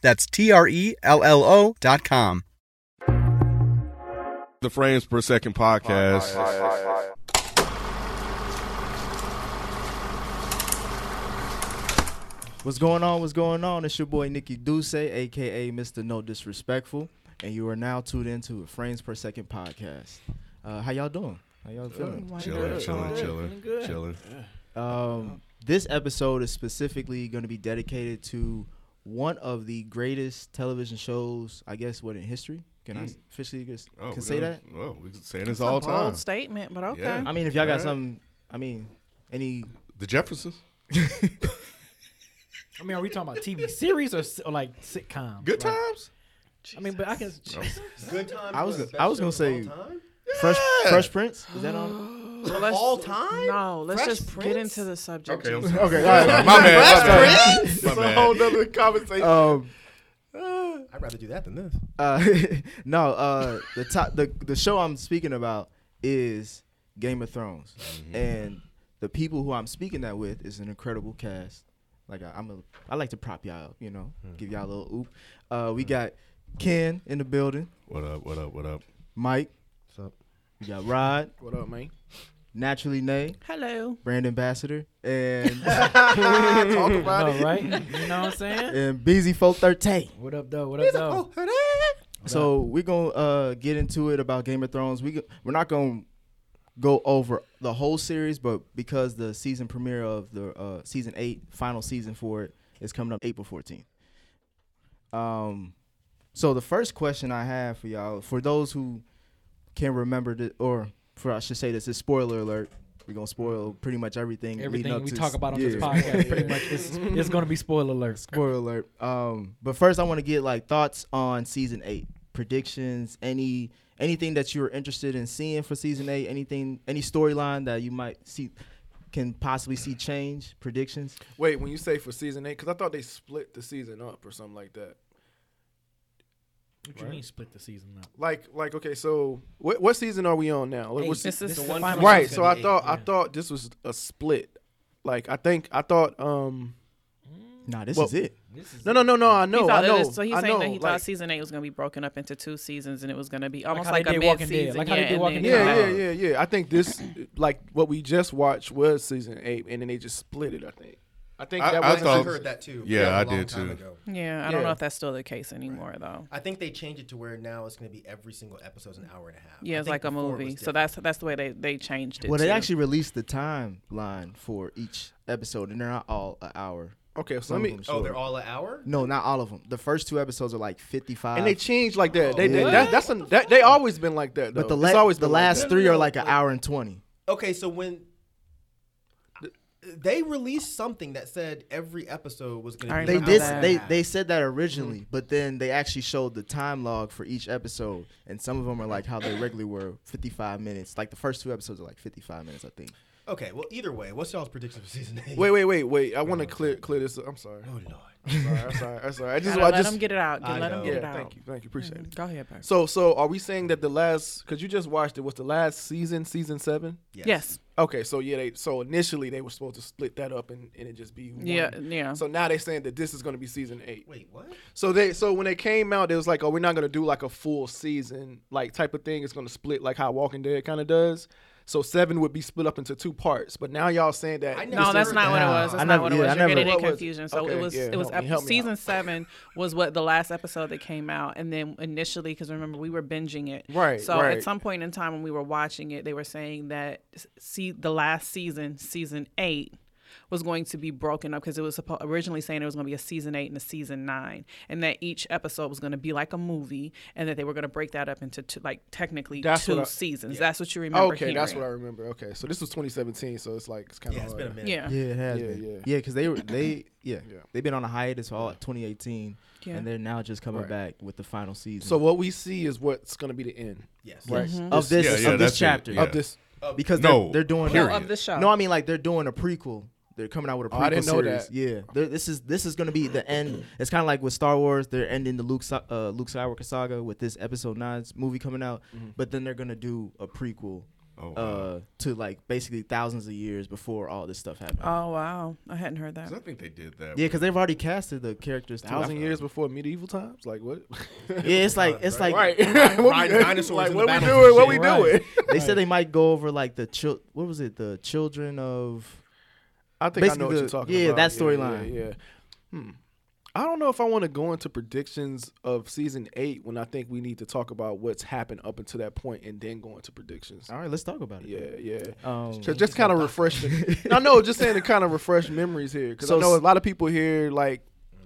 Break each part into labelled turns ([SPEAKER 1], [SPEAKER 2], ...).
[SPEAKER 1] That's T R E L L O.com.
[SPEAKER 2] The Frames Per Second podcast.
[SPEAKER 3] What's going on? What's going on? It's your boy Nikki Duce, aka Mr. No Disrespectful, and you are now tuned into a Frames Per Second podcast. Uh, how y'all doing? How y'all feeling?
[SPEAKER 2] Chilling, chilling, chilling, chilling.
[SPEAKER 3] Um, this episode is specifically going to be dedicated to one of the greatest television shows, I guess, what in history? Can I officially just,
[SPEAKER 2] Oh,
[SPEAKER 3] can
[SPEAKER 2] we
[SPEAKER 3] say
[SPEAKER 2] done-
[SPEAKER 3] that?
[SPEAKER 2] Oh, we can say this all time.
[SPEAKER 4] Bold statement, but okay.
[SPEAKER 2] Yeah.
[SPEAKER 3] I mean, if y'all got
[SPEAKER 2] Alright.
[SPEAKER 3] something, I mean, any
[SPEAKER 2] The Jeffersons.
[SPEAKER 5] I mean, are we talking about TV series or, s- or like sitcom?
[SPEAKER 2] Good times.
[SPEAKER 5] I mean, but I can.
[SPEAKER 6] Good times.
[SPEAKER 3] I was
[SPEAKER 6] the
[SPEAKER 3] gonna-
[SPEAKER 6] best
[SPEAKER 3] I was gonna
[SPEAKER 6] show of
[SPEAKER 3] say-
[SPEAKER 6] all time?
[SPEAKER 3] Fresh Fresh Prince? Is that on?
[SPEAKER 4] Well, let's-
[SPEAKER 6] all time?
[SPEAKER 4] No, let's
[SPEAKER 6] Fresh
[SPEAKER 4] just get
[SPEAKER 6] Prince?
[SPEAKER 4] into the subject.
[SPEAKER 2] Okay, I'm
[SPEAKER 4] Jesus.
[SPEAKER 2] sorry.
[SPEAKER 3] Okay, all right.
[SPEAKER 2] my bad. My
[SPEAKER 6] Prince?
[SPEAKER 2] bad. My
[SPEAKER 6] It's a
[SPEAKER 2] bad.
[SPEAKER 6] whole nother conversation.
[SPEAKER 3] Um,
[SPEAKER 6] I'd rather do that than this.
[SPEAKER 3] uh, no, uh, the top the the show I'm speaking about is Game of Thrones,
[SPEAKER 6] Mm-hmm.
[SPEAKER 3] and the people who I'm speaking that with is an incredible cast. Like I, I'm a, I like to prop y'all up, you know,
[SPEAKER 6] Mm-hmm.
[SPEAKER 3] give y'all a little oop. Uh, we got Ken in the building,
[SPEAKER 2] What up? What up? What up?
[SPEAKER 3] Mike,
[SPEAKER 6] What's up?
[SPEAKER 3] we got Rod,
[SPEAKER 6] What up, man?
[SPEAKER 3] naturally Nay,
[SPEAKER 4] Hello.
[SPEAKER 3] brand ambassador, and
[SPEAKER 6] Talk about
[SPEAKER 5] No, right? You know what I'm saying?
[SPEAKER 3] and Beezy Folk Thirteen.
[SPEAKER 5] What up, though? What up, though?
[SPEAKER 3] So we're gonna uh, get into it about Game of Thrones. We go- we're not gonna go over the whole series, but because the season premiere of the uh, season eight, final season for it, is coming up April fourteenth. Um, so the first question I have for y'all, for those who can remember this, or for I should say this is spoiler alert. We're gonna spoil pretty much everything. leading
[SPEAKER 5] Everything
[SPEAKER 3] up
[SPEAKER 5] we
[SPEAKER 3] to
[SPEAKER 5] talk
[SPEAKER 3] s-
[SPEAKER 5] about on this
[SPEAKER 3] yeah.
[SPEAKER 5] podcast, pretty much, it's, it's going to be spoiler alert.
[SPEAKER 3] Spoiler alert. Um, but first, I want to get like thoughts on season eight predictions. Any anything that you were interested in seeing for season eight? Anything? Any storyline that you might see can possibly see change? Predictions?
[SPEAKER 7] Wait, when you say for season eight, because I thought they split the season up or something like that.
[SPEAKER 5] What you mean split the season up?
[SPEAKER 7] Like, like okay, so what, what season are we on now? Like, what's-
[SPEAKER 5] This is
[SPEAKER 6] the
[SPEAKER 5] the
[SPEAKER 6] one
[SPEAKER 5] final
[SPEAKER 7] right.
[SPEAKER 5] season.
[SPEAKER 7] So I thought I
[SPEAKER 5] yeah.
[SPEAKER 7] thought this was a split. Like I think I thought um
[SPEAKER 3] Nah, this
[SPEAKER 7] Well-
[SPEAKER 3] is it.
[SPEAKER 5] This is
[SPEAKER 7] no no no no I know
[SPEAKER 4] he
[SPEAKER 7] I
[SPEAKER 4] thought it
[SPEAKER 7] know
[SPEAKER 4] was- so he's
[SPEAKER 7] I
[SPEAKER 4] saying
[SPEAKER 7] know
[SPEAKER 4] that he
[SPEAKER 7] like,
[SPEAKER 4] thought season eight was going to be broken up into two seasons, and it was going to be almost
[SPEAKER 5] how
[SPEAKER 4] like,
[SPEAKER 5] they
[SPEAKER 4] a
[SPEAKER 5] did
[SPEAKER 4] mid
[SPEAKER 5] Walking Dead,
[SPEAKER 4] season.
[SPEAKER 5] like how they did Walking
[SPEAKER 7] yeah,
[SPEAKER 5] Dead.
[SPEAKER 4] uh,
[SPEAKER 7] yeah, yeah, yeah. I think this, like, what we just watched was season eight, and then they just split it. I think. I think
[SPEAKER 2] I-
[SPEAKER 7] that
[SPEAKER 2] I
[SPEAKER 7] was.
[SPEAKER 6] I,
[SPEAKER 2] thought-
[SPEAKER 6] heard that too.
[SPEAKER 2] Yeah,
[SPEAKER 6] a
[SPEAKER 2] I
[SPEAKER 6] long
[SPEAKER 2] did
[SPEAKER 6] time
[SPEAKER 2] too.
[SPEAKER 6] ago.
[SPEAKER 4] Yeah, I don't know
[SPEAKER 7] Yeah.
[SPEAKER 4] if that's still the case anymore, though.
[SPEAKER 6] I think they changed it to where now it's going to be every single episode is an hour and a half.
[SPEAKER 4] Yeah,
[SPEAKER 6] I
[SPEAKER 4] it's
[SPEAKER 6] think
[SPEAKER 4] like a
[SPEAKER 6] before it was
[SPEAKER 4] movie. So
[SPEAKER 6] different.
[SPEAKER 4] that's that's the way they, they changed it.
[SPEAKER 3] Well, they
[SPEAKER 4] too.
[SPEAKER 3] actually released the timeline for each episode, and they're not all an hour.
[SPEAKER 7] okay, so
[SPEAKER 3] Some
[SPEAKER 7] let
[SPEAKER 3] of
[SPEAKER 7] me.
[SPEAKER 3] them
[SPEAKER 6] Oh,
[SPEAKER 3] short.
[SPEAKER 6] they're all an hour.
[SPEAKER 3] No, not all of them. The first two episodes are like fifty-five,
[SPEAKER 7] And they changed like that. They, they
[SPEAKER 4] Oh.
[SPEAKER 3] What?
[SPEAKER 7] that, that's an, that, they always been like that. Though.
[SPEAKER 3] but the,
[SPEAKER 7] it's
[SPEAKER 3] la-
[SPEAKER 7] always
[SPEAKER 3] the
[SPEAKER 7] been like
[SPEAKER 3] last
[SPEAKER 7] that.
[SPEAKER 3] three are like an hour and twenty.
[SPEAKER 6] Okay, so when they released something that said every episode was going
[SPEAKER 4] I
[SPEAKER 6] to be
[SPEAKER 3] They
[SPEAKER 6] an
[SPEAKER 3] did.
[SPEAKER 6] hour and a
[SPEAKER 3] They Mm-hmm.
[SPEAKER 6] half.
[SPEAKER 3] they said that originally, but then they actually showed the time log for each episode, and some of them are like how they regularly were 55 minutes. Like the first two episodes are like 55 minutes, I think.
[SPEAKER 6] Okay, well, either way, what's y'all's prediction for season eight?
[SPEAKER 7] Wait, wait, wait, wait. I want to clear clear this. up. I'm sorry.
[SPEAKER 6] Oh lord.
[SPEAKER 7] I'm sorry. I'm sorry. I'm sorry. I just
[SPEAKER 4] Gotta
[SPEAKER 7] I
[SPEAKER 4] let
[SPEAKER 7] just
[SPEAKER 4] them get it out. Get-
[SPEAKER 6] I
[SPEAKER 4] let them
[SPEAKER 6] know.
[SPEAKER 4] get it
[SPEAKER 7] yeah.
[SPEAKER 4] out. Mm-hmm.
[SPEAKER 7] Thank you. Thank you. Appreciate it.
[SPEAKER 4] Go ahead, Pax.
[SPEAKER 7] So so are we saying that the last because you just watched it was the last season season seven?
[SPEAKER 4] Yes.
[SPEAKER 7] Okay, so yeah, they so initially they were supposed to split that up and, and it just be one.
[SPEAKER 4] Yeah. Yeah.
[SPEAKER 7] So now they're saying that this is going to be season eight.
[SPEAKER 6] Wait, what?
[SPEAKER 7] So they so when they came out, it was like, oh, we're not gonna do like a full season like type of thing. It's gonna split like how Walking Dead kind of does. So seven would be split up into two parts. But now y'all saying that
[SPEAKER 6] I know.
[SPEAKER 4] No,
[SPEAKER 6] Yes,
[SPEAKER 4] that's
[SPEAKER 6] sir.
[SPEAKER 4] not what it
[SPEAKER 3] Nah,
[SPEAKER 4] was. That's
[SPEAKER 3] I
[SPEAKER 4] not
[SPEAKER 3] never-
[SPEAKER 4] what it
[SPEAKER 3] yeah,
[SPEAKER 4] was.
[SPEAKER 3] I
[SPEAKER 4] You're
[SPEAKER 3] never-
[SPEAKER 4] getting in
[SPEAKER 7] What was-
[SPEAKER 4] confusion. So it
[SPEAKER 7] okay,
[SPEAKER 4] was
[SPEAKER 7] yeah,
[SPEAKER 4] it was
[SPEAKER 7] help me,
[SPEAKER 4] ep-
[SPEAKER 7] help me
[SPEAKER 4] season
[SPEAKER 7] out.
[SPEAKER 4] seven was what the last episode that came out, and then initially because remember we were binging it.
[SPEAKER 7] Right,
[SPEAKER 4] So at
[SPEAKER 7] right.
[SPEAKER 4] some point in time when we were watching it, they were saying that see the last season, season eight, was going to be broken up because it was suppo- originally saying it was going to be a season eight and a season nine, and that each episode was going to be like a movie, and that they were going to break that up into two, like technically
[SPEAKER 7] That's
[SPEAKER 4] two
[SPEAKER 7] what I-
[SPEAKER 4] seasons. That's what you remember.
[SPEAKER 7] Okay, that's what I
[SPEAKER 4] hearing.
[SPEAKER 7] remember. Okay, so this was 2017, so it's like it's kind of
[SPEAKER 6] Yeah, it's been a minute.
[SPEAKER 4] Yeah.
[SPEAKER 3] Yeah, it has
[SPEAKER 7] Yeah,
[SPEAKER 3] been.
[SPEAKER 7] yeah.
[SPEAKER 3] Yeah, because they were they yeah,
[SPEAKER 7] Yeah.
[SPEAKER 3] they've been on a hiatus all 2018,
[SPEAKER 4] Yeah.
[SPEAKER 3] and they're now just coming
[SPEAKER 7] Right.
[SPEAKER 3] back with the final season.
[SPEAKER 7] So what we see is what's gonna be the end,
[SPEAKER 6] Yes.
[SPEAKER 7] right?
[SPEAKER 4] Mm-hmm.
[SPEAKER 3] of this
[SPEAKER 2] Yeah, yeah,
[SPEAKER 3] of
[SPEAKER 2] that's
[SPEAKER 3] this
[SPEAKER 2] it.
[SPEAKER 3] chapter
[SPEAKER 2] Yeah.
[SPEAKER 7] Of this,
[SPEAKER 3] because
[SPEAKER 2] No,
[SPEAKER 3] they're, they're doing
[SPEAKER 4] No,
[SPEAKER 2] period.
[SPEAKER 4] of the show.
[SPEAKER 3] No, I mean like they're doing a prequel. They're coming out with a
[SPEAKER 7] Oh,
[SPEAKER 3] prequel
[SPEAKER 7] I didn't know
[SPEAKER 3] series.
[SPEAKER 7] that.
[SPEAKER 3] Yeah, They're- this is this is gonna be the end. It's kind of like with Star Wars. They're ending the Luke Sa- uh, Luke Skywalker saga with this Episode Nine's movie coming out, but then they're gonna do a prequel
[SPEAKER 2] Oh, wow.
[SPEAKER 3] uh, to like basically thousands of years before all this stuff
[SPEAKER 7] Uh,
[SPEAKER 3] happened.
[SPEAKER 4] Oh wow, I hadn't heard that.
[SPEAKER 2] 'Cause I think they did that.
[SPEAKER 3] yeah, because they've already casted the characters. too.
[SPEAKER 7] thousand years before medieval times. Like what?
[SPEAKER 3] Yeah, it's like it's like
[SPEAKER 7] right. What we-
[SPEAKER 6] Riding dinosaurs
[SPEAKER 7] like,
[SPEAKER 6] in
[SPEAKER 7] what
[SPEAKER 6] the
[SPEAKER 7] we
[SPEAKER 6] battles
[SPEAKER 7] doing?
[SPEAKER 6] and
[SPEAKER 7] What we
[SPEAKER 6] shit.
[SPEAKER 7] doing?
[SPEAKER 3] they said they might go over like the chil- What was it? The children of.
[SPEAKER 7] I think I
[SPEAKER 3] Basically
[SPEAKER 7] know what
[SPEAKER 3] the-
[SPEAKER 7] you're talking
[SPEAKER 3] yeah,
[SPEAKER 7] about.
[SPEAKER 3] that
[SPEAKER 7] Yeah,
[SPEAKER 3] storyline.
[SPEAKER 7] yeah, yeah. Hmm. I don't know if I want to go into predictions of season eight when I think we need to talk about what's happened up until that point and then go into predictions.
[SPEAKER 3] All right, let's talk about it.
[SPEAKER 7] Yeah, yeah.
[SPEAKER 3] Um,
[SPEAKER 7] So just kind of refresh. I know, just saying to kind of refresh memories here because I
[SPEAKER 3] So
[SPEAKER 7] know a
[SPEAKER 3] s-
[SPEAKER 7] lot of people here like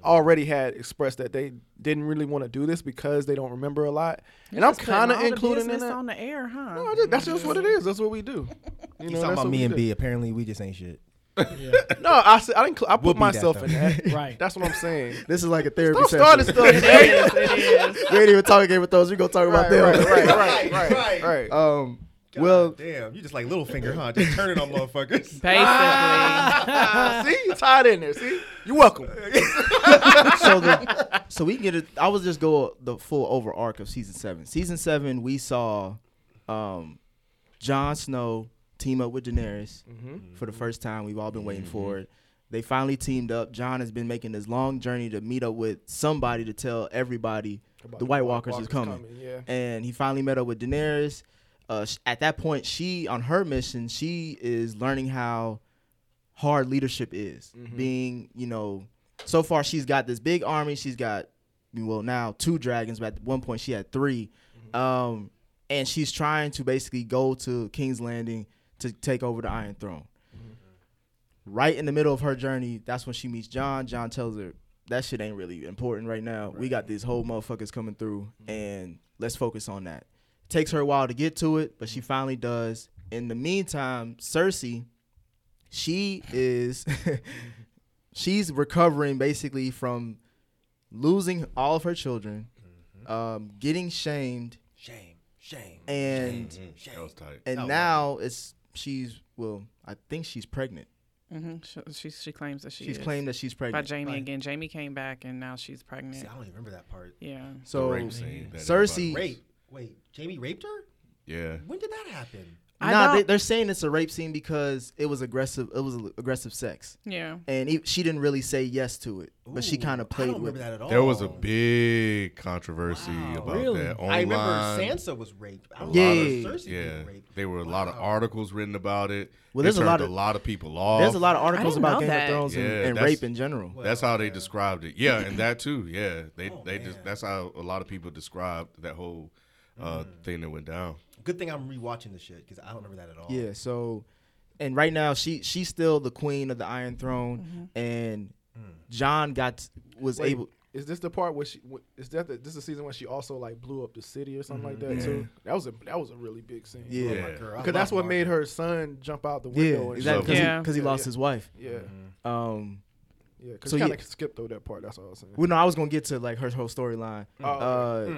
[SPEAKER 7] already had expressed that they didn't really want to do this because they don't remember a lot, and I'm
[SPEAKER 4] Just putting
[SPEAKER 7] kind of
[SPEAKER 4] all the
[SPEAKER 7] including in
[SPEAKER 4] business
[SPEAKER 7] that.
[SPEAKER 4] on the air, huh?
[SPEAKER 7] No, I just- that's just what it is. That's what we do. You
[SPEAKER 6] He's
[SPEAKER 7] know,
[SPEAKER 6] talking
[SPEAKER 7] that's
[SPEAKER 6] about
[SPEAKER 7] what
[SPEAKER 6] me
[SPEAKER 7] we
[SPEAKER 6] and
[SPEAKER 7] do.
[SPEAKER 6] B. Apparently, we just ain't shit.
[SPEAKER 7] No, I, s- I didn't. cl- I put
[SPEAKER 6] We'll be that,
[SPEAKER 7] myself
[SPEAKER 6] though.
[SPEAKER 7] in that.
[SPEAKER 5] Right.
[SPEAKER 7] That's what I'm saying.
[SPEAKER 3] This is like a therapy
[SPEAKER 7] Don't
[SPEAKER 3] session.
[SPEAKER 7] start this stuff. man.
[SPEAKER 4] It is, it is.
[SPEAKER 3] we ain't even talking Game of Thrones. We gonna talk about
[SPEAKER 7] Right,
[SPEAKER 3] them.
[SPEAKER 7] right, right, right, right, right,
[SPEAKER 6] Right,
[SPEAKER 7] right.
[SPEAKER 3] Um, well,
[SPEAKER 6] damn, you just like little finger, huh? Just turn it on motherfuckers.
[SPEAKER 4] Basically,
[SPEAKER 7] See, you tied in there. See, you're welcome.
[SPEAKER 3] so the, so we can get it. I was just go the full over arc of season seven. Season seven, we saw, um, Jon Snow team up with Daenerys for the first time. We've all been waiting for it. They finally teamed up. John has been making this long journey to meet up with somebody to tell everybody the White Walkers, is coming.
[SPEAKER 7] yeah.
[SPEAKER 3] and he finally met up with Daenerys. Uh, sh- at that point, she on her mission, she is learning how hard leadership is. Being, you know, so far she's got this big army. She's got, well, now two dragons, but at one point she had 3 Um, and she's trying to basically go to King's Landing to take over the Iron Throne. Right in the middle of her journey, that's when she meets John. John tells her that shit ain't really important right now. We got these whole motherfuckers coming through, and let's focus on that. Takes her a while to get to it, but she finally does. In the meantime, Cersei, she is she's recovering basically from losing all of her children,
[SPEAKER 2] Mm-hmm.
[SPEAKER 3] um, getting shamed,
[SPEAKER 6] Shame, shame, Mm-hmm.
[SPEAKER 3] and
[SPEAKER 6] shame.
[SPEAKER 2] That was tight.
[SPEAKER 3] and
[SPEAKER 6] Oh, wow.
[SPEAKER 3] now it's she's well, I think she's pregnant.
[SPEAKER 4] hmm she, she she claims that she
[SPEAKER 3] She's
[SPEAKER 4] is.
[SPEAKER 3] claimed that she's
[SPEAKER 4] by
[SPEAKER 3] pregnant.
[SPEAKER 4] Jamie again. Jamie came back and now she's
[SPEAKER 6] See,
[SPEAKER 4] pregnant.
[SPEAKER 6] I don't even remember that part.
[SPEAKER 4] Yeah.
[SPEAKER 3] So
[SPEAKER 2] The rape scene that
[SPEAKER 3] Cersei-
[SPEAKER 2] everybody was-
[SPEAKER 6] Rape. Wait, Jamie raped her?
[SPEAKER 2] Yeah.
[SPEAKER 6] When did that happen?
[SPEAKER 4] I
[SPEAKER 3] nah, they,
[SPEAKER 4] don't-
[SPEAKER 3] they're saying it's a rape scene because it was aggressive. It was aggressive sex,
[SPEAKER 4] Yeah.
[SPEAKER 3] and he, she didn't really say yes to it, but she
[SPEAKER 6] Ooh,
[SPEAKER 3] kind of played
[SPEAKER 6] I don't
[SPEAKER 3] with.
[SPEAKER 6] remember that at all.
[SPEAKER 2] There was a
[SPEAKER 3] Oh.
[SPEAKER 2] big controversy
[SPEAKER 6] Wow.
[SPEAKER 2] about
[SPEAKER 5] Really?
[SPEAKER 2] that online.
[SPEAKER 6] I remember Sansa was raped. I
[SPEAKER 2] A
[SPEAKER 6] don't
[SPEAKER 2] lot
[SPEAKER 6] yeah,
[SPEAKER 2] of-
[SPEAKER 3] Yeah.
[SPEAKER 6] Cersei
[SPEAKER 2] yeah,
[SPEAKER 6] being raped.
[SPEAKER 2] there were a lot of articles written about it.
[SPEAKER 3] Well,
[SPEAKER 2] It
[SPEAKER 3] there's a
[SPEAKER 2] turned
[SPEAKER 3] lot of-
[SPEAKER 2] a lot of people off.
[SPEAKER 3] There's a lot of articles
[SPEAKER 4] didn't know
[SPEAKER 3] about Game
[SPEAKER 4] that.
[SPEAKER 3] of Thrones and,
[SPEAKER 2] Yeah,
[SPEAKER 3] and
[SPEAKER 2] that's-
[SPEAKER 3] rape in general.
[SPEAKER 2] That's how they described it. Yeah, and that too. Yeah, they
[SPEAKER 6] Oh,
[SPEAKER 2] they just
[SPEAKER 6] man.
[SPEAKER 2] that's how a lot of people described that whole uh, thing that went down.
[SPEAKER 6] Good thing I'm rewatching this shit because I don't remember that at all.
[SPEAKER 3] Yeah. So, and right now she she's still the queen of the Iron Throne, and
[SPEAKER 2] Hmm.
[SPEAKER 3] John got was
[SPEAKER 7] Wait,
[SPEAKER 3] able.
[SPEAKER 7] Is this the part where she? wh- Is that the, this is the season when she also like blew up the city or something like that too? That was a that was a really big scene.
[SPEAKER 3] Mm-hmm. Yeah.
[SPEAKER 6] Oh, my girl, I
[SPEAKER 7] because that's
[SPEAKER 6] love
[SPEAKER 7] what made
[SPEAKER 6] Margaret.
[SPEAKER 7] her son jump out the window.
[SPEAKER 3] Yeah,
[SPEAKER 7] and
[SPEAKER 3] exactly.
[SPEAKER 7] shit.
[SPEAKER 3] Because
[SPEAKER 4] Yeah.
[SPEAKER 3] he, 'cause he
[SPEAKER 7] Yeah,
[SPEAKER 3] lost
[SPEAKER 7] yeah.
[SPEAKER 3] his wife.
[SPEAKER 7] Yeah,
[SPEAKER 6] Mm-hmm.
[SPEAKER 3] Um,
[SPEAKER 7] yeah. Because
[SPEAKER 3] So,
[SPEAKER 7] kind of
[SPEAKER 3] yeah.
[SPEAKER 7] skipped over that part. That's all I was saying.
[SPEAKER 3] well, no, I was gonna get to like her whole storyline.
[SPEAKER 7] Oh,
[SPEAKER 3] Uh,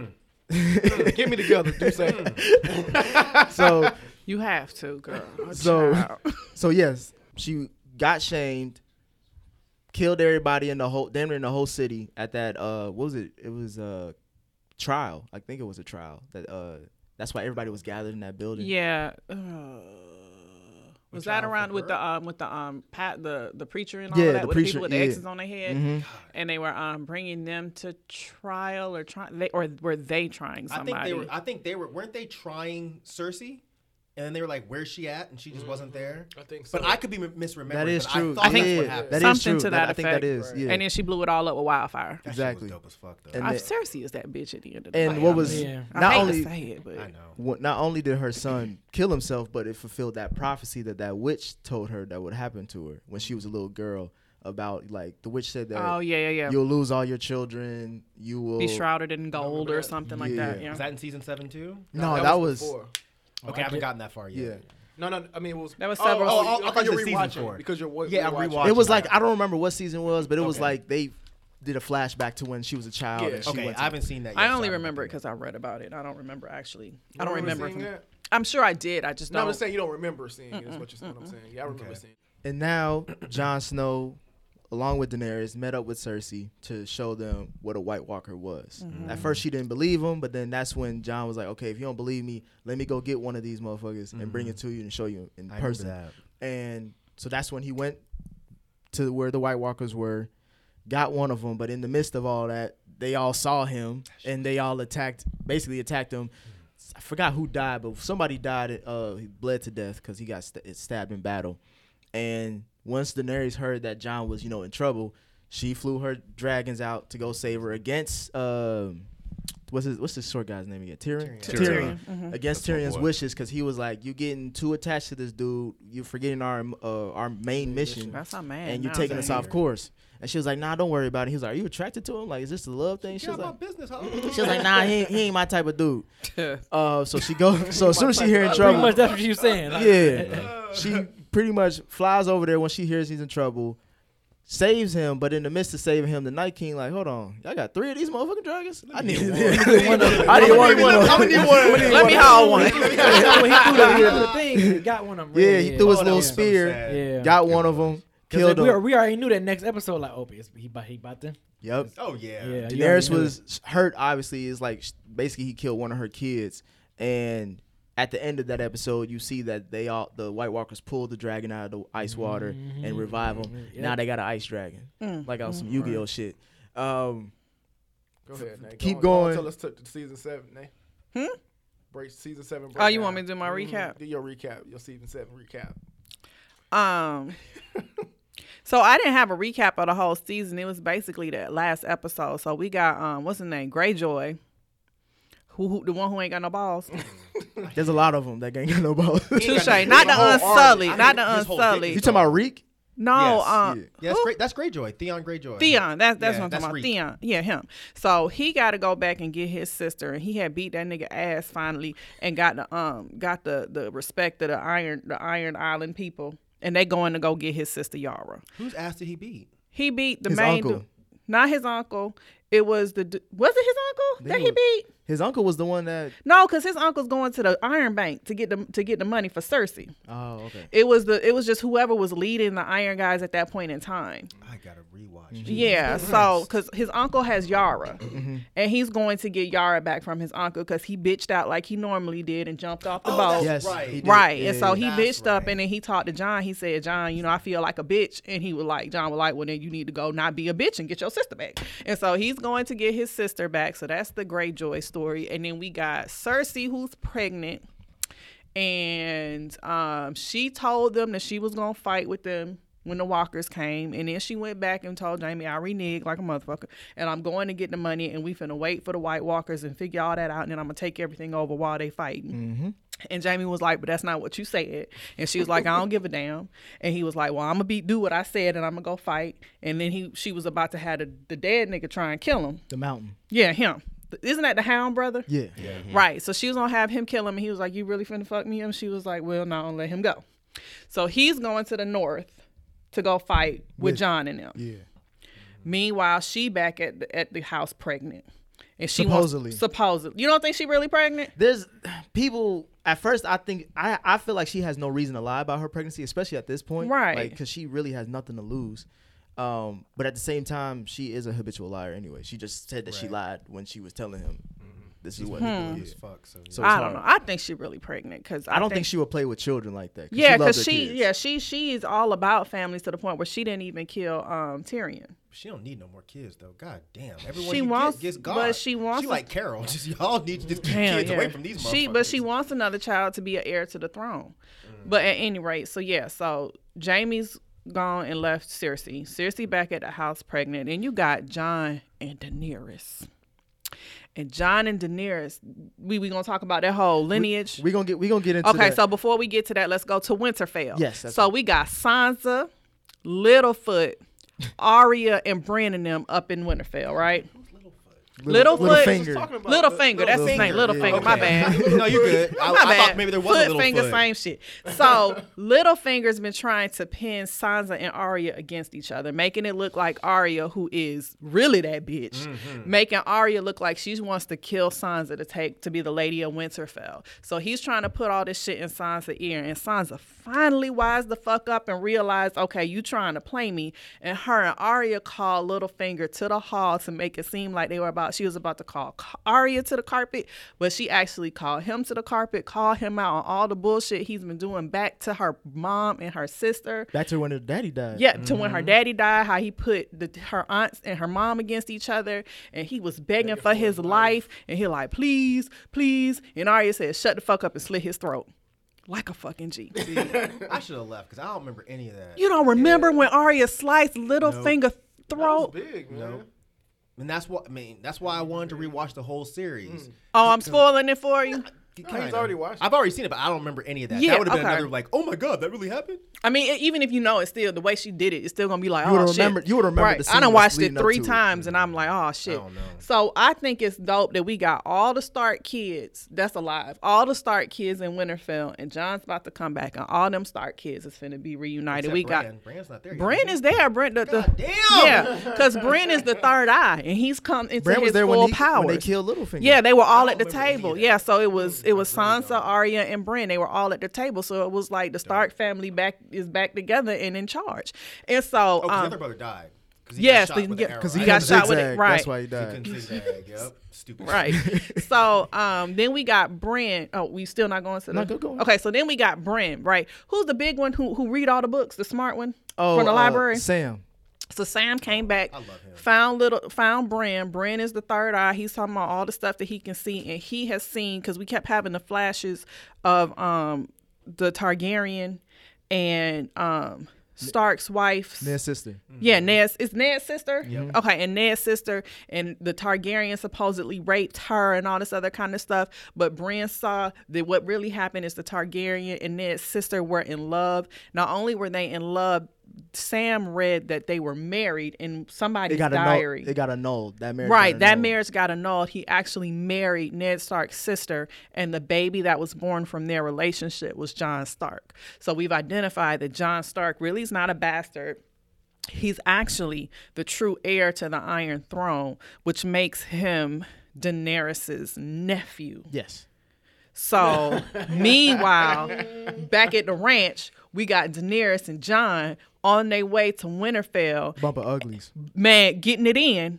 [SPEAKER 7] Get me together. Do say.
[SPEAKER 3] Mm. so
[SPEAKER 4] You have to, girl.
[SPEAKER 3] so so yes, she got shamed, killed everybody in the whole damn near in the whole city at that uh what was it? It was a trial. I think it was a trial that uh that's why everybody was gathered in that building.
[SPEAKER 4] Yeah. Uh, was that
[SPEAKER 6] trial for
[SPEAKER 4] around with
[SPEAKER 6] her?
[SPEAKER 4] the um with the um pat the the preacher and all
[SPEAKER 3] Yeah,
[SPEAKER 4] of that
[SPEAKER 3] the
[SPEAKER 4] with the
[SPEAKER 3] preacher,
[SPEAKER 4] people with the
[SPEAKER 3] yeah.
[SPEAKER 4] X's on their head and they were um bringing them to trial or trying they or were they trying
[SPEAKER 6] I
[SPEAKER 4] somebody?
[SPEAKER 6] think they were. I think they were. Weren't they trying Cersei? and then they were like, "Where's she at?" And she just wasn't there.
[SPEAKER 7] I think so.
[SPEAKER 6] But I could be m- misremembering.
[SPEAKER 3] That is
[SPEAKER 6] but
[SPEAKER 3] true.
[SPEAKER 6] I thought
[SPEAKER 4] I think-
[SPEAKER 6] that's what
[SPEAKER 3] yeah,
[SPEAKER 6] happened.
[SPEAKER 3] that is
[SPEAKER 4] Something
[SPEAKER 3] true.
[SPEAKER 4] to
[SPEAKER 3] That-
[SPEAKER 4] that
[SPEAKER 3] I think that
[SPEAKER 4] effect.
[SPEAKER 3] is. Yeah.
[SPEAKER 4] And then she blew it all up with wildfire.
[SPEAKER 6] That shit was
[SPEAKER 3] exactly.
[SPEAKER 6] dope as fuck though.
[SPEAKER 3] And
[SPEAKER 4] I
[SPEAKER 3] that-
[SPEAKER 4] seriously is that bitch at the end of the day.
[SPEAKER 3] and what was
[SPEAKER 5] Yeah.
[SPEAKER 4] I
[SPEAKER 3] not
[SPEAKER 4] hate
[SPEAKER 3] only
[SPEAKER 4] to say it, but
[SPEAKER 6] I know.
[SPEAKER 3] wh- not only did her son kill himself, but it fulfilled that prophecy that that witch told her that would happen to her when she was a little girl. About like the witch said that
[SPEAKER 4] oh yeah, yeah, yeah.
[SPEAKER 3] you'll lose all your children. You will
[SPEAKER 4] Be shrouded in gold or something like that.
[SPEAKER 3] Yeah.
[SPEAKER 4] Yeah.
[SPEAKER 6] Was that in season seven too?
[SPEAKER 3] No, that was,
[SPEAKER 7] before.
[SPEAKER 6] Okay, I haven't gotten that far
[SPEAKER 3] yeah.
[SPEAKER 6] yet.
[SPEAKER 7] no, no. I mean, it was
[SPEAKER 4] That was
[SPEAKER 7] oh, Oh,
[SPEAKER 4] several se-
[SPEAKER 7] oh,
[SPEAKER 6] I
[SPEAKER 7] okay,
[SPEAKER 6] thought you
[SPEAKER 7] you're
[SPEAKER 6] were season
[SPEAKER 7] rewatching
[SPEAKER 6] four.
[SPEAKER 7] because you're wa-
[SPEAKER 6] Yeah, I
[SPEAKER 7] rewatching.
[SPEAKER 6] rewatched.
[SPEAKER 3] It was
[SPEAKER 6] Watching
[SPEAKER 3] like
[SPEAKER 6] that.
[SPEAKER 3] I don't remember what season it was, but it was
[SPEAKER 6] Okay.
[SPEAKER 3] like they did a flashback to when she was a child.
[SPEAKER 7] Yeah.
[SPEAKER 3] And she
[SPEAKER 6] okay,
[SPEAKER 3] went
[SPEAKER 6] I haven't seen that. yet.
[SPEAKER 4] I
[SPEAKER 6] so
[SPEAKER 4] only
[SPEAKER 6] don't
[SPEAKER 4] remember it
[SPEAKER 6] think
[SPEAKER 4] because I read about it. I don't remember actually. I don't
[SPEAKER 7] remember
[SPEAKER 4] remember.
[SPEAKER 7] seeing
[SPEAKER 4] if I'm-
[SPEAKER 7] that?
[SPEAKER 4] I'm sure I did. I just
[SPEAKER 7] No,
[SPEAKER 4] don't.
[SPEAKER 7] I'm just saying you don't remember seeing it. Is what you're saying. What I'm saying. Yeah, I remember
[SPEAKER 6] Okay.
[SPEAKER 7] seeing. it.
[SPEAKER 3] to- and now Jon Snow, along with Daenerys, met up with Cersei to show them what a White Walker was. At first, she didn't believe him, but then that's when John was like, "Okay, if you don't believe me, let me go get one of these motherfuckers and bring it to you and show you in
[SPEAKER 6] I remember
[SPEAKER 3] person."
[SPEAKER 6] that.
[SPEAKER 3] And so that's when he went to where the White Walkers were, got one of them. But in the midst of all that, they all saw him and they all attacked, basically attacked him. I forgot who died, but somebody died. Uh, he bled to death because he got st- stabbed in battle. And once Daenerys heard that John was, you know, in trouble, she flew her dragons out to go save her against. Um, What's his, what's this short guy's name again? Tyrion.
[SPEAKER 2] Tyrion.
[SPEAKER 3] Against
[SPEAKER 2] That's my
[SPEAKER 3] Tyrion's
[SPEAKER 2] boy.
[SPEAKER 3] wishes, because he was like, "You getting too attached to this dude. You're forgetting our uh, our main mission,
[SPEAKER 4] That's not mad.
[SPEAKER 3] and you're
[SPEAKER 4] now
[SPEAKER 3] taking
[SPEAKER 4] that
[SPEAKER 3] us off
[SPEAKER 4] I
[SPEAKER 3] course." And she was like, "Nah, don't worry about it." He was like, "Are you attracted to him? Like, is this the love thing?" She was
[SPEAKER 6] Get
[SPEAKER 3] like,
[SPEAKER 6] out my business. huh?
[SPEAKER 3] "She was like, Nah, he ain't, he ain't my type of dude."
[SPEAKER 4] hear it.
[SPEAKER 3] Uh, so she go. So as soon as she hear in
[SPEAKER 5] Pretty
[SPEAKER 3] trouble,
[SPEAKER 5] much that's what you were saying. Like,
[SPEAKER 3] yeah. She pretty much flies over there when she hears he's in trouble, saves him, but in the midst of saving him, the Night King like, hold on, y'all got three of these motherfucking dragons? I need, one. I need one.
[SPEAKER 6] I'm gonna need one.
[SPEAKER 4] Let me haul one.
[SPEAKER 5] yeah, when he threw the, he threw the thing, he got one of them.
[SPEAKER 3] Yeah, he threw his
[SPEAKER 6] Oh, that
[SPEAKER 3] little
[SPEAKER 6] was so
[SPEAKER 3] spear,
[SPEAKER 6] sad.
[SPEAKER 5] Yeah.
[SPEAKER 3] got one of them, killed
[SPEAKER 5] Because we, are-
[SPEAKER 3] him.
[SPEAKER 5] we already knew that next episode, like, oh, it's, he, bought- he bought them.
[SPEAKER 3] Yep.
[SPEAKER 6] Oh yeah.
[SPEAKER 5] Yeah. you already
[SPEAKER 3] Daenerys
[SPEAKER 5] knew
[SPEAKER 3] was hurt. Obviously, is like sh- basically he killed one of her kids, and at the end of that episode, you see that they all the White Walkers pulled the dragon out of the ice water and revive him. Now they got an ice dragon, like on some Yu-Gi-Oh shit. Um,
[SPEAKER 7] Go ahead. Nate.
[SPEAKER 3] keep
[SPEAKER 7] Go on,
[SPEAKER 3] going.
[SPEAKER 7] Tell us to to season seven. Nate. Break season seven.
[SPEAKER 4] Hmm? Oh, you
[SPEAKER 7] breakdown.
[SPEAKER 4] want me to do my
[SPEAKER 7] Mhm.
[SPEAKER 4] recap?
[SPEAKER 7] Do your recap. Your season seven recap.
[SPEAKER 4] Um. So I didn't have a recap of the whole season. It was basically the last episode. So we got um, what's the name? Greyjoy, who, who the one who ain't got no balls.
[SPEAKER 3] there's a lot of them that ain't got no balls. you
[SPEAKER 4] Touche. Not the
[SPEAKER 6] whole army.
[SPEAKER 4] unsullied.
[SPEAKER 6] I
[SPEAKER 4] Not
[SPEAKER 6] mean,
[SPEAKER 4] the
[SPEAKER 6] his whole dick
[SPEAKER 4] unsullied.
[SPEAKER 6] is
[SPEAKER 3] talking about Reek?
[SPEAKER 4] No,
[SPEAKER 6] Yes.
[SPEAKER 4] um,
[SPEAKER 6] Yeah, that's
[SPEAKER 4] who-
[SPEAKER 6] great. That's Greyjoy. Theon Greyjoy.
[SPEAKER 4] Theon. That's that's
[SPEAKER 6] Yeah,
[SPEAKER 4] what I'm
[SPEAKER 6] that's
[SPEAKER 4] talking about.
[SPEAKER 6] Reek.
[SPEAKER 4] Theon. Yeah, him. So he got to go back and get his sister, and he had beat that nigga ass finally, and got the um got the the respect of the Iron the Iron Island people, and they going to go get his sister Yara.
[SPEAKER 6] Whose ass did he beat?
[SPEAKER 4] He beat the
[SPEAKER 3] His
[SPEAKER 4] main,
[SPEAKER 3] uncle.
[SPEAKER 4] du- not his uncle. It was the du- was it his uncle that he
[SPEAKER 3] was-
[SPEAKER 4] beat?
[SPEAKER 3] His uncle was the one that.
[SPEAKER 4] No, because his uncle's going to the Iron Bank to get the to get the money for Cersei.
[SPEAKER 3] Oh, okay.
[SPEAKER 4] It was the it was just whoever was leading the Iron guys at that point in time.
[SPEAKER 6] I gotta rewatch.
[SPEAKER 4] Mm-hmm. Yeah, so because his uncle has Yara,
[SPEAKER 6] Mm-hmm.
[SPEAKER 4] and he's going to get Yara back from his uncle because he bitched out like he normally did and jumped off the
[SPEAKER 6] Oh,
[SPEAKER 4] boat.
[SPEAKER 3] Yes,
[SPEAKER 6] that's right.
[SPEAKER 3] he did.
[SPEAKER 4] Right,
[SPEAKER 3] Yeah,
[SPEAKER 4] and so he
[SPEAKER 6] That's
[SPEAKER 4] bitched up,
[SPEAKER 6] right.
[SPEAKER 4] and then he talked to John. He said, "John, you know, I feel like a bitch," and he was like, "John was like, well, then you need to go not be a bitch and get your sister back." And so he's going to get his sister back. So that's the Greyjoy story, and then we got Cersei who's pregnant, and um, she told them that she was gonna fight with them when the walkers came and then she went back and told jamie i reneged like a motherfucker and i'm going to get the money and we finna wait for the white walkers and figure all that out and then i'm gonna take everything over while they fighting
[SPEAKER 3] Mm-hmm.
[SPEAKER 4] and Jamie was like, "But that's not what you said." And she was like, "I don't give a damn." And he was like, "Well, I'm gonna be do what I said, and I'm gonna go fight." And then he she was about to have the, the dead nigga try and kill him.
[SPEAKER 3] The mountain.
[SPEAKER 4] Yeah, him. Isn't that the Hound brother?
[SPEAKER 3] Yeah.
[SPEAKER 4] Right. So she was gonna have him kill him, and he was like, "You really finna fuck me?" And she was like, "Well, no, let him go." So he's going to the north to go fight with John and them.
[SPEAKER 3] Yeah.
[SPEAKER 4] Meanwhile, she back at the, at the house pregnant, and she
[SPEAKER 3] Supposedly.
[SPEAKER 4] wants, supposedly. You don't think she really pregnant?
[SPEAKER 3] There's people. At first, I think I, I feel like she has no reason to lie about her pregnancy, especially at this point,
[SPEAKER 4] Right.
[SPEAKER 3] Because she really has nothing to lose. Um, but at the same time, she is a habitual liar anyway. She just said that she lied when she was telling him This is what
[SPEAKER 4] Hmm.
[SPEAKER 3] he believes.
[SPEAKER 6] Mm-hmm. As fuck. So, yeah.
[SPEAKER 3] So
[SPEAKER 4] I
[SPEAKER 3] it's
[SPEAKER 4] don't know.
[SPEAKER 3] hard.
[SPEAKER 4] I think she really pregnant because
[SPEAKER 3] I don't think she would play with children like that.
[SPEAKER 4] yeah,
[SPEAKER 3] because
[SPEAKER 4] because she, yeah, she she is all about families to the point where she didn't even kill um Tyrion.
[SPEAKER 6] she don't need no more kids though. God damn. Everyone
[SPEAKER 4] She
[SPEAKER 6] she
[SPEAKER 4] wants-
[SPEAKER 6] wants, gets God.
[SPEAKER 4] but she wants
[SPEAKER 6] She
[SPEAKER 4] us-
[SPEAKER 6] like Carol. Just y'all need to just keep
[SPEAKER 4] Hell
[SPEAKER 6] kids
[SPEAKER 4] yeah.
[SPEAKER 6] away from these motherfuckers. Mm.
[SPEAKER 4] She, but she wants another child to be an heir to the throne. But at any rate, so yeah, so Jamie's gone and left Cersei. Cersei back at the house pregnant, and you got John and Daenerys. And John and Daenerys, we we gonna talk about that whole lineage.
[SPEAKER 3] we gonna get we gonna get into
[SPEAKER 4] okay,
[SPEAKER 3] that.
[SPEAKER 4] so before we get to that, let's go to Winterfell.
[SPEAKER 3] Yes, that's
[SPEAKER 4] So we got Sansa, Littlefoot, Arya, and Brandon them up in Winterfell, right? Littlefoot,
[SPEAKER 3] finger.
[SPEAKER 4] Littlefinger, that's his name. Littlefinger, my bad.
[SPEAKER 6] no, you good. I,
[SPEAKER 4] My
[SPEAKER 6] I
[SPEAKER 4] bad.
[SPEAKER 6] thought maybe there was
[SPEAKER 4] foot
[SPEAKER 6] a little
[SPEAKER 4] finger,
[SPEAKER 6] foot.
[SPEAKER 4] same shit. So Littlefinger's been trying to pin Sansa and Arya against each other, making it look like Arya, who is really that bitch, making Arya look like she wants to kill Sansa to take to be the Lady of Winterfell. So he's trying to put all this shit in Sansa's ear, and Sansa finally wise the fuck up and realized, okay, you trying to play me. And her and Arya called Littlefinger to the hall to make it seem like they were about. She was about to call Ca- Arya to the carpet, but she actually called him to the carpet, called him out on all the bullshit he's been doing back to her mom and her sister.
[SPEAKER 3] Back to when her daddy died.
[SPEAKER 4] Yeah, to when her daddy died, how he put the, her aunts and her mom against each other, and he was begging, for, his life, and he like, please, please, and Arya said, shut the fuck up and slit his throat, like a fucking G.
[SPEAKER 6] I should have left because I don't remember any of that.
[SPEAKER 4] you don't remember when Arya sliced Littlefinger
[SPEAKER 7] That was
[SPEAKER 4] throat?
[SPEAKER 7] big, man.
[SPEAKER 6] And that's what I mean. That's why I wanted to rewatch the whole series.
[SPEAKER 4] Oh, I'm spoiling it for you.
[SPEAKER 6] Kinda.
[SPEAKER 7] he's already watched it.
[SPEAKER 6] I've already seen it, but I don't remember any of that.
[SPEAKER 4] Yeah,
[SPEAKER 6] that would have been
[SPEAKER 4] okay.
[SPEAKER 6] another like, oh my god, that really happened.
[SPEAKER 4] I mean, e- even if you know it, still the way she did it, it's still gonna be like,
[SPEAKER 3] You
[SPEAKER 4] oh
[SPEAKER 3] would've
[SPEAKER 4] shit.
[SPEAKER 3] remembered- you would've remembered
[SPEAKER 4] Right.
[SPEAKER 3] the
[SPEAKER 4] I
[SPEAKER 3] scene
[SPEAKER 4] done
[SPEAKER 3] that's
[SPEAKER 4] watched it
[SPEAKER 3] leading up
[SPEAKER 4] three
[SPEAKER 3] to it.
[SPEAKER 4] times, and I'm like, oh shit.
[SPEAKER 6] don't know.
[SPEAKER 4] So I think it's dope that we got all the Stark kids that's alive, all the Stark kids in Winterfell, and John's about to come back, and all them Stark kids is finna be reunited. we got
[SPEAKER 6] Brand. Brand's not there. yet.
[SPEAKER 4] Brent is there. Brent the, the
[SPEAKER 6] God damn.
[SPEAKER 4] yeah, because Brent is the third eye, and he's come into
[SPEAKER 3] Bran
[SPEAKER 4] his
[SPEAKER 3] was there
[SPEAKER 4] full
[SPEAKER 3] when, he,
[SPEAKER 4] powers.
[SPEAKER 3] when they killed Littlefinger.
[SPEAKER 4] Yeah, they were all at the
[SPEAKER 6] remember any of
[SPEAKER 4] table.
[SPEAKER 6] that.
[SPEAKER 4] Yeah, so it was it was Sansa, Arya, and Bran. They were all at the table. So it was like the Stark family back is back together and in charge. And so,
[SPEAKER 6] Oh, 'cause the other
[SPEAKER 4] um,
[SPEAKER 6] brother died. 'Cause he
[SPEAKER 4] yes,
[SPEAKER 6] got shot with an arrow.
[SPEAKER 4] because
[SPEAKER 3] he
[SPEAKER 4] he
[SPEAKER 6] I
[SPEAKER 4] got
[SPEAKER 6] didn't
[SPEAKER 3] couldn't
[SPEAKER 4] shot with it.
[SPEAKER 3] zigzag,
[SPEAKER 4] Right,
[SPEAKER 3] That's why he
[SPEAKER 6] know- He
[SPEAKER 3] died.
[SPEAKER 6] couldn't zigzag. Yep. Stupid.
[SPEAKER 4] right. so um, then we got Bran. Oh, we still not going to the.
[SPEAKER 3] No, go- go on.
[SPEAKER 4] Okay, so then we got Bran. Right, who's the big one who who read all the books, the smart one
[SPEAKER 3] Oh,
[SPEAKER 4] from the
[SPEAKER 3] uh,
[SPEAKER 4] library?
[SPEAKER 3] Sam.
[SPEAKER 4] So Sam came back,
[SPEAKER 6] I love him.
[SPEAKER 4] found little, found Bran. Bran is the third eye. He's talking about all the stuff that he can see, and he has seen because we kept having the flashes of um the Targaryen and um Stark's wife.
[SPEAKER 3] Then sister.
[SPEAKER 4] Yeah, Ned's it's Ned's sister. Okay, and Ned's sister and the Targaryen supposedly raped her and all this other kind of stuff. But Bran saw that what really happened is the Targaryen and Ned's sister were in love. Not only were they in love, Sam read that they were married in somebody's
[SPEAKER 3] It got
[SPEAKER 4] diary.
[SPEAKER 3] annulled. It got annulled. That marriage.
[SPEAKER 4] Right,
[SPEAKER 3] got
[SPEAKER 4] that
[SPEAKER 3] annulled.
[SPEAKER 4] marriage got annulled. He actually married Ned Stark's sister, and the baby that was born from their relationship was John Stark. So we've identified that John Stark really is not a bastard. He's actually the true heir to the Iron Throne, which makes him Daenerys's nephew.
[SPEAKER 3] Yes.
[SPEAKER 4] So, meanwhile, back at the ranch, we got Daenerys and John on their way to Winterfell
[SPEAKER 3] Bumper uglies.
[SPEAKER 4] man getting it in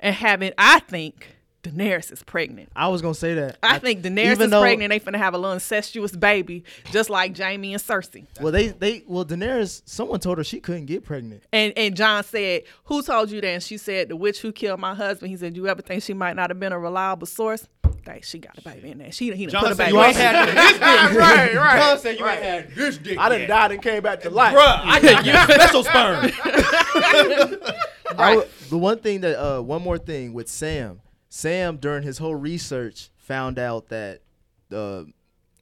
[SPEAKER 4] and having I think Daenerys is pregnant.
[SPEAKER 3] I was gonna say that.
[SPEAKER 4] I think Daenerys
[SPEAKER 3] even
[SPEAKER 4] is
[SPEAKER 3] though-
[SPEAKER 4] pregnant. They finna have a little incestuous baby, just like Jamie and Cersei.
[SPEAKER 3] Well, they they well Daenerys. Someone told her she couldn't get pregnant.
[SPEAKER 4] And and John said, "Who told you that?" And she said, "The witch who killed my husband." He said, "You ever think she might not have been a reliable source?" Dang, she got a baby in there. She he done
[SPEAKER 6] John
[SPEAKER 4] put a
[SPEAKER 6] said
[SPEAKER 4] baby.
[SPEAKER 6] you
[SPEAKER 4] in
[SPEAKER 6] ain't
[SPEAKER 4] there.
[SPEAKER 6] had this dick.
[SPEAKER 7] Right, right.
[SPEAKER 6] John said you ain't had this dick.
[SPEAKER 7] I done
[SPEAKER 6] yet.
[SPEAKER 7] died and came back to life.
[SPEAKER 6] Bruh, I got you special sperm.
[SPEAKER 3] I would- the one thing that uh one more thing with Sam. Sam during his whole research found out that uh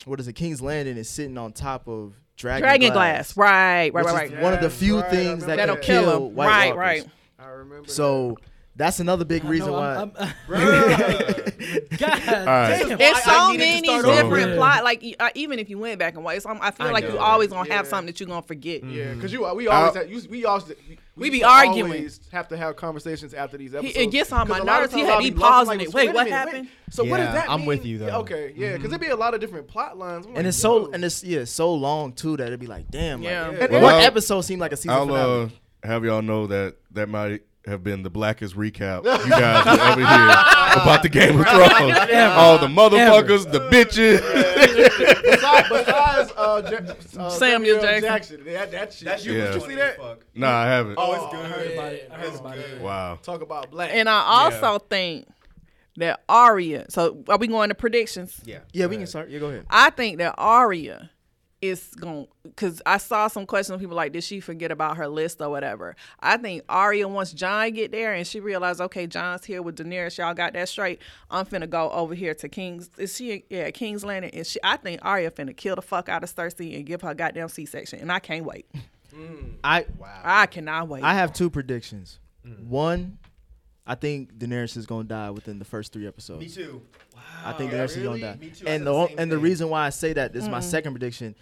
[SPEAKER 3] what is it King's Landing is sitting on top of dragon,
[SPEAKER 4] Dragon glass. Right, right,
[SPEAKER 3] which
[SPEAKER 4] right,
[SPEAKER 3] is
[SPEAKER 4] right.
[SPEAKER 3] One of the
[SPEAKER 7] Yes,
[SPEAKER 3] few
[SPEAKER 7] right, I
[SPEAKER 3] things that
[SPEAKER 7] remember
[SPEAKER 4] That'll
[SPEAKER 7] that.
[SPEAKER 3] can
[SPEAKER 4] kill,
[SPEAKER 3] kill
[SPEAKER 4] him.
[SPEAKER 3] White
[SPEAKER 4] Right,
[SPEAKER 3] Walkers.
[SPEAKER 4] right.
[SPEAKER 7] I remember.
[SPEAKER 3] So that's another big reason
[SPEAKER 5] No,
[SPEAKER 3] why.
[SPEAKER 5] I'm- I'm-
[SPEAKER 2] Bruh.
[SPEAKER 5] God
[SPEAKER 2] right.
[SPEAKER 5] damn.
[SPEAKER 4] It's
[SPEAKER 6] I
[SPEAKER 4] so
[SPEAKER 6] needed to
[SPEAKER 4] many
[SPEAKER 6] start
[SPEAKER 5] over.
[SPEAKER 4] different
[SPEAKER 5] Yeah.
[SPEAKER 4] plot. Like e- uh, even if you went back and watched, some- I feel
[SPEAKER 6] I
[SPEAKER 4] like
[SPEAKER 6] know.
[SPEAKER 4] you always gonna have
[SPEAKER 7] Yeah.
[SPEAKER 4] something that you are gonna forget.
[SPEAKER 7] Yeah, because you we
[SPEAKER 3] mm-hmm.
[SPEAKER 7] always have, you, we always we,
[SPEAKER 4] We be
[SPEAKER 7] used to
[SPEAKER 4] arguing.
[SPEAKER 7] always have to have conversations after these episodes.
[SPEAKER 4] gets on my
[SPEAKER 7] 'Cause a lot of
[SPEAKER 4] nerves. He
[SPEAKER 7] times
[SPEAKER 4] had
[SPEAKER 7] I'll
[SPEAKER 4] me
[SPEAKER 7] be lost,
[SPEAKER 4] pausing
[SPEAKER 7] I'm like,
[SPEAKER 4] it. Wait,
[SPEAKER 7] a
[SPEAKER 4] what
[SPEAKER 7] minute,
[SPEAKER 4] happened?
[SPEAKER 7] So what does
[SPEAKER 6] Yeah,
[SPEAKER 7] that
[SPEAKER 6] I'm with
[SPEAKER 7] mean?
[SPEAKER 6] you, though.
[SPEAKER 7] Yeah, Okay, yeah, because it'd be a lot of different plot lines. I'm
[SPEAKER 3] and
[SPEAKER 7] like,
[SPEAKER 3] it's so
[SPEAKER 7] yo.
[SPEAKER 3] and it's yeah so long too that it'd be like damn like,
[SPEAKER 4] Yeah.
[SPEAKER 3] and
[SPEAKER 7] Well,
[SPEAKER 3] one
[SPEAKER 2] I'll- uh,
[SPEAKER 3] episode seemed like a season
[SPEAKER 2] I'll
[SPEAKER 3] finale.
[SPEAKER 2] uh, have y'all know that that might have been the blackest recap you guys will ever hear about the Game of Thrones. All the motherfuckers, the bitches.
[SPEAKER 7] Besides, besides uh, Ja- uh,
[SPEAKER 4] Samuel Jackson.
[SPEAKER 7] that, that shit.
[SPEAKER 6] That's you.
[SPEAKER 2] Yeah.
[SPEAKER 6] Did you see that? Fuck.
[SPEAKER 2] nah, I haven't.
[SPEAKER 7] oh, it's good.
[SPEAKER 2] Wow.
[SPEAKER 7] Talk about black.
[SPEAKER 4] And I also think that Aria. So are we going to predictions?
[SPEAKER 6] Yeah.
[SPEAKER 3] Yeah, we can start. Yeah, go ahead.
[SPEAKER 4] I think that Aria is going because I saw some questions. People like, did she forget about her list or whatever? I think Aria once John get there and she realized, okay, John's here with Daenerys. Y'all got that straight. I'm finna go over here to Kings. Is she? Yeah, Kings Landing. And she, I think Aria finna kill the fuck out of Cersei and give her goddamn C-section. And I can't wait.
[SPEAKER 3] I
[SPEAKER 4] I cannot wait.
[SPEAKER 3] I have two predictions.
[SPEAKER 6] Mm.
[SPEAKER 3] One, I think Daenerys is gonna die within the first three episodes.
[SPEAKER 6] Me too. Wow.
[SPEAKER 3] I think the nurse
[SPEAKER 6] really?
[SPEAKER 3] is gonna die.
[SPEAKER 6] Me too, I said
[SPEAKER 3] And
[SPEAKER 6] the
[SPEAKER 3] the, o-
[SPEAKER 6] same
[SPEAKER 3] and the
[SPEAKER 6] thing.
[SPEAKER 3] reason why I say that is my second prediction.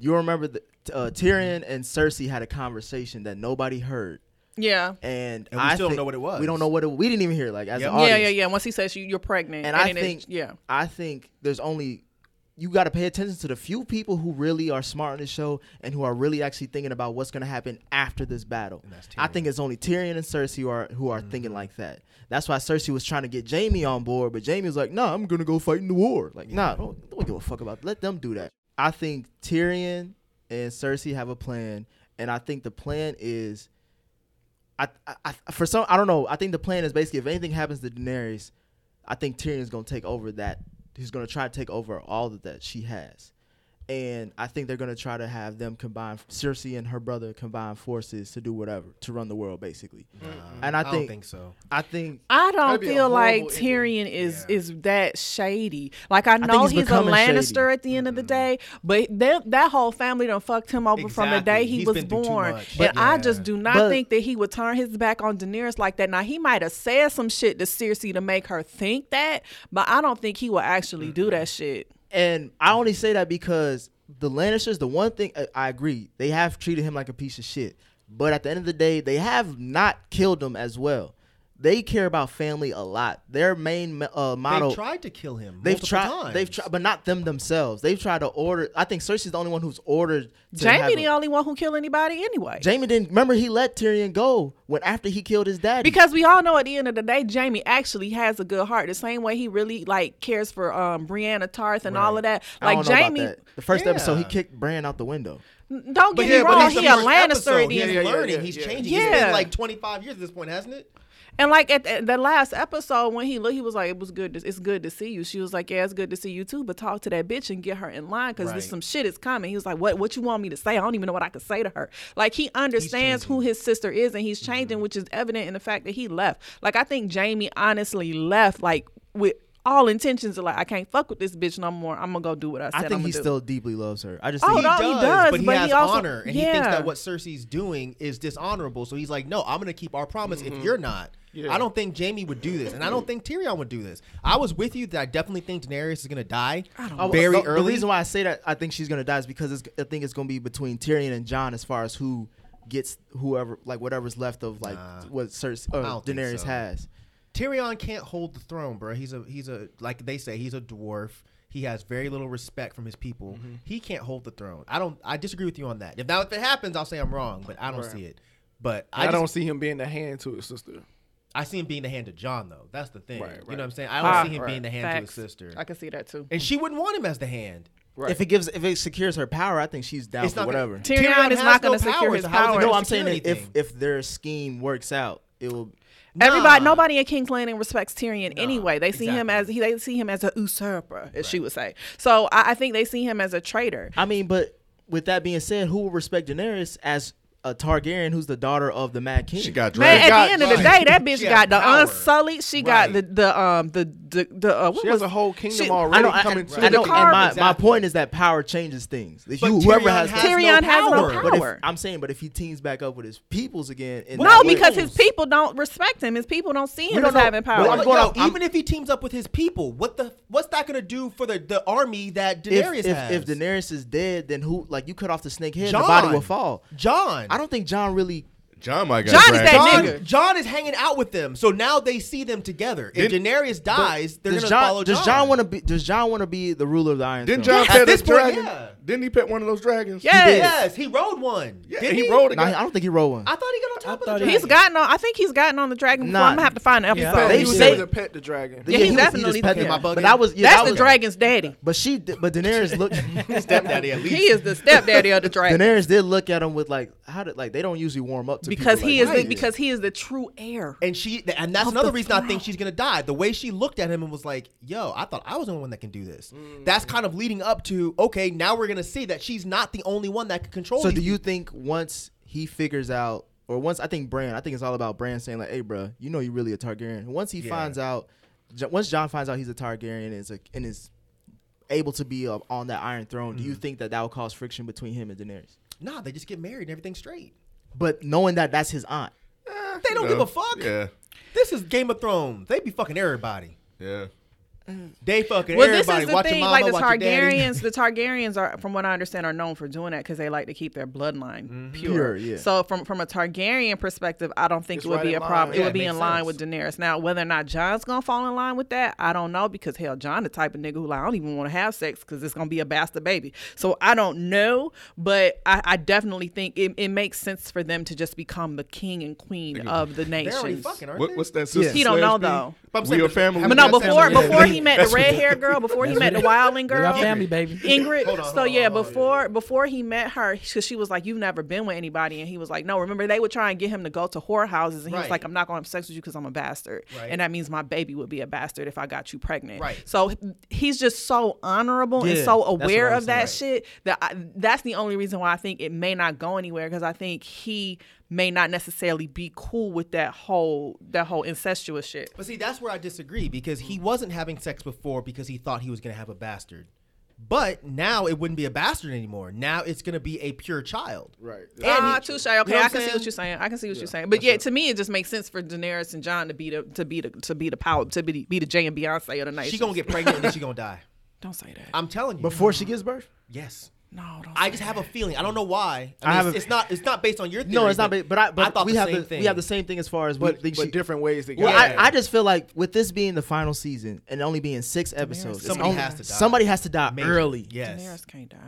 [SPEAKER 3] You remember the, t- uh, Tyrion and Cersei had a conversation that nobody heard,
[SPEAKER 4] yeah.
[SPEAKER 3] and,
[SPEAKER 6] And we
[SPEAKER 3] I
[SPEAKER 6] still don't
[SPEAKER 3] think-
[SPEAKER 6] know what it was.
[SPEAKER 3] We don't know what it. We didn't even hear it, like as
[SPEAKER 6] Yep.
[SPEAKER 3] an
[SPEAKER 6] Yeah,
[SPEAKER 4] Yeah,
[SPEAKER 3] audience.
[SPEAKER 4] yeah, yeah. Once he says you, you're pregnant,
[SPEAKER 3] And, I
[SPEAKER 4] then it-
[SPEAKER 3] think,
[SPEAKER 4] yeah,
[SPEAKER 3] I think there's only you got to pay attention to the few people who really are smart on this show and who are really actually thinking about what's going to happen after this battle. I think it's only Tyrion and Cersei who are who are thinking like that. That's why Cersei was trying to get Jamie on board, but Jamie was like, "No, nah, I'm going to go fight in the war." Like, "Nah, don't, don't give a fuck about. Let them do that." I think Tyrion and Cersei have a plan, and I think the plan is I, I, I- for some, I don't know. I think the plan is basically if anything happens to Daenerys, I think Tyrion's gonna take over that. He's gonna try to take over all of that she has, and I think they're gonna try to have them combine Cersei and her brother combine forces to do whatever to run the world, basically. And I
[SPEAKER 6] I don't
[SPEAKER 3] think,
[SPEAKER 6] think so.
[SPEAKER 3] I think
[SPEAKER 4] I don't
[SPEAKER 7] That'd be a
[SPEAKER 4] feel like
[SPEAKER 7] horrible ending.
[SPEAKER 4] Tyrion is is that shady. Like I know
[SPEAKER 3] he's
[SPEAKER 4] he's, a
[SPEAKER 3] becoming shady.
[SPEAKER 4] Lannister at the end of the day, but that that whole family done fucked him over from the day
[SPEAKER 6] Exactly.
[SPEAKER 4] he
[SPEAKER 6] He's
[SPEAKER 4] was
[SPEAKER 6] been through too
[SPEAKER 4] born. And
[SPEAKER 6] much. But-
[SPEAKER 4] I
[SPEAKER 6] Yeah.
[SPEAKER 4] just do not
[SPEAKER 3] But-
[SPEAKER 4] think that he would turn his back on Daenerys like that. Now he might have said some shit to Cersei to make her think that, but I don't think he will actually do that shit.
[SPEAKER 3] And I only say that because the Lannisters, the one thing uh, I, I agree, they have treated him like a piece of shit. But at the end of the day, they have not killed him as well. They care about family a lot. Their main uh, motto.
[SPEAKER 6] They tried to kill him.
[SPEAKER 3] They've
[SPEAKER 6] multiple
[SPEAKER 3] tried.
[SPEAKER 6] Times.
[SPEAKER 3] They've tried, but not them themselves. They've tried to order. I think Cersei's the only one who's ordered. To have
[SPEAKER 4] Jamie
[SPEAKER 3] a-
[SPEAKER 4] the only one who kill anybody anyway.
[SPEAKER 3] Jamie didn't remember he let Tyrion go when after he killed his daddy.
[SPEAKER 4] Because we all know at the end of the day, Jamie actually has a good heart. The same way he really like cares for um Brianna Tarth and all of that.
[SPEAKER 3] I
[SPEAKER 4] Like
[SPEAKER 3] don't know about
[SPEAKER 4] Jamie,
[SPEAKER 3] that. the first episode he
[SPEAKER 6] Yeah.
[SPEAKER 3] kicked Bran out the window.
[SPEAKER 4] don't get
[SPEAKER 6] But
[SPEAKER 4] me
[SPEAKER 6] yeah, but
[SPEAKER 4] wrong,
[SPEAKER 6] he's the
[SPEAKER 4] he a
[SPEAKER 6] first
[SPEAKER 4] Lannister
[SPEAKER 6] episode.
[SPEAKER 4] at the end.
[SPEAKER 6] He's
[SPEAKER 7] yeah, yeah,
[SPEAKER 6] learning.
[SPEAKER 7] yeah,
[SPEAKER 6] He's
[SPEAKER 7] yeah.
[SPEAKER 6] changing. It's
[SPEAKER 4] Yeah.
[SPEAKER 6] been like 25 years at this point, hasn't it?
[SPEAKER 4] And like at the, the last episode when he looked, he was like, "It was good. To, it's good to see you." She was like, "Yeah, it's good to see you too." But talk to that bitch and get her in line because
[SPEAKER 6] Right.
[SPEAKER 4] some shit is coming. He was like, "What? What you want me to say? I don't even know what I can say to her." Like he understands who his sister is and
[SPEAKER 6] Mm-hmm.
[SPEAKER 4] he's changing, which is evident in the fact that he left. Like I think Jamie honestly left like with all intentions of like, "I can't fuck with this bitch no more. I'm gonna go do what I said."
[SPEAKER 3] I
[SPEAKER 4] I'm
[SPEAKER 3] think
[SPEAKER 4] gonna
[SPEAKER 3] he
[SPEAKER 4] do."
[SPEAKER 3] still deeply loves her. I just
[SPEAKER 4] Oh,
[SPEAKER 3] think
[SPEAKER 4] no, he does,
[SPEAKER 6] but he
[SPEAKER 4] but
[SPEAKER 6] has
[SPEAKER 4] he also-
[SPEAKER 6] honor, and he thinks
[SPEAKER 4] yeah.
[SPEAKER 6] that what Cersei's doing is dishonorable. So he's like, "No, I'm going to keep our promise
[SPEAKER 3] Mm-hmm.
[SPEAKER 6] if you're not." I don't think Jamie would do this, and I don't think Tyrion would do this. I was with you that I definitely think Daenerys is going to die
[SPEAKER 3] Oh,
[SPEAKER 6] very
[SPEAKER 3] the,
[SPEAKER 6] early.
[SPEAKER 3] The reason why I say that I think she's gonna die is because it's, I think it's gonna be between Tyrion and John as far as who gets whoever like whatever's left of like what Cersei uh,
[SPEAKER 6] don't think
[SPEAKER 3] Daenerys
[SPEAKER 6] so.
[SPEAKER 3] has.
[SPEAKER 6] Tyrion can't hold the throne, bro. He's a he's a like they say he's a dwarf. He has very little respect from his people.
[SPEAKER 3] Mm-hmm.
[SPEAKER 6] He can't hold the throne. I don't. I disagree with you on that. If now if it happens, I'll say I'm wrong, but I don't see it. But I,
[SPEAKER 7] I,
[SPEAKER 6] just-
[SPEAKER 7] don't see him being the hand to his sister.
[SPEAKER 6] I see him being the hand to John though. That's the thing.
[SPEAKER 7] Right,
[SPEAKER 6] You know
[SPEAKER 7] right.
[SPEAKER 6] what I'm saying? I don't
[SPEAKER 4] Ah,
[SPEAKER 6] see him being the hand
[SPEAKER 4] Facts.
[SPEAKER 6] to his sister,
[SPEAKER 4] I can see that too.
[SPEAKER 6] and she wouldn't want him as the hand.
[SPEAKER 7] Right.
[SPEAKER 3] If it gives if it secures her power, I think she's down
[SPEAKER 6] It's
[SPEAKER 3] for
[SPEAKER 6] not
[SPEAKER 3] whatever.
[SPEAKER 6] Gonna,
[SPEAKER 4] Tyrion is
[SPEAKER 6] has
[SPEAKER 4] not
[SPEAKER 6] no
[SPEAKER 4] gonna secure
[SPEAKER 6] power,
[SPEAKER 4] his
[SPEAKER 6] so how's he
[SPEAKER 4] power.
[SPEAKER 6] gonna
[SPEAKER 3] no,
[SPEAKER 4] Or
[SPEAKER 3] I'm saying
[SPEAKER 6] secure
[SPEAKER 3] that if
[SPEAKER 6] anything?
[SPEAKER 3] if their scheme works out, it will.
[SPEAKER 4] Everybody,
[SPEAKER 6] Nah.
[SPEAKER 4] nobody in King's Landing respects Tyrion anyway. They see him as
[SPEAKER 6] exactly.
[SPEAKER 4] he, they see him as a usurper, as she would say. So I, I think they see him as a traitor.
[SPEAKER 3] I mean, but with that being said, who will respect Daenerys as a Targaryen who's the daughter of the Mad King?
[SPEAKER 2] She got
[SPEAKER 4] Man,
[SPEAKER 2] dragged.
[SPEAKER 4] at
[SPEAKER 7] got-
[SPEAKER 4] the end of the
[SPEAKER 7] right.
[SPEAKER 4] day, that bitch
[SPEAKER 6] She
[SPEAKER 4] got
[SPEAKER 6] has
[SPEAKER 4] the
[SPEAKER 6] power.
[SPEAKER 4] unsullied. She got
[SPEAKER 6] Right.
[SPEAKER 4] the the um the the, the uh, what
[SPEAKER 7] She
[SPEAKER 4] was
[SPEAKER 7] has a whole kingdom
[SPEAKER 4] she-
[SPEAKER 7] already
[SPEAKER 3] I don't. I,
[SPEAKER 7] coming
[SPEAKER 3] I,
[SPEAKER 7] to
[SPEAKER 3] I don't.
[SPEAKER 7] the
[SPEAKER 3] And my, my
[SPEAKER 6] Exactly.
[SPEAKER 3] point is that power changes things. If
[SPEAKER 6] But
[SPEAKER 3] you, whoever
[SPEAKER 6] Tyrion
[SPEAKER 3] has,
[SPEAKER 6] has
[SPEAKER 4] Tyrion
[SPEAKER 6] no
[SPEAKER 4] has no
[SPEAKER 6] power.
[SPEAKER 3] But if-
[SPEAKER 4] power.
[SPEAKER 3] I'm saying, but if he teams back up with his peoples again, in
[SPEAKER 4] No,
[SPEAKER 3] that way-
[SPEAKER 4] because his people don't respect him. His people don't see him
[SPEAKER 3] don't
[SPEAKER 4] as
[SPEAKER 3] know-
[SPEAKER 4] having power.
[SPEAKER 3] Well, I'm
[SPEAKER 6] But
[SPEAKER 3] going
[SPEAKER 6] yo,
[SPEAKER 3] out- I'm-
[SPEAKER 6] even if he teams up with his people, what the what's that gonna do for the, the army that Daenerys
[SPEAKER 3] if, if,
[SPEAKER 6] has?
[SPEAKER 3] if Daenerys is dead, then who? Like you cut off the snake head,
[SPEAKER 6] Jon.
[SPEAKER 3] the body will fall.
[SPEAKER 6] John,
[SPEAKER 3] I don't think John really
[SPEAKER 2] John might got
[SPEAKER 4] John is
[SPEAKER 2] dragged.
[SPEAKER 4] that
[SPEAKER 2] John-
[SPEAKER 4] nigga.
[SPEAKER 6] John, John is hanging out with them, so now they see them together. If
[SPEAKER 2] Didn't-
[SPEAKER 6] Daenerys dies, they're
[SPEAKER 3] Does
[SPEAKER 6] gonna
[SPEAKER 3] John,
[SPEAKER 6] follow
[SPEAKER 3] does John want to be? Does John want to be the ruler of the Iron?
[SPEAKER 2] Didn't
[SPEAKER 3] Throne?
[SPEAKER 2] John
[SPEAKER 6] Yeah,
[SPEAKER 2] pet
[SPEAKER 6] at this
[SPEAKER 2] a
[SPEAKER 6] point,
[SPEAKER 2] dragon?
[SPEAKER 6] yeah.
[SPEAKER 2] Didn't he pet one of those dragons?
[SPEAKER 4] Yes.
[SPEAKER 6] Yes, he rode one.
[SPEAKER 2] Yeah,
[SPEAKER 6] Didn't
[SPEAKER 2] he, rode a
[SPEAKER 3] Nah,
[SPEAKER 2] guy.
[SPEAKER 3] I don't think he rode one.
[SPEAKER 6] I thought he got on top
[SPEAKER 5] thought
[SPEAKER 6] of the
[SPEAKER 5] he-
[SPEAKER 4] He's
[SPEAKER 6] dragon.
[SPEAKER 4] gotten on. I think he's gotten on the dragon before.
[SPEAKER 3] Nah.
[SPEAKER 4] I'm gonna have to find an
[SPEAKER 5] Yeah,
[SPEAKER 4] episode.
[SPEAKER 5] I
[SPEAKER 7] He
[SPEAKER 3] They
[SPEAKER 7] was
[SPEAKER 3] said-
[SPEAKER 7] able to pet the dragon.
[SPEAKER 4] Yeah,
[SPEAKER 3] he was-
[SPEAKER 4] he
[SPEAKER 3] he
[SPEAKER 4] definitely
[SPEAKER 3] just petted
[SPEAKER 4] did.
[SPEAKER 3] my
[SPEAKER 6] bug
[SPEAKER 3] But
[SPEAKER 6] in.
[SPEAKER 3] I was yeah,
[SPEAKER 4] That's
[SPEAKER 3] that
[SPEAKER 4] the
[SPEAKER 3] was-
[SPEAKER 4] dragon's daddy.
[SPEAKER 3] But she, did- but Daenerys looked.
[SPEAKER 6] Stepdaddy at
[SPEAKER 4] He is the stepdaddy of the dragon
[SPEAKER 3] Daenerys did look at him with like, how did like they don't usually warm up to
[SPEAKER 4] because
[SPEAKER 3] people
[SPEAKER 4] he
[SPEAKER 3] like
[SPEAKER 4] is
[SPEAKER 3] that.
[SPEAKER 4] the, because he is the true heir.
[SPEAKER 6] And she, and that's
[SPEAKER 4] Off
[SPEAKER 6] another
[SPEAKER 4] the
[SPEAKER 6] reason I think she's gonna die. The way she looked at him and was like, "Yo, I thought I was the only one that can do this."
[SPEAKER 2] Mm.
[SPEAKER 6] That's kind of leading up to okay, now we're gonna see that she's not the only one that can control.
[SPEAKER 3] So
[SPEAKER 6] these
[SPEAKER 3] do you
[SPEAKER 6] people.
[SPEAKER 3] think once he figures out, or once I think Bran, I think it's all about Bran saying like, "Hey, bro, you know you really a Targaryen." Once he finds out, Jo- once John finds out he's a Targaryen and is a, and is able to be uh, on that Iron Throne, do you think that that will cause friction between him and Daenerys?
[SPEAKER 6] Nah, they just get married and everything's straight.
[SPEAKER 3] But knowing that that's his aunt,
[SPEAKER 6] They don't
[SPEAKER 2] No.
[SPEAKER 6] give a fuck.
[SPEAKER 2] Yeah,
[SPEAKER 6] This is Game of Thrones. They be fucking everybody.
[SPEAKER 2] yeah.
[SPEAKER 6] They fucking
[SPEAKER 4] Well, this
[SPEAKER 6] everybody.
[SPEAKER 4] is the
[SPEAKER 6] watch
[SPEAKER 4] thing.
[SPEAKER 6] your mama,
[SPEAKER 4] Like the
[SPEAKER 6] watch your daddy.
[SPEAKER 4] Targaryens, the Targaryens are, from what I understand, are known for doing that because they like to keep their bloodline
[SPEAKER 6] Mm-hmm.
[SPEAKER 4] pure.
[SPEAKER 3] Pure, yeah.
[SPEAKER 4] So, from from a Targaryen perspective, I don't think
[SPEAKER 7] It's
[SPEAKER 4] it would
[SPEAKER 7] right
[SPEAKER 4] be
[SPEAKER 7] in
[SPEAKER 4] a problem.
[SPEAKER 7] line.
[SPEAKER 4] it
[SPEAKER 6] Yeah,
[SPEAKER 4] would be
[SPEAKER 6] it
[SPEAKER 4] in
[SPEAKER 6] makes
[SPEAKER 4] line
[SPEAKER 6] sense.
[SPEAKER 4] with Daenerys. Now, whether or not John's gonna fall in line with that, I don't know because hell, John the type of nigga who like I don't even want to have sex because it's gonna be a bastard baby. So I don't know, but I, I definitely think it, it makes sense for them to just become the king and queen of the
[SPEAKER 6] They're already
[SPEAKER 4] nation.
[SPEAKER 6] fucking, aren't
[SPEAKER 2] What,
[SPEAKER 6] they?
[SPEAKER 2] what's that sister?
[SPEAKER 4] He don't know,
[SPEAKER 2] Slasby?
[SPEAKER 4] though.
[SPEAKER 6] But I'm
[SPEAKER 2] We
[SPEAKER 6] saying-
[SPEAKER 2] a family.
[SPEAKER 6] But
[SPEAKER 4] But no,
[SPEAKER 6] That's
[SPEAKER 4] before
[SPEAKER 6] how they-
[SPEAKER 4] before he met the red haired girl, before he met the wildling
[SPEAKER 5] They
[SPEAKER 4] girl,
[SPEAKER 5] got family, baby.
[SPEAKER 4] Ingrid.
[SPEAKER 6] Hold on, hold
[SPEAKER 4] so
[SPEAKER 6] on,
[SPEAKER 4] yeah,
[SPEAKER 6] hold on,
[SPEAKER 4] before before he met her, because she was like, "You've never been with anybody," and he was like, "No." Remember, they would try and get him to go to whorehouses, and he was
[SPEAKER 6] Right.
[SPEAKER 4] like, "I'm not going to have sex with you because I'm a bastard,
[SPEAKER 6] Right.
[SPEAKER 4] and that means my baby would be a bastard if I got you pregnant."
[SPEAKER 6] Right.
[SPEAKER 4] So he's just so honorable and
[SPEAKER 3] Yeah,
[SPEAKER 4] so
[SPEAKER 3] that's what
[SPEAKER 4] aware
[SPEAKER 3] I'm
[SPEAKER 4] of that
[SPEAKER 6] saying.
[SPEAKER 4] shit that I, that's the only reason why I think it may not go anywhere because I think he may not necessarily be cool with that whole that whole incestuous shit.
[SPEAKER 6] But see, that's where I disagree because he wasn't having sex before because he thought he was going to have a bastard. But now it wouldn't be a bastard anymore. Now it's going to be a pure child.
[SPEAKER 7] Right.
[SPEAKER 4] Ah, touche. Okay,
[SPEAKER 6] what
[SPEAKER 4] I
[SPEAKER 6] I'm
[SPEAKER 4] can see
[SPEAKER 6] saying?
[SPEAKER 4] what you're saying. I can see what you're saying. But yeah, to me, it just makes sense for Daenerys and John to be the to be the to be the power to be the, be the Jay and Beyonce of the night.
[SPEAKER 6] She's going to get pregnant and then she's going to die.
[SPEAKER 4] Don't say that.
[SPEAKER 6] I'm telling you.
[SPEAKER 3] before she gives birth,
[SPEAKER 6] yes.
[SPEAKER 4] no, don't.
[SPEAKER 6] I just have a feeling. I don't know why. I
[SPEAKER 3] I
[SPEAKER 6] mean,
[SPEAKER 3] have
[SPEAKER 6] it's,
[SPEAKER 3] a-
[SPEAKER 6] it's not. It's not based on your theory.
[SPEAKER 3] no, it's not. But but I, but
[SPEAKER 6] thought
[SPEAKER 3] we
[SPEAKER 6] the
[SPEAKER 3] have
[SPEAKER 6] same
[SPEAKER 3] the
[SPEAKER 6] thing.
[SPEAKER 3] we have the same thing as far as we
[SPEAKER 7] But,
[SPEAKER 3] think
[SPEAKER 7] but
[SPEAKER 3] she,
[SPEAKER 7] different ways to get
[SPEAKER 3] Well,
[SPEAKER 7] it.
[SPEAKER 6] Yeah.
[SPEAKER 3] I, I just feel like with this being the final season and only being six episodes, it's
[SPEAKER 6] Somebody
[SPEAKER 3] only-
[SPEAKER 6] has to die.
[SPEAKER 3] Somebody has to die
[SPEAKER 6] Major.
[SPEAKER 3] early.
[SPEAKER 6] Yes.
[SPEAKER 4] Daenerys can't die.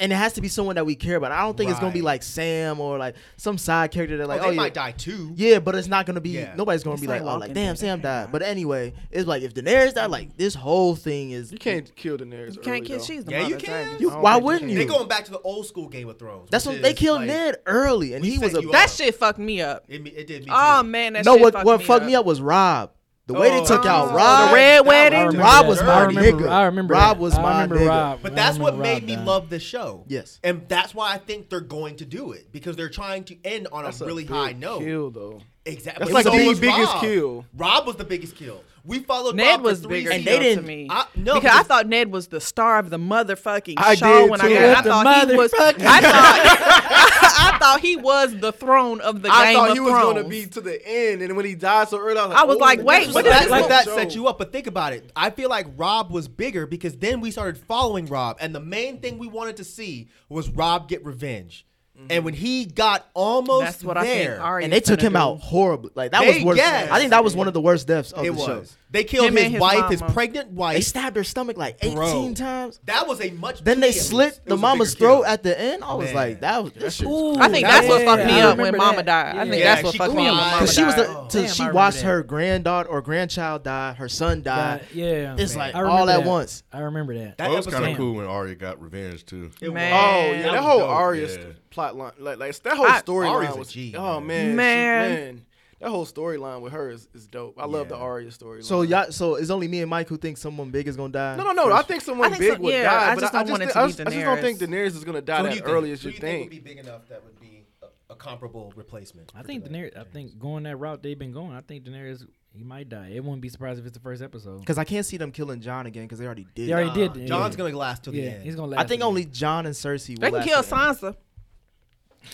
[SPEAKER 3] and it has to be someone that we care about. I don't think it's gonna be
[SPEAKER 6] Right.
[SPEAKER 3] like Sam or like some side character that
[SPEAKER 6] Oh,
[SPEAKER 3] like
[SPEAKER 6] they
[SPEAKER 3] oh, yeah.
[SPEAKER 6] might die too.
[SPEAKER 3] Yeah, but it's not gonna be.
[SPEAKER 6] Yeah.
[SPEAKER 3] Nobody's gonna
[SPEAKER 4] It's
[SPEAKER 3] be
[SPEAKER 4] like
[SPEAKER 3] like, oh,
[SPEAKER 4] Walking
[SPEAKER 3] like
[SPEAKER 4] Dead,
[SPEAKER 3] damn, Sam
[SPEAKER 4] they
[SPEAKER 3] died.
[SPEAKER 4] die.
[SPEAKER 3] But anyway, it's like if Daenerys died, like this whole thing is.
[SPEAKER 7] You can't kill Daenerys.
[SPEAKER 4] You can't
[SPEAKER 7] early,
[SPEAKER 4] kill.
[SPEAKER 7] though.
[SPEAKER 4] She's the
[SPEAKER 6] Yeah,
[SPEAKER 4] mother.
[SPEAKER 6] you can.
[SPEAKER 3] You,
[SPEAKER 7] I don't
[SPEAKER 3] why
[SPEAKER 7] think you
[SPEAKER 3] wouldn't
[SPEAKER 7] can.
[SPEAKER 3] you?
[SPEAKER 6] They're going back to the old school Game of Thrones.
[SPEAKER 3] That's
[SPEAKER 6] which
[SPEAKER 3] what they
[SPEAKER 6] is,
[SPEAKER 3] killed
[SPEAKER 6] like,
[SPEAKER 3] Ned early, and
[SPEAKER 6] we
[SPEAKER 3] he was
[SPEAKER 6] set
[SPEAKER 3] a.
[SPEAKER 6] you
[SPEAKER 4] That
[SPEAKER 6] up.
[SPEAKER 4] shit fucked me up.
[SPEAKER 6] It, me- it did me.
[SPEAKER 4] Oh
[SPEAKER 6] too.
[SPEAKER 4] man, that
[SPEAKER 3] no,
[SPEAKER 4] shit
[SPEAKER 3] what
[SPEAKER 4] fucked
[SPEAKER 3] what
[SPEAKER 4] me
[SPEAKER 3] fucked
[SPEAKER 4] up.
[SPEAKER 3] me up was Rob. The way they took out
[SPEAKER 7] Oh,
[SPEAKER 3] Rob,
[SPEAKER 4] the red wedding?
[SPEAKER 5] I remember
[SPEAKER 3] Rob
[SPEAKER 5] that.
[SPEAKER 3] was
[SPEAKER 5] I
[SPEAKER 3] my
[SPEAKER 5] remember,
[SPEAKER 3] nigga.
[SPEAKER 5] I remember
[SPEAKER 3] Rob
[SPEAKER 5] that.
[SPEAKER 3] was my
[SPEAKER 5] I remember
[SPEAKER 3] nigga.
[SPEAKER 5] Rob.
[SPEAKER 6] But
[SPEAKER 5] I
[SPEAKER 6] that's what
[SPEAKER 5] remember Rob
[SPEAKER 6] made me
[SPEAKER 5] dying.
[SPEAKER 6] love the show.
[SPEAKER 3] Yes.
[SPEAKER 6] And that's why I think they're going to do it because they're trying to end on
[SPEAKER 7] That's
[SPEAKER 6] a
[SPEAKER 7] a
[SPEAKER 6] really
[SPEAKER 7] big
[SPEAKER 6] high note.
[SPEAKER 7] Kill though.
[SPEAKER 6] Exactly.
[SPEAKER 7] That's
[SPEAKER 6] But
[SPEAKER 7] like the
[SPEAKER 6] was
[SPEAKER 7] biggest
[SPEAKER 6] Rob.
[SPEAKER 7] kill.
[SPEAKER 6] Rob was the biggest kill. We followed
[SPEAKER 4] Ned
[SPEAKER 6] Rob
[SPEAKER 4] was
[SPEAKER 6] for three
[SPEAKER 4] bigger
[SPEAKER 6] seasons.
[SPEAKER 3] they
[SPEAKER 4] and
[SPEAKER 3] didn't-
[SPEAKER 4] me
[SPEAKER 6] I- no,
[SPEAKER 4] because I
[SPEAKER 6] because-
[SPEAKER 4] thought Ned was the star of the motherfucking
[SPEAKER 7] I
[SPEAKER 4] show
[SPEAKER 7] did
[SPEAKER 4] when
[SPEAKER 7] too.
[SPEAKER 4] I got.
[SPEAKER 5] The
[SPEAKER 4] I thought he was.
[SPEAKER 5] motherfucking-
[SPEAKER 4] I thought. I thought he was the throne of the
[SPEAKER 7] I
[SPEAKER 4] Game
[SPEAKER 7] thought
[SPEAKER 4] of
[SPEAKER 7] he was
[SPEAKER 4] Thrones.
[SPEAKER 7] going to be to the end, and when he died so early, I was like,
[SPEAKER 4] I was
[SPEAKER 7] oh,
[SPEAKER 4] like, wait,
[SPEAKER 7] this
[SPEAKER 4] what
[SPEAKER 6] But
[SPEAKER 7] is
[SPEAKER 4] is
[SPEAKER 6] that,
[SPEAKER 4] this
[SPEAKER 6] like that
[SPEAKER 7] show?
[SPEAKER 6] set you up. But think about it. I feel like Rob was bigger because then we started following Rob, and the main thing we wanted to see was Rob get revenge. And when he got almost
[SPEAKER 4] Mm-hmm. That's what I think.
[SPEAKER 6] there,
[SPEAKER 4] Arya
[SPEAKER 3] and they took
[SPEAKER 4] finna
[SPEAKER 3] him
[SPEAKER 4] do.
[SPEAKER 3] out horribly. Like that
[SPEAKER 6] They-
[SPEAKER 3] was worse.
[SPEAKER 6] yes.
[SPEAKER 3] I think that was one of the worst deaths of the
[SPEAKER 6] it was
[SPEAKER 3] show.
[SPEAKER 6] they killed
[SPEAKER 4] Him
[SPEAKER 6] his,
[SPEAKER 4] and his
[SPEAKER 6] wife, his
[SPEAKER 4] mama.
[SPEAKER 6] pregnant
[SPEAKER 3] They
[SPEAKER 6] wife.
[SPEAKER 3] stabbed her stomach like eighteen
[SPEAKER 6] Bro.
[SPEAKER 3] times.
[SPEAKER 6] That was a much.
[SPEAKER 3] Then they
[SPEAKER 6] to me, at
[SPEAKER 3] slit
[SPEAKER 6] least, it
[SPEAKER 3] the
[SPEAKER 6] was a
[SPEAKER 3] mama's
[SPEAKER 6] bigger kill.
[SPEAKER 3] throat at the end. I was
[SPEAKER 6] Man.
[SPEAKER 3] like, that was this shit. was-
[SPEAKER 4] I think
[SPEAKER 6] Ooh,
[SPEAKER 4] that's what
[SPEAKER 6] yeah.
[SPEAKER 4] fucked me
[SPEAKER 6] I
[SPEAKER 4] up when
[SPEAKER 5] remember
[SPEAKER 4] Mama
[SPEAKER 5] that.
[SPEAKER 4] died. I
[SPEAKER 5] Yeah.
[SPEAKER 4] think
[SPEAKER 6] Yeah,
[SPEAKER 4] that's what
[SPEAKER 6] she
[SPEAKER 4] fucked me up.
[SPEAKER 6] cried.
[SPEAKER 4] when Mama
[SPEAKER 3] Cause she was
[SPEAKER 4] died.
[SPEAKER 3] the,
[SPEAKER 6] Oh,
[SPEAKER 3] till
[SPEAKER 5] damn, I
[SPEAKER 3] she
[SPEAKER 5] remember
[SPEAKER 3] watched
[SPEAKER 5] that.
[SPEAKER 3] her granddaughter or grandchild die, her son die.
[SPEAKER 5] That- yeah,
[SPEAKER 3] It's
[SPEAKER 5] man.
[SPEAKER 3] like
[SPEAKER 5] I remember
[SPEAKER 3] Ah. all at
[SPEAKER 5] that.
[SPEAKER 3] once.
[SPEAKER 5] I remember that.
[SPEAKER 2] That
[SPEAKER 6] That
[SPEAKER 2] was
[SPEAKER 6] episode-
[SPEAKER 2] kind of cool when Arya got revenge too.
[SPEAKER 6] It was-
[SPEAKER 4] Man.
[SPEAKER 7] Oh yeah, that whole
[SPEAKER 6] dope,
[SPEAKER 7] Arya
[SPEAKER 2] yeah.
[SPEAKER 7] st- plot line, like, like that whole
[SPEAKER 4] I-
[SPEAKER 6] Arya's
[SPEAKER 7] storyline
[SPEAKER 6] a
[SPEAKER 7] was.
[SPEAKER 6] G,
[SPEAKER 7] oh man, she-
[SPEAKER 6] man.
[SPEAKER 4] Man.
[SPEAKER 7] man, that whole storyline with her is, is dope. I love the
[SPEAKER 6] Yeah.
[SPEAKER 7] Arya storyline.
[SPEAKER 3] So y'all, so it's only me and Mike who think someone big is gonna die.
[SPEAKER 7] No, no, no. I think someone
[SPEAKER 4] I think
[SPEAKER 7] big
[SPEAKER 4] so-
[SPEAKER 7] would
[SPEAKER 4] yeah,
[SPEAKER 7] die.
[SPEAKER 4] I
[SPEAKER 7] but
[SPEAKER 4] just
[SPEAKER 7] I,
[SPEAKER 4] don't
[SPEAKER 7] just
[SPEAKER 4] want it
[SPEAKER 7] think-
[SPEAKER 4] to
[SPEAKER 7] I
[SPEAKER 4] be
[SPEAKER 7] just, I just don't think
[SPEAKER 4] Daenerys.
[SPEAKER 7] Daenerys is gonna
[SPEAKER 6] Who
[SPEAKER 7] die
[SPEAKER 6] do
[SPEAKER 7] that
[SPEAKER 6] you
[SPEAKER 7] early
[SPEAKER 6] think-
[SPEAKER 7] as
[SPEAKER 6] who
[SPEAKER 7] you
[SPEAKER 6] do
[SPEAKER 7] think.
[SPEAKER 6] would be big enough that would be a, a comparable replacement.
[SPEAKER 5] I
[SPEAKER 6] for
[SPEAKER 5] think
[SPEAKER 6] Daenerys?
[SPEAKER 5] Daenerys. I think going that route they've been going, I think Daenerys he might die. It wouldn't be surprised if it's the first episode.
[SPEAKER 3] because I can't see them killing John again because they already did.
[SPEAKER 5] They already
[SPEAKER 3] it.
[SPEAKER 5] did.
[SPEAKER 6] John's
[SPEAKER 5] yeah.
[SPEAKER 6] gonna last till the
[SPEAKER 5] Yeah,
[SPEAKER 6] end.
[SPEAKER 5] he's gonna.
[SPEAKER 3] I
[SPEAKER 5] last
[SPEAKER 3] think
[SPEAKER 5] again.
[SPEAKER 3] only John and Cersei.
[SPEAKER 4] They
[SPEAKER 3] will
[SPEAKER 4] can
[SPEAKER 3] last
[SPEAKER 4] kill
[SPEAKER 3] again.
[SPEAKER 4] Sansa.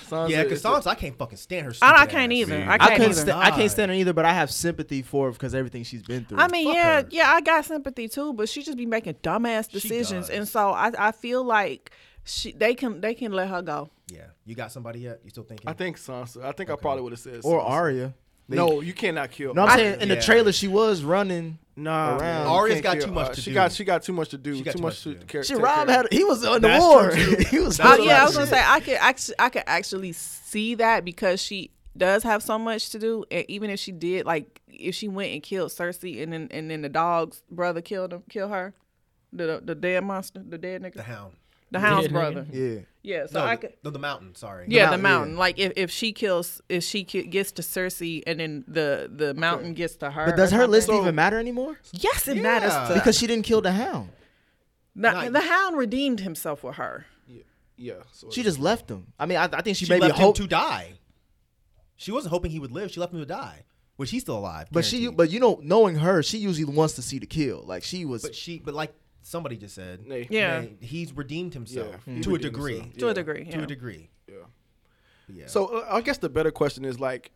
[SPEAKER 7] Sansa
[SPEAKER 6] yeah,
[SPEAKER 7] is
[SPEAKER 6] because
[SPEAKER 7] the-
[SPEAKER 6] Sansa, I can't fucking stand her.
[SPEAKER 4] I, I
[SPEAKER 6] stupid
[SPEAKER 4] can't
[SPEAKER 6] ass.
[SPEAKER 4] either.
[SPEAKER 2] Me
[SPEAKER 4] I
[SPEAKER 2] either.
[SPEAKER 3] I
[SPEAKER 4] can't
[SPEAKER 3] couldn't.
[SPEAKER 4] either.
[SPEAKER 3] sta- I can't stand her either, but I have sympathy for her because everything she's been through.
[SPEAKER 4] I mean,
[SPEAKER 6] Fuck
[SPEAKER 4] yeah,
[SPEAKER 6] her.
[SPEAKER 4] yeah, I got sympathy too, but she just be making dumbass decisions,
[SPEAKER 6] does.
[SPEAKER 4] and so I, I feel like she they can they can let her go.
[SPEAKER 6] Yeah, you got somebody yet? You still thinking?
[SPEAKER 7] I think Sansa. I think I probably would have said
[SPEAKER 3] or
[SPEAKER 7] Sansa.
[SPEAKER 3] Arya. They-
[SPEAKER 7] No, you cannot kill.
[SPEAKER 3] no, I'm saying in
[SPEAKER 6] yeah.
[SPEAKER 3] the trailer she was running.
[SPEAKER 7] nah,
[SPEAKER 3] Around.
[SPEAKER 7] man, you
[SPEAKER 6] Arya's
[SPEAKER 7] can't
[SPEAKER 6] got
[SPEAKER 7] kill
[SPEAKER 6] too much
[SPEAKER 7] Arya.
[SPEAKER 6] to
[SPEAKER 7] she
[SPEAKER 6] do.
[SPEAKER 7] Got, she got too much to do.
[SPEAKER 6] She got
[SPEAKER 7] too, much to, care,
[SPEAKER 3] She
[SPEAKER 7] take
[SPEAKER 3] Rob
[SPEAKER 7] care of.
[SPEAKER 3] had he was in the
[SPEAKER 6] That's
[SPEAKER 3] war.
[SPEAKER 6] true, too.
[SPEAKER 3] he was.
[SPEAKER 4] Oh
[SPEAKER 6] That's
[SPEAKER 4] yeah, I
[SPEAKER 6] right.
[SPEAKER 4] was gonna say I could actually I could actually see that because she does have so much to do, and even if she did like if she went and killed Cersei and then and then the dog's brother killed him, kill her, the the dead monster, the dead nigga,
[SPEAKER 6] the
[SPEAKER 4] the,
[SPEAKER 6] Hound.
[SPEAKER 4] hound's
[SPEAKER 5] nigga.
[SPEAKER 4] brother.
[SPEAKER 3] yeah.
[SPEAKER 4] Yeah, so
[SPEAKER 6] No,
[SPEAKER 4] I
[SPEAKER 6] the-
[SPEAKER 4] could.
[SPEAKER 6] no, the mountain. Sorry.
[SPEAKER 4] Yeah, the
[SPEAKER 3] mountain,
[SPEAKER 4] mountain. Like if, if she kills, if she ki- gets to Cersei, and then the the mountain gets to her.
[SPEAKER 3] But does
[SPEAKER 4] or
[SPEAKER 3] her list
[SPEAKER 4] something.
[SPEAKER 3] even matter anymore?
[SPEAKER 4] Yes, it matters
[SPEAKER 6] Yeah.
[SPEAKER 4] to
[SPEAKER 3] Because she didn't kill the hound.
[SPEAKER 4] the,
[SPEAKER 6] Nice.
[SPEAKER 4] the hound redeemed himself with her.
[SPEAKER 7] Yeah. So
[SPEAKER 3] She just left him. I mean, I, I think she,
[SPEAKER 6] She
[SPEAKER 3] maybe
[SPEAKER 6] left
[SPEAKER 3] hoped,
[SPEAKER 6] him to die. She wasn't hoping he would live. She left him to die, which he's still alive.
[SPEAKER 3] but she,
[SPEAKER 6] guaranteed.
[SPEAKER 3] but you know, knowing her, she usually wants to see the kill. Like she was.
[SPEAKER 6] but she, but like somebody just said,
[SPEAKER 7] Nay.
[SPEAKER 4] Yeah,
[SPEAKER 6] man, he's redeemed himself
[SPEAKER 7] Yeah, he
[SPEAKER 6] to a
[SPEAKER 7] redeemed
[SPEAKER 6] degree.
[SPEAKER 7] himself.
[SPEAKER 4] to
[SPEAKER 7] Yeah.
[SPEAKER 4] a degree.
[SPEAKER 6] To
[SPEAKER 4] yeah.
[SPEAKER 6] a degree.
[SPEAKER 7] Yeah.
[SPEAKER 6] Yeah.
[SPEAKER 7] So uh, I guess the better question is like,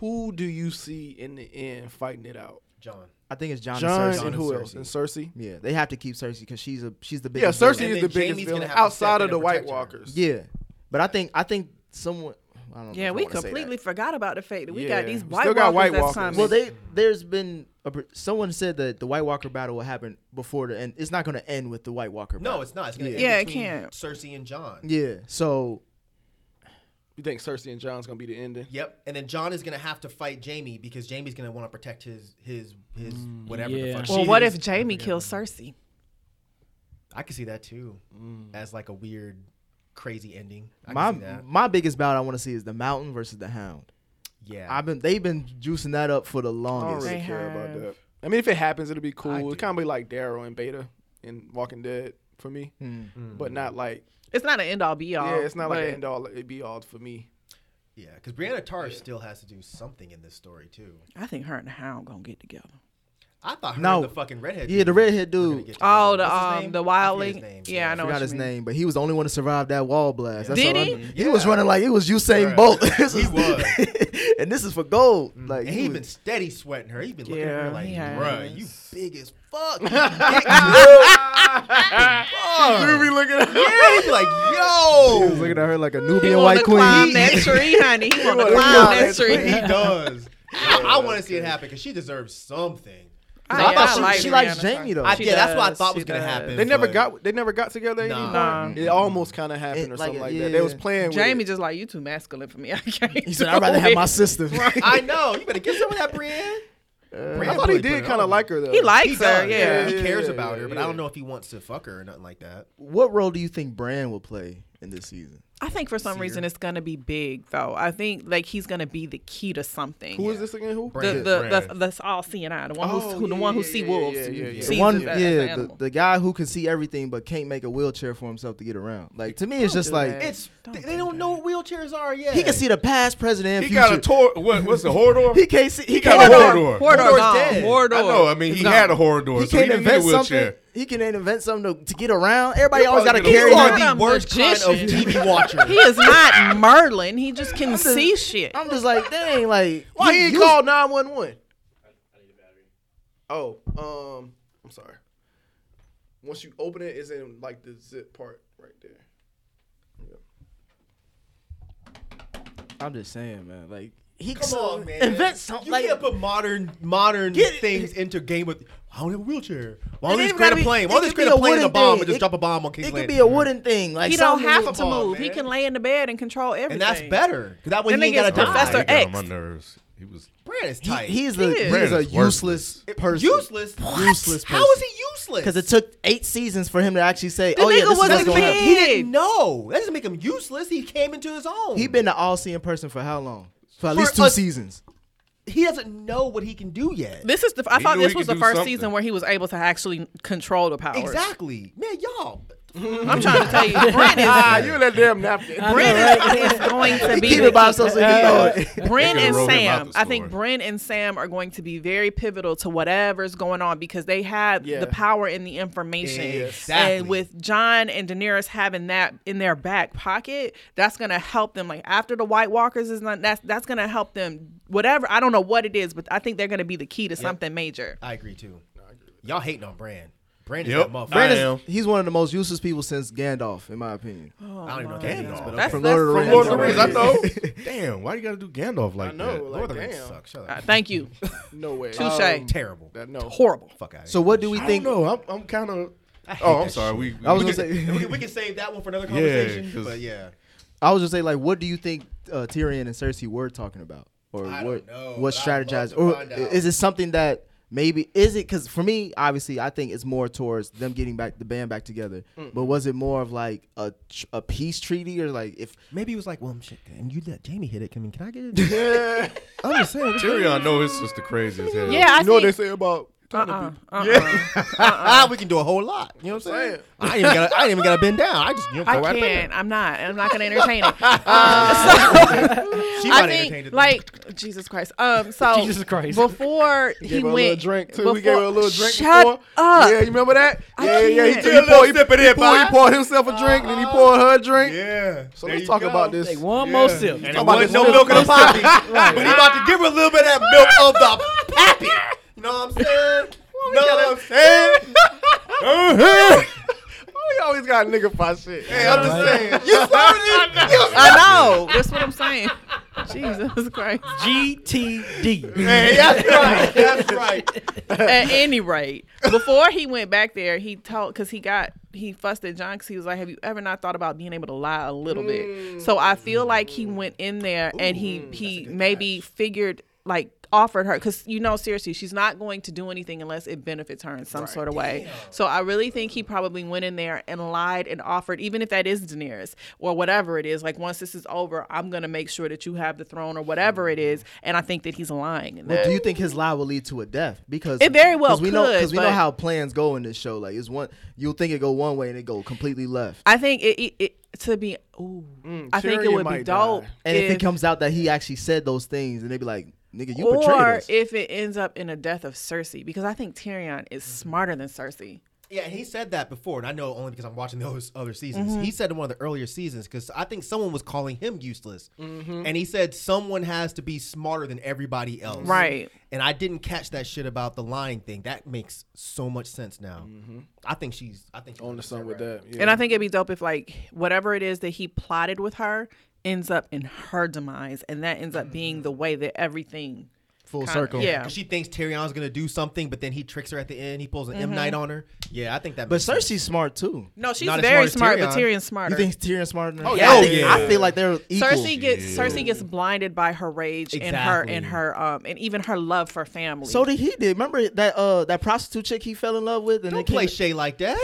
[SPEAKER 7] who do you see in the end fighting it out?
[SPEAKER 6] John.
[SPEAKER 3] I think it's John,
[SPEAKER 7] John
[SPEAKER 3] and Cersei.
[SPEAKER 7] and
[SPEAKER 6] and
[SPEAKER 7] who
[SPEAKER 6] Cersei.
[SPEAKER 7] else? And Cersei.
[SPEAKER 3] yeah, they have to keep Cersei because she's a she's the
[SPEAKER 7] Yeah,
[SPEAKER 3] biggest.
[SPEAKER 7] Cersei
[SPEAKER 6] And
[SPEAKER 7] is
[SPEAKER 6] then
[SPEAKER 7] the biggest
[SPEAKER 6] Jaime's gonna
[SPEAKER 7] villain
[SPEAKER 6] have to
[SPEAKER 7] outside
[SPEAKER 6] step in
[SPEAKER 7] of
[SPEAKER 6] and
[SPEAKER 7] the White
[SPEAKER 6] protect her.
[SPEAKER 7] Walkers.
[SPEAKER 3] villain. Yeah, but I think I think someone. I don't know if
[SPEAKER 4] Yeah,
[SPEAKER 3] I
[SPEAKER 4] we
[SPEAKER 3] wanna say that.
[SPEAKER 4] completely forgot about the fact that we
[SPEAKER 7] Yeah.
[SPEAKER 4] got these
[SPEAKER 7] We
[SPEAKER 4] white
[SPEAKER 7] still got
[SPEAKER 4] walkers
[SPEAKER 7] White
[SPEAKER 4] that's
[SPEAKER 7] Walkers.
[SPEAKER 4] coming.
[SPEAKER 3] Well, they there's been a, pr- someone said that the White Walker battle will happen before the end. It's not going to end with the White Walker.
[SPEAKER 6] No,
[SPEAKER 3] battle.
[SPEAKER 6] it's not. It's gonna
[SPEAKER 3] Yeah.
[SPEAKER 6] end
[SPEAKER 4] Yeah, it
[SPEAKER 6] between
[SPEAKER 4] can't.
[SPEAKER 6] Cersei and John.
[SPEAKER 3] Yeah. So
[SPEAKER 7] You think Cersei and John's gonna be the ending?
[SPEAKER 6] Yep. And then John is gonna have to fight Jamie because Jamie's gonna want to protect his his his
[SPEAKER 4] Mm,
[SPEAKER 6] whatever the
[SPEAKER 5] yeah.
[SPEAKER 6] fuck.
[SPEAKER 4] well
[SPEAKER 6] she
[SPEAKER 4] what
[SPEAKER 6] is.
[SPEAKER 4] if Jamie kills Cersei?
[SPEAKER 6] I could see that too
[SPEAKER 4] Mm.
[SPEAKER 6] as like a weird, crazy ending. I
[SPEAKER 3] my
[SPEAKER 6] could see that.
[SPEAKER 3] my biggest battle I want to see is the Mountain versus the Hound.
[SPEAKER 6] yeah.
[SPEAKER 3] I've been they've been juicing that up for the
[SPEAKER 7] I don't
[SPEAKER 3] longest.
[SPEAKER 7] really
[SPEAKER 4] They
[SPEAKER 7] care about
[SPEAKER 4] have-
[SPEAKER 7] that. I mean, if it happens, it'll be
[SPEAKER 6] I
[SPEAKER 7] cool.
[SPEAKER 6] do.
[SPEAKER 7] It kind of be like Daryl and Beta in Walking Dead for me, but not like
[SPEAKER 4] It's not an end all be all.
[SPEAKER 7] yeah, it's not like
[SPEAKER 4] but-
[SPEAKER 7] an end all it be all for me.
[SPEAKER 6] yeah. Because Brianna Tarr still has to do something in this story too.
[SPEAKER 4] I think her and the Hound gonna get together.
[SPEAKER 6] I thought her
[SPEAKER 3] No.
[SPEAKER 6] and the fucking redhead.
[SPEAKER 3] Yeah, the
[SPEAKER 6] dude
[SPEAKER 3] redhead
[SPEAKER 6] were gonna
[SPEAKER 3] dude.
[SPEAKER 6] get together.
[SPEAKER 4] Oh, the
[SPEAKER 6] What's his
[SPEAKER 4] um
[SPEAKER 6] name?
[SPEAKER 4] the
[SPEAKER 6] I
[SPEAKER 4] wildling.
[SPEAKER 6] forget his name.
[SPEAKER 4] yeah, I know
[SPEAKER 3] forgot
[SPEAKER 4] what
[SPEAKER 3] his
[SPEAKER 4] you mean.
[SPEAKER 3] name, but he was the only one to survive that wall blast. That's
[SPEAKER 4] Did
[SPEAKER 3] all I
[SPEAKER 4] he?
[SPEAKER 3] know. He was
[SPEAKER 6] Yeah.
[SPEAKER 3] running like it was Usain Bolt. This
[SPEAKER 6] He
[SPEAKER 3] is-
[SPEAKER 6] was.
[SPEAKER 3] and this is for gold.
[SPEAKER 4] Mm.
[SPEAKER 3] Like
[SPEAKER 6] And he
[SPEAKER 3] was-
[SPEAKER 6] been steady sweating her. He been looking at her
[SPEAKER 4] Yeah,
[SPEAKER 6] like,
[SPEAKER 4] he
[SPEAKER 6] bruh,
[SPEAKER 4] has.
[SPEAKER 6] you big as fuck.
[SPEAKER 7] You be looking at
[SPEAKER 6] yeah, he be like,
[SPEAKER 3] he was
[SPEAKER 6] yo.
[SPEAKER 3] looking at her like a
[SPEAKER 4] He
[SPEAKER 3] Nubian
[SPEAKER 4] wanna
[SPEAKER 3] white queen.
[SPEAKER 4] Climb that tree, honey. He wanna climb that tree.
[SPEAKER 6] he does.
[SPEAKER 3] Oh,
[SPEAKER 6] I, want to see it happen because she deserves something.
[SPEAKER 3] I
[SPEAKER 4] yeah,
[SPEAKER 3] thought
[SPEAKER 4] I
[SPEAKER 3] she,
[SPEAKER 4] like
[SPEAKER 3] Oh, she likes
[SPEAKER 4] Rihanna.
[SPEAKER 3] Jamie though.
[SPEAKER 6] I,
[SPEAKER 4] She
[SPEAKER 6] yeah, that's what I
[SPEAKER 4] does,
[SPEAKER 6] thought
[SPEAKER 4] she
[SPEAKER 6] was gonna
[SPEAKER 4] does.
[SPEAKER 6] happen.
[SPEAKER 7] They never
[SPEAKER 6] but-
[SPEAKER 7] got they never got together
[SPEAKER 6] Nah.
[SPEAKER 7] anymore.
[SPEAKER 4] Nah.
[SPEAKER 7] It almost kind of happened
[SPEAKER 3] It-
[SPEAKER 7] or
[SPEAKER 3] like,
[SPEAKER 7] something like
[SPEAKER 3] yeah.
[SPEAKER 7] that. They was playing with
[SPEAKER 4] Jamie
[SPEAKER 7] it.
[SPEAKER 4] just like you too masculine for me. I can't.
[SPEAKER 3] he said, "I'd rather have my sister."
[SPEAKER 6] I know. You better get some of that, Brienne. Brienne
[SPEAKER 7] I thought he
[SPEAKER 6] really put
[SPEAKER 7] did
[SPEAKER 6] it
[SPEAKER 7] kind of
[SPEAKER 6] on.
[SPEAKER 7] like her though.
[SPEAKER 4] He likes
[SPEAKER 6] He
[SPEAKER 4] her.
[SPEAKER 6] does.
[SPEAKER 4] Yeah.
[SPEAKER 6] he cares
[SPEAKER 7] Yeah,
[SPEAKER 6] about her, but I
[SPEAKER 7] yeah.
[SPEAKER 6] don't know if he wants to fuck her or nothing like that.
[SPEAKER 3] what role do you think Bran will play in this season?
[SPEAKER 4] I think for some reason it's gonna be big though. I think like he's gonna be the key to something.
[SPEAKER 7] Who is this again? Who?
[SPEAKER 4] the
[SPEAKER 6] Brand.
[SPEAKER 4] the, the
[SPEAKER 6] Brand.
[SPEAKER 4] that's all seeing eye. The one who's
[SPEAKER 7] Oh,
[SPEAKER 4] who, the
[SPEAKER 7] yeah,
[SPEAKER 4] one who
[SPEAKER 7] yeah,
[SPEAKER 4] see
[SPEAKER 7] yeah,
[SPEAKER 4] wolves.
[SPEAKER 7] yeah, yeah, yeah.
[SPEAKER 4] sees
[SPEAKER 3] The one,
[SPEAKER 4] as- as an
[SPEAKER 3] yeah, the,
[SPEAKER 4] animal.
[SPEAKER 3] the guy who can see everything but can't make a wheelchair for himself to get around. Like to me, it's just
[SPEAKER 4] do
[SPEAKER 3] like
[SPEAKER 4] that.
[SPEAKER 6] It's they- they don't know what wheelchairs are yet.
[SPEAKER 3] he can see the past, present, and
[SPEAKER 2] He
[SPEAKER 3] future.
[SPEAKER 2] got a tor- what, What's the horror?
[SPEAKER 3] he can't see. He,
[SPEAKER 2] got
[SPEAKER 3] can't.
[SPEAKER 2] a
[SPEAKER 3] invent-
[SPEAKER 2] corridor.
[SPEAKER 4] Mordor
[SPEAKER 6] Mordor's
[SPEAKER 4] gone.
[SPEAKER 6] dead.
[SPEAKER 4] Mordor.
[SPEAKER 2] I know. I mean,
[SPEAKER 4] is
[SPEAKER 2] he
[SPEAKER 4] gone.
[SPEAKER 2] had a horror door,
[SPEAKER 3] He
[SPEAKER 2] so he
[SPEAKER 3] can't
[SPEAKER 2] didn't need a
[SPEAKER 3] invent something.
[SPEAKER 2] wheelchair.
[SPEAKER 3] He can invent something to, to get around. Everybody always got to
[SPEAKER 2] probably get
[SPEAKER 6] You
[SPEAKER 3] carry.
[SPEAKER 4] around.
[SPEAKER 3] him.
[SPEAKER 6] are
[SPEAKER 4] He's not
[SPEAKER 6] the
[SPEAKER 4] a
[SPEAKER 6] worst kind of
[SPEAKER 4] magician.
[SPEAKER 6] TV watcher.
[SPEAKER 4] He is not Merlin. He just can see shit.
[SPEAKER 3] I'm just like, dang, like
[SPEAKER 7] Why he,
[SPEAKER 3] you-
[SPEAKER 7] called nine one one? Oh, um, I'm sorry. Once you open it, it's in like the zip part right there.
[SPEAKER 3] I'm just saying, man, like he
[SPEAKER 6] Come
[SPEAKER 3] so-
[SPEAKER 6] on, man.
[SPEAKER 3] invent something.
[SPEAKER 6] You
[SPEAKER 3] like,
[SPEAKER 6] can't put modern modern
[SPEAKER 3] Get it.
[SPEAKER 6] things into Game of. I don't have a wheelchair.
[SPEAKER 3] It
[SPEAKER 6] Why don't they just
[SPEAKER 3] ain't
[SPEAKER 6] create
[SPEAKER 3] gotta
[SPEAKER 6] a
[SPEAKER 3] be-
[SPEAKER 6] plane? Why
[SPEAKER 3] it
[SPEAKER 6] don't they just
[SPEAKER 3] could be
[SPEAKER 6] create a
[SPEAKER 3] a
[SPEAKER 6] plane in a
[SPEAKER 3] wooden
[SPEAKER 6] bomb and
[SPEAKER 3] thing.
[SPEAKER 6] just
[SPEAKER 3] It-
[SPEAKER 6] drop a bomb on King's
[SPEAKER 3] it could
[SPEAKER 6] Landing?
[SPEAKER 3] be a wooden thing. Like
[SPEAKER 4] He don't
[SPEAKER 3] something
[SPEAKER 4] have
[SPEAKER 3] with-
[SPEAKER 4] to
[SPEAKER 6] Come on,
[SPEAKER 4] move. He
[SPEAKER 6] man.
[SPEAKER 4] can lay in the bed and control everything.
[SPEAKER 6] and that's better. Because that way
[SPEAKER 4] Then
[SPEAKER 6] he
[SPEAKER 4] they
[SPEAKER 6] ain't gotta
[SPEAKER 4] get Professor
[SPEAKER 6] die.
[SPEAKER 2] Oh, He got on
[SPEAKER 4] X.
[SPEAKER 2] my nerves. He was.
[SPEAKER 6] Brand is
[SPEAKER 3] He,
[SPEAKER 6] tight.
[SPEAKER 3] he's the
[SPEAKER 4] He is.
[SPEAKER 3] he's
[SPEAKER 2] Brand
[SPEAKER 3] a
[SPEAKER 2] is worthless.
[SPEAKER 3] useless person.
[SPEAKER 6] useless.
[SPEAKER 3] Useless
[SPEAKER 6] How is
[SPEAKER 3] person.
[SPEAKER 6] he useless?
[SPEAKER 3] Because it took eight seasons for him to actually say, "Oh
[SPEAKER 4] nigga
[SPEAKER 3] yeah, this
[SPEAKER 4] was
[SPEAKER 3] is what's
[SPEAKER 4] a
[SPEAKER 3] gonna
[SPEAKER 4] man.
[SPEAKER 3] happen."
[SPEAKER 6] he didn't know. That doesn't make him useless. He came into his own.
[SPEAKER 3] He been an all-seeing person for how long? For at
[SPEAKER 6] For
[SPEAKER 3] least two
[SPEAKER 6] a-
[SPEAKER 3] seasons.
[SPEAKER 6] He doesn't know what he can do yet.
[SPEAKER 4] This is the. I
[SPEAKER 2] He
[SPEAKER 4] thought
[SPEAKER 2] knew he
[SPEAKER 4] this was
[SPEAKER 2] could
[SPEAKER 4] the
[SPEAKER 2] do
[SPEAKER 4] first
[SPEAKER 2] something.
[SPEAKER 4] season where he was able to actually control the powers.
[SPEAKER 6] Exactly, man, y'all.
[SPEAKER 4] I'm trying to tell you, Brent
[SPEAKER 7] Ah,
[SPEAKER 4] is,
[SPEAKER 7] you and that damn napkin.
[SPEAKER 4] Brent is going to be
[SPEAKER 3] Keep
[SPEAKER 4] the
[SPEAKER 3] it by
[SPEAKER 4] key.
[SPEAKER 3] himself so he know it.
[SPEAKER 4] Bryn
[SPEAKER 2] They
[SPEAKER 4] and
[SPEAKER 2] could've wrote him out
[SPEAKER 4] Sam,
[SPEAKER 2] the
[SPEAKER 4] I think
[SPEAKER 2] story.
[SPEAKER 4] Bryn and Sam are going to be very pivotal to whatever's going on because they have
[SPEAKER 7] Yeah.
[SPEAKER 4] the power and the information.
[SPEAKER 6] Exactly.
[SPEAKER 4] And with John and Daenerys having that in their back pocket, that's gonna help them. Like after the White Walkers is not that's that's gonna help them. Whatever I don't know what it is, but I think they're gonna be the key to something major.
[SPEAKER 6] I agree too. Y'all hating on Brand. Brandon,
[SPEAKER 2] Yep.
[SPEAKER 6] that motherfucker.
[SPEAKER 2] I
[SPEAKER 3] Brandon's-
[SPEAKER 2] am.
[SPEAKER 3] he's one of the most useless people since Gandalf, in my opinion.
[SPEAKER 6] I don't even know what
[SPEAKER 4] my
[SPEAKER 6] that is,
[SPEAKER 4] God.
[SPEAKER 6] but
[SPEAKER 4] That's-
[SPEAKER 6] okay.
[SPEAKER 3] From Lord of the
[SPEAKER 4] that's-
[SPEAKER 3] Rings.
[SPEAKER 2] Lord of the Rings, I
[SPEAKER 3] Right.
[SPEAKER 2] know. Damn, why you gotta do Gandalf like
[SPEAKER 7] I know,
[SPEAKER 2] that?
[SPEAKER 7] like,
[SPEAKER 6] Lord of the Rings
[SPEAKER 7] damn.
[SPEAKER 6] sucks. Shut
[SPEAKER 4] Uh,
[SPEAKER 6] up.
[SPEAKER 4] thank you.
[SPEAKER 7] No way.
[SPEAKER 4] Uh, Touche.
[SPEAKER 7] Um,
[SPEAKER 6] Terrible.
[SPEAKER 7] that no.
[SPEAKER 4] Horrible.
[SPEAKER 6] Fuck out.
[SPEAKER 3] So what do we
[SPEAKER 2] I
[SPEAKER 3] think?
[SPEAKER 2] don't know. I'm, I'm kind of. Oh, I'm sorry. We.
[SPEAKER 3] I was
[SPEAKER 2] we-
[SPEAKER 3] gonna say.
[SPEAKER 6] we, we can save that one for another
[SPEAKER 2] Yeah,
[SPEAKER 6] conversation.
[SPEAKER 2] 'cause-
[SPEAKER 6] but yeah,
[SPEAKER 3] I was just saying, like, what do you think uh, Tyrion and Cersei were talking about, or
[SPEAKER 6] I
[SPEAKER 3] what
[SPEAKER 6] don't know,
[SPEAKER 3] what
[SPEAKER 6] but I'd love
[SPEAKER 3] strategized,
[SPEAKER 6] to
[SPEAKER 3] or
[SPEAKER 6] find
[SPEAKER 3] i-
[SPEAKER 6] out.
[SPEAKER 3] is it something that maybe is it? Because for me, obviously, I think it's more towards them getting back the band back together.
[SPEAKER 6] Mm.
[SPEAKER 3] But was it more of like a tr- a peace treaty, or like if
[SPEAKER 6] maybe he was like, "Well, shit, and you let Jamie hit it. I mean, can I get it?" I'm just saying.
[SPEAKER 2] Tyrion know his sister crazy as hell.
[SPEAKER 4] Yeah, I
[SPEAKER 7] You know what they
[SPEAKER 4] think.
[SPEAKER 7] say about
[SPEAKER 4] Uh-uh, uh-uh.
[SPEAKER 6] we can do a whole lot. You know what I'm saying?
[SPEAKER 7] saying?
[SPEAKER 6] I ain't even gotta. I ain't even gotta bend down. I just you know,
[SPEAKER 4] I
[SPEAKER 6] go right up in there.
[SPEAKER 4] can't. I'm not. I'm not gonna entertain it. Um, so-
[SPEAKER 6] She
[SPEAKER 4] I
[SPEAKER 6] might entertain
[SPEAKER 4] think,
[SPEAKER 6] it.
[SPEAKER 4] like Jesus Christ. Um, so
[SPEAKER 5] Jesus Christ.
[SPEAKER 4] Before he
[SPEAKER 7] Gave her a
[SPEAKER 4] went,
[SPEAKER 7] little drink too.
[SPEAKER 4] before,
[SPEAKER 7] we gave her a little drink
[SPEAKER 4] Shut
[SPEAKER 7] before.
[SPEAKER 4] up.
[SPEAKER 7] Yeah, you remember that?
[SPEAKER 4] I
[SPEAKER 7] yeah, yeah. He,
[SPEAKER 4] can't.
[SPEAKER 7] took-
[SPEAKER 4] Yeah,
[SPEAKER 7] he, poured, he, he, poured, he poured himself a drink, then he poured her a drink.
[SPEAKER 6] yeah.
[SPEAKER 7] So let's talk about this.
[SPEAKER 5] Take one more sip.
[SPEAKER 2] And
[SPEAKER 7] Talk
[SPEAKER 2] it
[SPEAKER 7] about
[SPEAKER 2] wasn't
[SPEAKER 7] this
[SPEAKER 2] no
[SPEAKER 7] milk.
[SPEAKER 2] milk in the pot.
[SPEAKER 6] but he about to give her a little bit of that milk of the pappy. You know what I'm saying? You know what I'm saying?
[SPEAKER 2] Uh-huh.
[SPEAKER 7] Oh, you always got nigga pot shit.
[SPEAKER 6] Hey, I'm just saying. You
[SPEAKER 4] I know. That's what I'm saying. Jesus Christ.
[SPEAKER 5] GTD.
[SPEAKER 6] Hey, that's right. That's right.
[SPEAKER 4] At any rate, before he went back there, he told because he got he fussed at John because he was like, "Have you ever not thought about being able to lie a little bit?" So I feel like he
[SPEAKER 3] Mm.
[SPEAKER 4] went in there and he he maybe figured like offered her because you know seriously she's not going to do anything unless it benefits her in some sort of way so i really think he probably went in there and lied and offered even if that is daenerys or whatever it is like once this is over i'm going to make sure that you have the throne or whatever it is and i think that he's lying in
[SPEAKER 3] Mm. Well,
[SPEAKER 4] that.
[SPEAKER 3] do you think his lie will lead to a death? Because
[SPEAKER 4] It very well
[SPEAKER 3] we know
[SPEAKER 4] could,
[SPEAKER 3] we know
[SPEAKER 4] but-
[SPEAKER 3] how plans go in this show. Like it's one, you'll think it go one way and it go completely left.
[SPEAKER 4] I think it, it, it to be. Ooh, I think it
[SPEAKER 7] Tyrion
[SPEAKER 4] would be
[SPEAKER 7] might
[SPEAKER 4] dope.
[SPEAKER 7] die.
[SPEAKER 3] And if, it comes out that he actually said those things, and they be like, "Nigga, you betrayed
[SPEAKER 4] or
[SPEAKER 3] us."
[SPEAKER 4] if it ends up in a death of Cersei, because I think Tyrion is smarter than Cersei.
[SPEAKER 6] Yeah, he said that before, and I know only because I'm watching those other seasons.
[SPEAKER 4] Mm-hmm.
[SPEAKER 6] He said in one of the earlier seasons because I think someone was calling him useless,
[SPEAKER 3] Mm-hmm.
[SPEAKER 6] and he said someone has to be smarter than everybody else,
[SPEAKER 4] Right.
[SPEAKER 6] And I didn't catch that shit about the lying thing. That makes so much sense now.
[SPEAKER 3] Mm-hmm.
[SPEAKER 6] I think she's. I think she's
[SPEAKER 7] On the sun with that. Yeah.
[SPEAKER 4] And I think it'd be dope if like whatever it is that he plotted with her ends up in her demise, and that ends up being the way that everything.
[SPEAKER 3] Full
[SPEAKER 4] kinda-
[SPEAKER 3] circle.
[SPEAKER 4] Yeah.
[SPEAKER 6] 'Cause She thinks Tyrion's gonna do something, but then he tricks her at the end. He pulls an
[SPEAKER 4] Mm-hmm.
[SPEAKER 6] M Night on her. Yeah, I think that.
[SPEAKER 3] But
[SPEAKER 6] makes sense.
[SPEAKER 3] Cersei's smart too.
[SPEAKER 4] No, she's
[SPEAKER 6] Not as
[SPEAKER 4] very smart,
[SPEAKER 6] smart as
[SPEAKER 4] but
[SPEAKER 6] Tyrion.
[SPEAKER 4] Tyrion's smarter.
[SPEAKER 3] You think Tyrion's smarter than her?
[SPEAKER 6] Oh, yeah.
[SPEAKER 3] I think-
[SPEAKER 6] yeah.
[SPEAKER 3] I feel like they're equal.
[SPEAKER 4] Cersei gets Cersei gets blinded by her rage and her and
[SPEAKER 6] Exactly.
[SPEAKER 4] her um and even her love for family.
[SPEAKER 3] So did he did. Remember that uh that prostitute chick he fell in love with and then
[SPEAKER 6] Don't play Shay like that.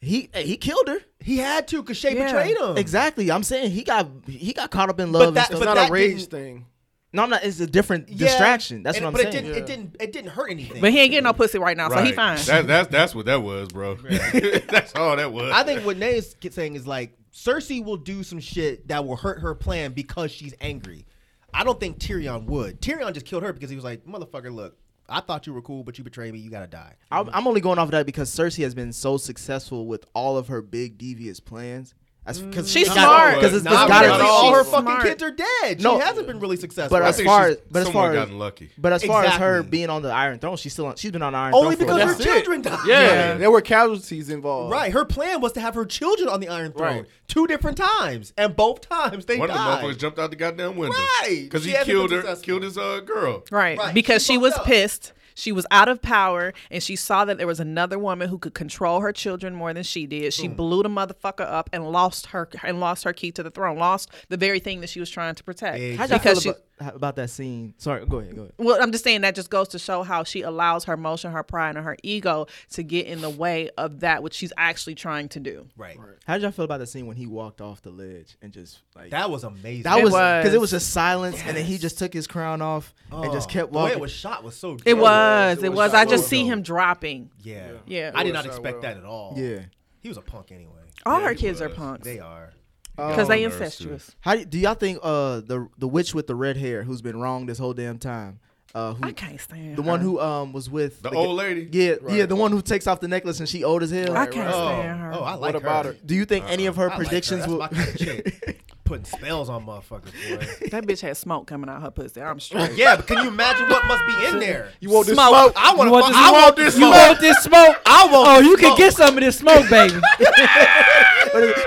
[SPEAKER 3] he he killed her.
[SPEAKER 6] He had to because Shay
[SPEAKER 4] Yeah.
[SPEAKER 6] betrayed him.
[SPEAKER 3] Exactly. I'm saying he got he got caught up in love
[SPEAKER 6] that-
[SPEAKER 7] it's
[SPEAKER 3] and stuff.
[SPEAKER 6] but
[SPEAKER 7] not
[SPEAKER 6] that
[SPEAKER 7] a rage
[SPEAKER 6] didn't-
[SPEAKER 7] thing.
[SPEAKER 3] no, I'm not. It's a different
[SPEAKER 6] Yeah.
[SPEAKER 3] distraction. That's
[SPEAKER 6] And-
[SPEAKER 3] what I'm
[SPEAKER 6] but
[SPEAKER 3] saying.
[SPEAKER 6] It didn't, it didn't. It didn't hurt anything.
[SPEAKER 4] but he ain't getting no pussy right now, so he fine.
[SPEAKER 2] That, that's that's what that was, bro. that's all that was.
[SPEAKER 6] I think what Nay is get- saying is like Cersei will do some shit that will hurt her plan because she's angry. I don't think Tyrion would. Tyrion just killed her because he was like, "Motherfucker, look, I thought you were cool, but you betrayed me. You gotta die."
[SPEAKER 3] I'm, I'm only going off of that because Cersei has been so successful with all of her big devious plans.
[SPEAKER 6] Mm.
[SPEAKER 3] Because
[SPEAKER 4] She's smart.
[SPEAKER 3] Because it's, it's
[SPEAKER 2] Not
[SPEAKER 3] got
[SPEAKER 2] really.
[SPEAKER 3] her.
[SPEAKER 6] all her
[SPEAKER 4] She's
[SPEAKER 6] fucking
[SPEAKER 4] smart.
[SPEAKER 6] kids are dead.
[SPEAKER 3] No.
[SPEAKER 6] she hasn't been really successful.
[SPEAKER 3] But
[SPEAKER 2] I
[SPEAKER 3] as
[SPEAKER 2] think
[SPEAKER 3] far
[SPEAKER 2] she's-
[SPEAKER 3] as but as
[SPEAKER 2] someone
[SPEAKER 3] far as
[SPEAKER 2] gotten lucky.
[SPEAKER 3] but as far as her
[SPEAKER 6] Exactly.
[SPEAKER 3] being on the Iron Throne, she's still on, she's been on the Iron
[SPEAKER 6] only
[SPEAKER 3] Throne for
[SPEAKER 6] because
[SPEAKER 3] a
[SPEAKER 6] her
[SPEAKER 3] while.
[SPEAKER 6] children died.
[SPEAKER 7] Yeah. there were casualties involved.
[SPEAKER 6] Right, her plan was to have her children on the Iron Throne
[SPEAKER 7] Right.
[SPEAKER 6] two different times, and both times they
[SPEAKER 2] One of the
[SPEAKER 6] died.
[SPEAKER 2] motherfuckers jumped out the goddamn window.
[SPEAKER 6] Right.
[SPEAKER 2] Because
[SPEAKER 6] She
[SPEAKER 2] he
[SPEAKER 6] hasn't been
[SPEAKER 2] killed her,
[SPEAKER 6] successful.
[SPEAKER 2] killed his uh, girl.
[SPEAKER 4] Right.
[SPEAKER 6] Right.
[SPEAKER 4] Because
[SPEAKER 6] She
[SPEAKER 4] she was
[SPEAKER 6] fucked up.
[SPEAKER 4] pissed. She was out of power and she saw that there was another woman who could control her children more than she did. She blew the motherfucker up and lost her and lost her key to the throne, lost the very thing that she was trying to protect.
[SPEAKER 3] How y'all feel
[SPEAKER 4] Because she
[SPEAKER 3] about, how- about that scene? Sorry, go ahead, go ahead.
[SPEAKER 4] well, I'm just saying that just goes to show how she allows her emotion, her pride, and her ego to get in the way of that which she's actually trying to do.
[SPEAKER 6] right.
[SPEAKER 3] How did y'all feel about that scene when he walked off the ledge and just like
[SPEAKER 6] That was amazing.
[SPEAKER 3] That
[SPEAKER 4] It
[SPEAKER 3] was because it was
[SPEAKER 4] was.
[SPEAKER 3] just silence, and then he just took his crown off and just kept
[SPEAKER 6] Oh, The way
[SPEAKER 3] walking.
[SPEAKER 6] it was shot was so.
[SPEAKER 4] It
[SPEAKER 6] dope.
[SPEAKER 4] was. It,
[SPEAKER 7] it was
[SPEAKER 4] was.
[SPEAKER 7] shot
[SPEAKER 4] I just
[SPEAKER 7] well,
[SPEAKER 4] see
[SPEAKER 6] though.
[SPEAKER 4] him dropping.
[SPEAKER 6] Yeah.
[SPEAKER 4] Yeah.
[SPEAKER 6] I did not
[SPEAKER 7] shot
[SPEAKER 6] expect
[SPEAKER 7] well.
[SPEAKER 6] that at all.
[SPEAKER 3] yeah.
[SPEAKER 6] He was a punk anyway.
[SPEAKER 4] All
[SPEAKER 2] Yeah,
[SPEAKER 4] her
[SPEAKER 2] he
[SPEAKER 4] kids are
[SPEAKER 2] was.
[SPEAKER 4] punks
[SPEAKER 6] They are.
[SPEAKER 4] because
[SPEAKER 2] Oh,
[SPEAKER 4] they
[SPEAKER 2] nurse, too.
[SPEAKER 4] incestuous.
[SPEAKER 3] How do, do y'all think uh the the witch with the red hair who's been wrong this whole damn time? Uh, who,
[SPEAKER 4] I can't stand
[SPEAKER 3] the one
[SPEAKER 4] her.
[SPEAKER 3] who um was with
[SPEAKER 2] The
[SPEAKER 3] g-
[SPEAKER 2] old lady?
[SPEAKER 3] Yeah, yeah, the one who takes off the necklace and she old as hell.
[SPEAKER 4] I can't
[SPEAKER 6] Oh,
[SPEAKER 4] stand her.
[SPEAKER 6] oh, I like
[SPEAKER 7] What about
[SPEAKER 6] her.
[SPEAKER 7] her?
[SPEAKER 3] Do you think any of her predictions
[SPEAKER 6] I like her. That's my
[SPEAKER 3] will?
[SPEAKER 6] kind of chick. putting spells on motherfuckers, boy.
[SPEAKER 4] That bitch had smoke coming out her pussy. I'm straight.
[SPEAKER 6] yeah, but can you imagine what must be in there?
[SPEAKER 7] You want this
[SPEAKER 4] Smoke.
[SPEAKER 7] smoke?
[SPEAKER 6] I want
[SPEAKER 5] You
[SPEAKER 6] to.
[SPEAKER 5] want this
[SPEAKER 6] I
[SPEAKER 5] smoke?
[SPEAKER 6] want this
[SPEAKER 5] You
[SPEAKER 6] smoke.
[SPEAKER 5] want this smoke?
[SPEAKER 6] I want.
[SPEAKER 5] Oh,
[SPEAKER 6] this
[SPEAKER 5] you can
[SPEAKER 6] smoke.
[SPEAKER 5] get some of this smoke, baby.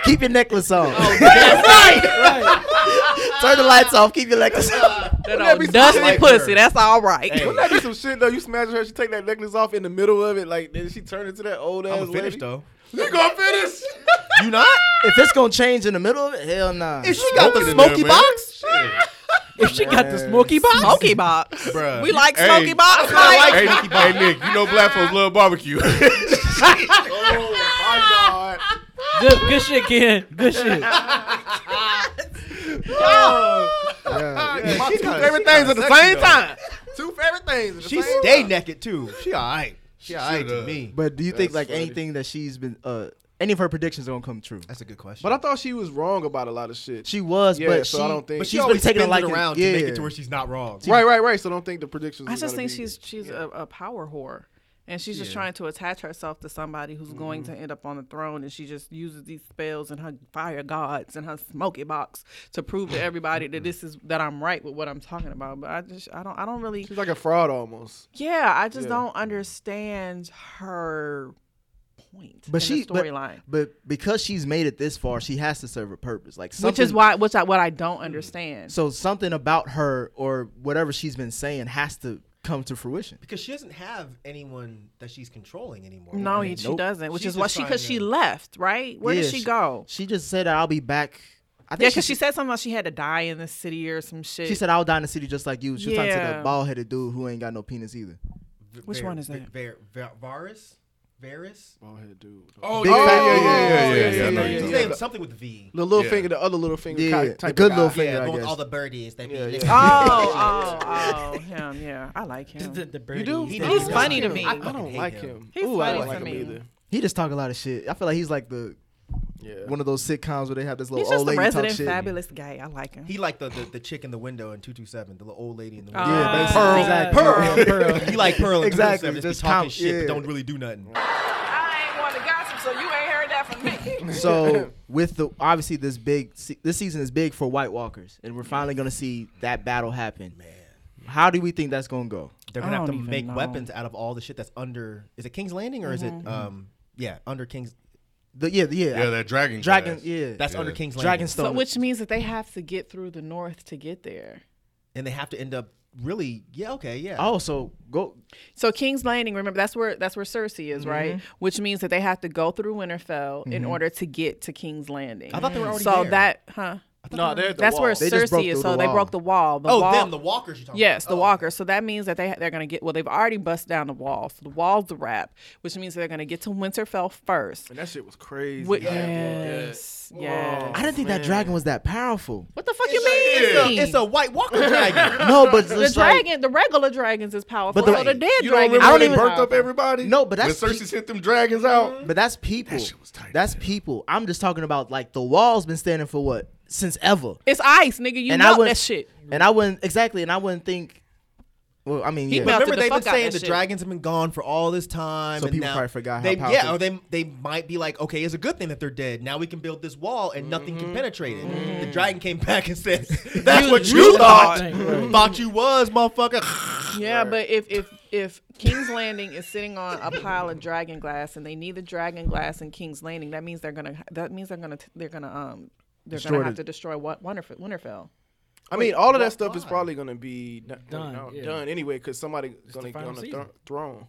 [SPEAKER 3] Keep your necklace on.
[SPEAKER 5] right.
[SPEAKER 3] Turn the lights off. Keep your necklace on.
[SPEAKER 7] Wouldn't that be some
[SPEAKER 4] Dusty
[SPEAKER 7] shit-
[SPEAKER 4] pussy. That's all right.
[SPEAKER 7] Wouldn't that be some shit though? You smash her, she take that necklace off in the middle of it, like then she turn into that old ass
[SPEAKER 6] I'm
[SPEAKER 7] lady.
[SPEAKER 6] finished though.
[SPEAKER 7] You gonna finish?
[SPEAKER 6] You not?
[SPEAKER 3] If it's gonna change in the middle of it, hell nah.
[SPEAKER 6] If she got the
[SPEAKER 2] Smoking in there,
[SPEAKER 6] smoky
[SPEAKER 2] man.
[SPEAKER 6] box,
[SPEAKER 5] If she got the smoky box,
[SPEAKER 4] Smoky box.
[SPEAKER 6] Bruh.
[SPEAKER 4] We like
[SPEAKER 2] Hey.
[SPEAKER 4] smoky box.
[SPEAKER 6] I
[SPEAKER 4] Like,
[SPEAKER 2] hey, hey, Nick, you know black folks love barbecue.
[SPEAKER 7] oh my god!
[SPEAKER 5] good, good shit, Ken. Good shit.
[SPEAKER 7] Yeah, she two
[SPEAKER 6] kinda-
[SPEAKER 7] favorite
[SPEAKER 6] she kinda
[SPEAKER 7] things at the
[SPEAKER 6] sexy,
[SPEAKER 7] same
[SPEAKER 6] though.
[SPEAKER 7] time. Two favorite things. At the
[SPEAKER 6] she
[SPEAKER 7] same
[SPEAKER 6] stay
[SPEAKER 7] time.
[SPEAKER 6] naked too. She alright. She alright to
[SPEAKER 2] up.
[SPEAKER 6] me.
[SPEAKER 3] But do you think like
[SPEAKER 7] funny.
[SPEAKER 3] anything that she's been, uh, any of her predictions are gonna come true?
[SPEAKER 6] That's a good question.
[SPEAKER 7] But I thought she was wrong about a lot of shit.
[SPEAKER 3] She was,
[SPEAKER 7] Yeah,
[SPEAKER 3] but
[SPEAKER 7] so
[SPEAKER 3] she,
[SPEAKER 7] I don't think-
[SPEAKER 3] but
[SPEAKER 7] She
[SPEAKER 3] she's been
[SPEAKER 6] always
[SPEAKER 3] taking it
[SPEAKER 6] spins
[SPEAKER 3] like
[SPEAKER 6] it
[SPEAKER 3] an-
[SPEAKER 6] around
[SPEAKER 3] yeah.
[SPEAKER 6] to make it to where she's not wrong.
[SPEAKER 7] right, right, right. So don't think the predictions.
[SPEAKER 4] I
[SPEAKER 7] was
[SPEAKER 4] just
[SPEAKER 7] gonna
[SPEAKER 4] think
[SPEAKER 7] be-
[SPEAKER 4] she's she's a, a power whore, and she's just
[SPEAKER 6] Yeah.
[SPEAKER 4] trying to attach herself to somebody who's going to end up on the throne, and she just uses these spells and her fire gods and her smoky box to prove to everybody that this is that I'm right with what I'm talking about. But I just I don't I don't really
[SPEAKER 7] She's like a fraud almost.
[SPEAKER 4] yeah I just
[SPEAKER 7] Yeah.
[SPEAKER 4] don't understand her point.
[SPEAKER 3] But
[SPEAKER 4] in
[SPEAKER 3] she
[SPEAKER 4] the storyline.
[SPEAKER 3] But, but because she's made it this far, she has to serve a purpose. Like something,
[SPEAKER 4] Which is why, which I, what I don't understand.
[SPEAKER 3] So something about her or whatever she's been saying has to come to fruition.
[SPEAKER 6] Because she doesn't have anyone that she's controlling anymore.
[SPEAKER 4] No,
[SPEAKER 6] I mean,
[SPEAKER 4] she
[SPEAKER 3] nope.
[SPEAKER 4] doesn't. Which
[SPEAKER 6] Mm, She's
[SPEAKER 4] is why
[SPEAKER 6] just
[SPEAKER 4] she
[SPEAKER 6] trying
[SPEAKER 4] because she
[SPEAKER 6] to-
[SPEAKER 4] left, right? Where
[SPEAKER 3] Yeah,
[SPEAKER 4] did she go?
[SPEAKER 3] She just said, "I'll be back." I
[SPEAKER 4] Yeah, because she, said something about she had to die in the city or some shit.
[SPEAKER 3] she said, "I'll die in the city just like you." She was talking to
[SPEAKER 4] Yeah.
[SPEAKER 3] the bald headed dude who ain't got no penis either.
[SPEAKER 6] V-
[SPEAKER 4] Which
[SPEAKER 6] Var-
[SPEAKER 4] one is
[SPEAKER 6] V-
[SPEAKER 4] that?
[SPEAKER 6] Var- Var- Varus? Varus?
[SPEAKER 7] Bald-headed dude.
[SPEAKER 6] Oh,
[SPEAKER 3] Big yeah, fat-
[SPEAKER 2] yeah, yeah, yeah, yeah, yeah, I know you're
[SPEAKER 6] His
[SPEAKER 2] talking
[SPEAKER 6] name
[SPEAKER 7] about.
[SPEAKER 6] is something with V.
[SPEAKER 7] The little
[SPEAKER 2] Yeah.
[SPEAKER 7] finger, the other little finger,
[SPEAKER 3] Yeah,
[SPEAKER 7] ki-
[SPEAKER 3] the
[SPEAKER 7] type of
[SPEAKER 3] good
[SPEAKER 7] guy.
[SPEAKER 3] little finger.
[SPEAKER 6] Yeah,
[SPEAKER 3] I
[SPEAKER 6] the one with
[SPEAKER 3] guess.
[SPEAKER 6] all the birdies that
[SPEAKER 7] Yeah,
[SPEAKER 6] be
[SPEAKER 7] yeah.
[SPEAKER 4] Oh, oh, oh, him. Yeah, I like him.
[SPEAKER 5] The- the birdie.
[SPEAKER 7] You do?
[SPEAKER 5] He
[SPEAKER 4] He's
[SPEAKER 6] does.
[SPEAKER 4] funny to
[SPEAKER 6] I
[SPEAKER 4] me.
[SPEAKER 7] I
[SPEAKER 6] fucking
[SPEAKER 7] don't
[SPEAKER 6] hate
[SPEAKER 7] like him.
[SPEAKER 4] He's
[SPEAKER 7] Ooh, I
[SPEAKER 4] funny
[SPEAKER 7] don't like
[SPEAKER 4] to
[SPEAKER 7] him
[SPEAKER 4] me.
[SPEAKER 7] either.
[SPEAKER 3] He just talk a lot of shit. I feel like he's like the
[SPEAKER 7] Yeah.
[SPEAKER 3] one of those sitcoms where they have this little
[SPEAKER 4] He's
[SPEAKER 3] old
[SPEAKER 4] just a
[SPEAKER 3] lady talk
[SPEAKER 4] resident
[SPEAKER 3] shit.
[SPEAKER 4] fabulous guy. I like him.
[SPEAKER 6] He like the, the the chick in the window in 227, the little old lady in the window.
[SPEAKER 4] Yeah, basically.
[SPEAKER 3] Pearl.
[SPEAKER 5] Exactly.
[SPEAKER 6] Pearl. Pearl. He like Pearl in
[SPEAKER 3] Exactly,
[SPEAKER 6] 227,
[SPEAKER 3] just
[SPEAKER 6] just be talking
[SPEAKER 3] count,
[SPEAKER 6] shit
[SPEAKER 3] yeah.
[SPEAKER 6] but don't really do nothing.
[SPEAKER 4] I ain't want to gossip, so you ain't heard that from me.
[SPEAKER 3] So with the obviously this big se- this season is big for White Walkers, and we're finally gonna see that battle happen. Man, how do we think that's gonna go?
[SPEAKER 6] They're
[SPEAKER 4] I
[SPEAKER 6] gonna have to
[SPEAKER 4] don't even
[SPEAKER 6] make
[SPEAKER 4] know.
[SPEAKER 6] weapons out of all the shit that's under. Is it King's Landing or is it um yeah under King's
[SPEAKER 3] The yeah the- yeah
[SPEAKER 2] yeah, that dragon.
[SPEAKER 3] dragon
[SPEAKER 2] glass.
[SPEAKER 3] yeah
[SPEAKER 6] that's
[SPEAKER 2] Yeah.
[SPEAKER 6] under King's Landing
[SPEAKER 3] dragon
[SPEAKER 4] so,
[SPEAKER 3] stone.
[SPEAKER 4] which means that they have to get through the north to get there.
[SPEAKER 6] and they have to end up really yeah okay yeah
[SPEAKER 3] oh so go
[SPEAKER 4] So King's Landing, remember that's where that's where Cersei is, right? Which means that they have to go through Winterfell in order to get to King's Landing.
[SPEAKER 6] I thought they were already
[SPEAKER 4] so
[SPEAKER 6] there.
[SPEAKER 4] that, huh?
[SPEAKER 7] No, they're at the
[SPEAKER 4] that's where
[SPEAKER 7] wall.
[SPEAKER 3] They just broke
[SPEAKER 4] Cersei is.
[SPEAKER 3] through
[SPEAKER 4] So
[SPEAKER 3] the
[SPEAKER 4] they
[SPEAKER 3] wall.
[SPEAKER 4] broke the wall. The
[SPEAKER 6] oh
[SPEAKER 4] wall,
[SPEAKER 6] them the walkers you talking
[SPEAKER 4] Yes,
[SPEAKER 6] about.
[SPEAKER 4] the
[SPEAKER 6] Oh.
[SPEAKER 4] walker. So that means that they they're going to get well. They've already bust down the wall. So the wall's the wrap, which means they're going to get to Winterfell first.
[SPEAKER 7] And that shit was crazy.
[SPEAKER 4] Wi-
[SPEAKER 7] Yeah.
[SPEAKER 4] yes, yes.
[SPEAKER 3] I didn't think that dragon was that powerful.
[SPEAKER 4] What the fuck you
[SPEAKER 6] It's
[SPEAKER 4] mean?
[SPEAKER 6] a, Oh, it's a White Walker dragon.
[SPEAKER 3] No, but
[SPEAKER 4] the dragon, the regular dragons is powerful.
[SPEAKER 3] But the-
[SPEAKER 4] so the dead
[SPEAKER 2] You don't
[SPEAKER 4] dragon.
[SPEAKER 2] remember when
[SPEAKER 4] is
[SPEAKER 2] they burnt up
[SPEAKER 4] powerful.
[SPEAKER 2] everybody?
[SPEAKER 3] No, but that's Mhm.
[SPEAKER 2] when Cersei sent them dragons out.
[SPEAKER 3] but that's people.
[SPEAKER 2] shit was tight,
[SPEAKER 3] that's
[SPEAKER 2] man.
[SPEAKER 3] people. I'm just talking about like the wall's been standing for what since ever.
[SPEAKER 4] It's ice, nigga. You
[SPEAKER 3] and I
[SPEAKER 4] melt
[SPEAKER 3] wouldn't
[SPEAKER 4] that shit.
[SPEAKER 3] And I wouldn't exactly. And I wouldn't think. Well, I mean,
[SPEAKER 4] He
[SPEAKER 3] yeah.
[SPEAKER 4] melted
[SPEAKER 6] Remember
[SPEAKER 4] the
[SPEAKER 6] they've been
[SPEAKER 4] fuck out
[SPEAKER 6] saying
[SPEAKER 4] that
[SPEAKER 6] the
[SPEAKER 4] shit.
[SPEAKER 6] dragons have been gone for all this time.
[SPEAKER 3] So
[SPEAKER 6] and
[SPEAKER 3] people
[SPEAKER 6] now
[SPEAKER 3] probably forgot how
[SPEAKER 6] they,
[SPEAKER 3] powerful-
[SPEAKER 6] Yeah, or they they might be like, okay, it's a good thing that they're dead. Now we can build this wall and nothing
[SPEAKER 4] Mm-hmm.
[SPEAKER 6] can penetrate it. The dragon came back and said, "That's what you, thought. Thought you was, motherfucker."
[SPEAKER 4] Yeah, but if if if King's Landing is sitting on a pile of dragon glass and they need the dragon glass in King's Landing, that means they're gonna that means they're gonna they're gonna um they're
[SPEAKER 3] Destroy
[SPEAKER 4] gonna have
[SPEAKER 3] the-
[SPEAKER 4] to destroy what Winterfell. Winterfell.
[SPEAKER 7] I mean, all of that stuff is
[SPEAKER 6] why?
[SPEAKER 7] probably gonna be done,
[SPEAKER 5] Done,
[SPEAKER 7] done,
[SPEAKER 5] yeah.
[SPEAKER 7] done anyway, because somebody's gonna
[SPEAKER 5] the
[SPEAKER 7] get on
[SPEAKER 5] final
[SPEAKER 7] the
[SPEAKER 5] season.
[SPEAKER 7] thro- throne.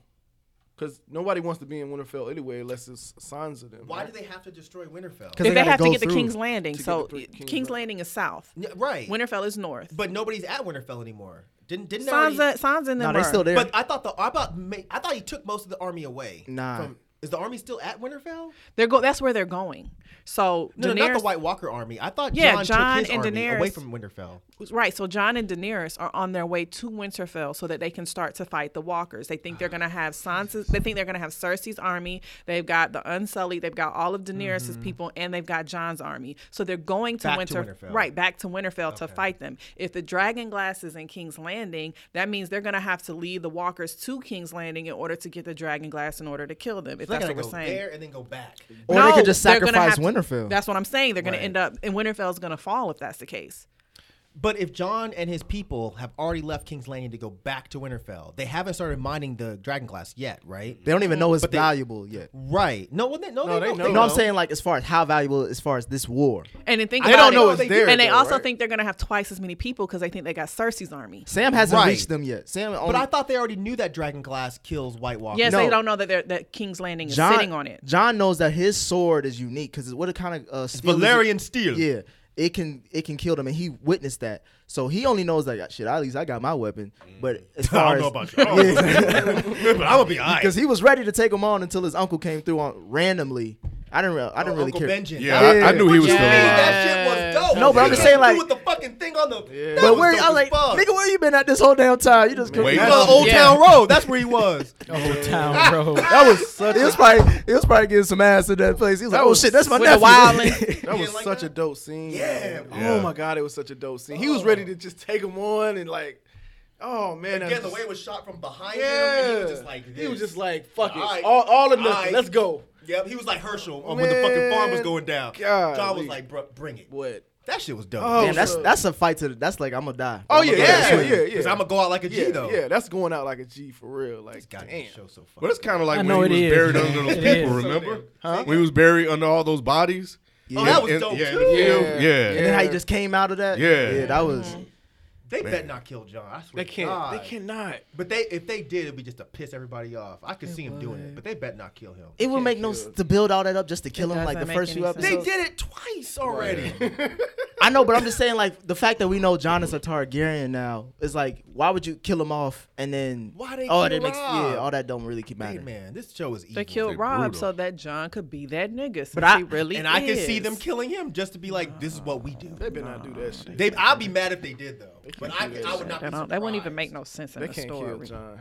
[SPEAKER 7] Because nobody wants to be in Winterfell anyway, unless it's sons of them.
[SPEAKER 6] Why
[SPEAKER 7] right?
[SPEAKER 6] do they have to destroy Winterfell?
[SPEAKER 3] 'Cause
[SPEAKER 4] If they,
[SPEAKER 3] gotta
[SPEAKER 4] have to
[SPEAKER 3] go
[SPEAKER 4] get to
[SPEAKER 3] through.
[SPEAKER 4] King's Landing,
[SPEAKER 7] get
[SPEAKER 4] so
[SPEAKER 7] to King's
[SPEAKER 4] King's,
[SPEAKER 7] Landing.
[SPEAKER 4] Landing is south.
[SPEAKER 6] Yeah, right.
[SPEAKER 4] Winterfell is north.
[SPEAKER 6] But nobody's at Winterfell anymore. Didn't didn't already-
[SPEAKER 4] Sansa, Sansa and
[SPEAKER 3] No,
[SPEAKER 4] them
[SPEAKER 3] they
[SPEAKER 4] are.
[SPEAKER 3] still there.
[SPEAKER 6] But I thought the I thought ma- I thought he took most of the army away.
[SPEAKER 3] Nah.
[SPEAKER 6] is the army still at Winterfell?
[SPEAKER 4] They're go. That's where they're going. So
[SPEAKER 6] No,
[SPEAKER 4] Daenerys,
[SPEAKER 6] no, not the White Walker army. I thought
[SPEAKER 4] Yeah,
[SPEAKER 6] John,
[SPEAKER 4] Jon
[SPEAKER 6] took his
[SPEAKER 4] and
[SPEAKER 6] army
[SPEAKER 4] Daenerys.
[SPEAKER 6] away from Winterfell.
[SPEAKER 4] right. So John and Daenerys are on their way to Winterfell so that they can start to fight the Walkers. They think they're gonna have Sansa's. They think they're gonna have Cersei's army. They've got the Unsullied. They've got all of Daenerys's people, and they've got John's army. So they're going to,
[SPEAKER 6] Back to
[SPEAKER 4] Winter,
[SPEAKER 6] Winterfell.
[SPEAKER 4] Right back to Winterfell to fight them. If the Dragon Glass is in King's Landing, that means they're gonna have to lead the Walkers to King's Landing in order to get the Dragon Glass in order to kill them. If
[SPEAKER 6] They're
[SPEAKER 4] that's
[SPEAKER 6] gonna
[SPEAKER 4] what we're
[SPEAKER 6] go
[SPEAKER 4] saying.
[SPEAKER 6] there and then go back.
[SPEAKER 3] or they
[SPEAKER 4] No,
[SPEAKER 3] could just
[SPEAKER 4] they're gonna
[SPEAKER 3] sacrifice
[SPEAKER 4] have
[SPEAKER 3] Winterfell.
[SPEAKER 4] That's what I'm saying. They're going
[SPEAKER 6] Right.
[SPEAKER 4] to end up, and Winterfell's going to fall if that's the case.
[SPEAKER 6] But if John and his people have already left King's Landing to go back to Winterfell, they haven't started mining the dragon glass yet, right?
[SPEAKER 3] they don't even know it's valuable yet.
[SPEAKER 6] Right. No, well, they, no,
[SPEAKER 7] No, they
[SPEAKER 6] they, know.
[SPEAKER 7] know.
[SPEAKER 6] They
[SPEAKER 3] You know what I'm saying? Like as far as how valuable as far as this war.
[SPEAKER 4] And then think
[SPEAKER 7] They
[SPEAKER 4] about
[SPEAKER 7] don't know
[SPEAKER 4] it.
[SPEAKER 7] it's there,
[SPEAKER 4] And they
[SPEAKER 7] though,
[SPEAKER 4] also
[SPEAKER 7] right?
[SPEAKER 4] think they're going to have twice as many people because they think they got Cersei's army.
[SPEAKER 3] Sam hasn't
[SPEAKER 6] Right.
[SPEAKER 3] reached them yet. Sam only,
[SPEAKER 6] But I thought they already knew that dragon glass kills White Walkers.
[SPEAKER 4] Yes, they
[SPEAKER 3] No.
[SPEAKER 4] don't know that they're, that King's Landing is sitting on it.
[SPEAKER 3] John knows that his sword is unique because what kind of uh, steel is it?
[SPEAKER 6] Valyrian steel.
[SPEAKER 3] Yeah, it can it can kill them, and he witnessed that. So he only knows that shit. At least I got my weapon. But as far
[SPEAKER 6] I don't know
[SPEAKER 3] as,
[SPEAKER 6] about y'all. but I'm gonna be alright.
[SPEAKER 3] because he was ready to take him on until his uncle came through on randomly. I didn't. Re- I didn't really
[SPEAKER 6] Uncle
[SPEAKER 3] care.
[SPEAKER 6] Benjen.
[SPEAKER 2] Yeah, I, I knew he was
[SPEAKER 4] Yeah.
[SPEAKER 2] still alive.
[SPEAKER 6] That shit was dope.
[SPEAKER 3] No, but I'm
[SPEAKER 6] He
[SPEAKER 3] just
[SPEAKER 6] came
[SPEAKER 3] saying, like-
[SPEAKER 6] through with the fucking thing on the. Yeah.
[SPEAKER 3] But where I like, nigga, where you been at this whole damn time? You just couldn't-
[SPEAKER 2] Wait.
[SPEAKER 6] He was on Old
[SPEAKER 4] Yeah.
[SPEAKER 6] Town Road. That's where he was.
[SPEAKER 5] Old Town Road.
[SPEAKER 3] That was such. It was probably. It was probably getting some ass in that place. He was like, oh shit, that's my
[SPEAKER 4] With the
[SPEAKER 3] nephew.
[SPEAKER 4] wildling.
[SPEAKER 7] That was
[SPEAKER 6] like
[SPEAKER 7] such
[SPEAKER 6] that?
[SPEAKER 7] a dope scene.
[SPEAKER 6] Yeah, Oh.
[SPEAKER 2] bro.
[SPEAKER 7] Oh my god, it was such a dope scene. He was ready to just take him on and like, oh man. that
[SPEAKER 6] Again, the
[SPEAKER 7] was-
[SPEAKER 6] way it was shot from behind him, and
[SPEAKER 7] yeah.
[SPEAKER 6] he was just like, this.
[SPEAKER 7] He was just like, fuck it.
[SPEAKER 6] All right.
[SPEAKER 7] All, all or nothing.
[SPEAKER 6] All right.
[SPEAKER 7] Let's go.
[SPEAKER 6] Yep, he was like Herschel on when the fucking farm was
[SPEAKER 7] Man,
[SPEAKER 6] going down.
[SPEAKER 7] golly.
[SPEAKER 6] John was like, Bro, bring it.
[SPEAKER 7] What?
[SPEAKER 6] That shit was dope.
[SPEAKER 7] Oh,
[SPEAKER 3] Damn, that's that's a fight to. The, that's like I'm gonna die.
[SPEAKER 7] Oh,
[SPEAKER 3] I'ma
[SPEAKER 7] yeah,
[SPEAKER 3] go
[SPEAKER 7] yeah,
[SPEAKER 3] down swinging.
[SPEAKER 7] yeah, yeah.
[SPEAKER 6] Because I'm gonna go out like a G
[SPEAKER 7] Yeah,
[SPEAKER 6] though.
[SPEAKER 7] yeah, that's going out like a G for real. Like,
[SPEAKER 6] God,
[SPEAKER 7] damn.
[SPEAKER 6] this show so fucking.
[SPEAKER 2] But it's kind of like
[SPEAKER 5] I
[SPEAKER 2] when he
[SPEAKER 5] know
[SPEAKER 2] was
[SPEAKER 5] it is,
[SPEAKER 2] buried
[SPEAKER 5] man.
[SPEAKER 2] under those
[SPEAKER 5] It
[SPEAKER 2] people.
[SPEAKER 5] is.
[SPEAKER 2] Remember
[SPEAKER 7] Huh?
[SPEAKER 2] when he was buried under all those bodies?
[SPEAKER 6] Oh, that was
[SPEAKER 2] And-
[SPEAKER 6] dope
[SPEAKER 2] yeah, in
[SPEAKER 6] too.
[SPEAKER 2] the field?
[SPEAKER 7] Yeah.
[SPEAKER 2] Yeah.
[SPEAKER 3] And then how you just came out of that.
[SPEAKER 2] Yeah.
[SPEAKER 3] yeah, that was.
[SPEAKER 4] Mm-hmm.
[SPEAKER 6] they better not kill John. I swear
[SPEAKER 7] They
[SPEAKER 6] to
[SPEAKER 7] can't.
[SPEAKER 6] God.
[SPEAKER 7] They cannot.
[SPEAKER 6] But they, if they did, it'd be just to piss everybody off. I could see him doing it, but they better not kill him.
[SPEAKER 3] It would make no s- to build all that up just to kill him like
[SPEAKER 4] doesn't
[SPEAKER 3] the
[SPEAKER 4] make
[SPEAKER 3] first
[SPEAKER 4] any
[SPEAKER 3] few
[SPEAKER 4] sense.
[SPEAKER 6] They
[SPEAKER 3] episodes.
[SPEAKER 6] did it twice already.
[SPEAKER 3] I know, but I'm just saying like the fact that we know John is a Targaryen now is like why would you kill him off and then
[SPEAKER 6] Why they
[SPEAKER 3] oh
[SPEAKER 6] kill
[SPEAKER 3] that makes
[SPEAKER 6] Rob?
[SPEAKER 3] yeah all that don't really keep
[SPEAKER 6] Hey,
[SPEAKER 3] matter.
[SPEAKER 6] man, this show is evil.
[SPEAKER 4] They killed Rob so that John could be that nigga. Since
[SPEAKER 3] I-
[SPEAKER 4] he really
[SPEAKER 6] and I can see
[SPEAKER 4] is.
[SPEAKER 6] them killing him just to be like, this is what we do.
[SPEAKER 7] They better not do that shit.
[SPEAKER 6] They, I'd be mad if they did though. But I, could- I would not. Be
[SPEAKER 4] That, don't- that wouldn't even
[SPEAKER 6] surprised.
[SPEAKER 4] make no sense in
[SPEAKER 7] They
[SPEAKER 4] the
[SPEAKER 7] can't
[SPEAKER 4] story.
[SPEAKER 7] kill John.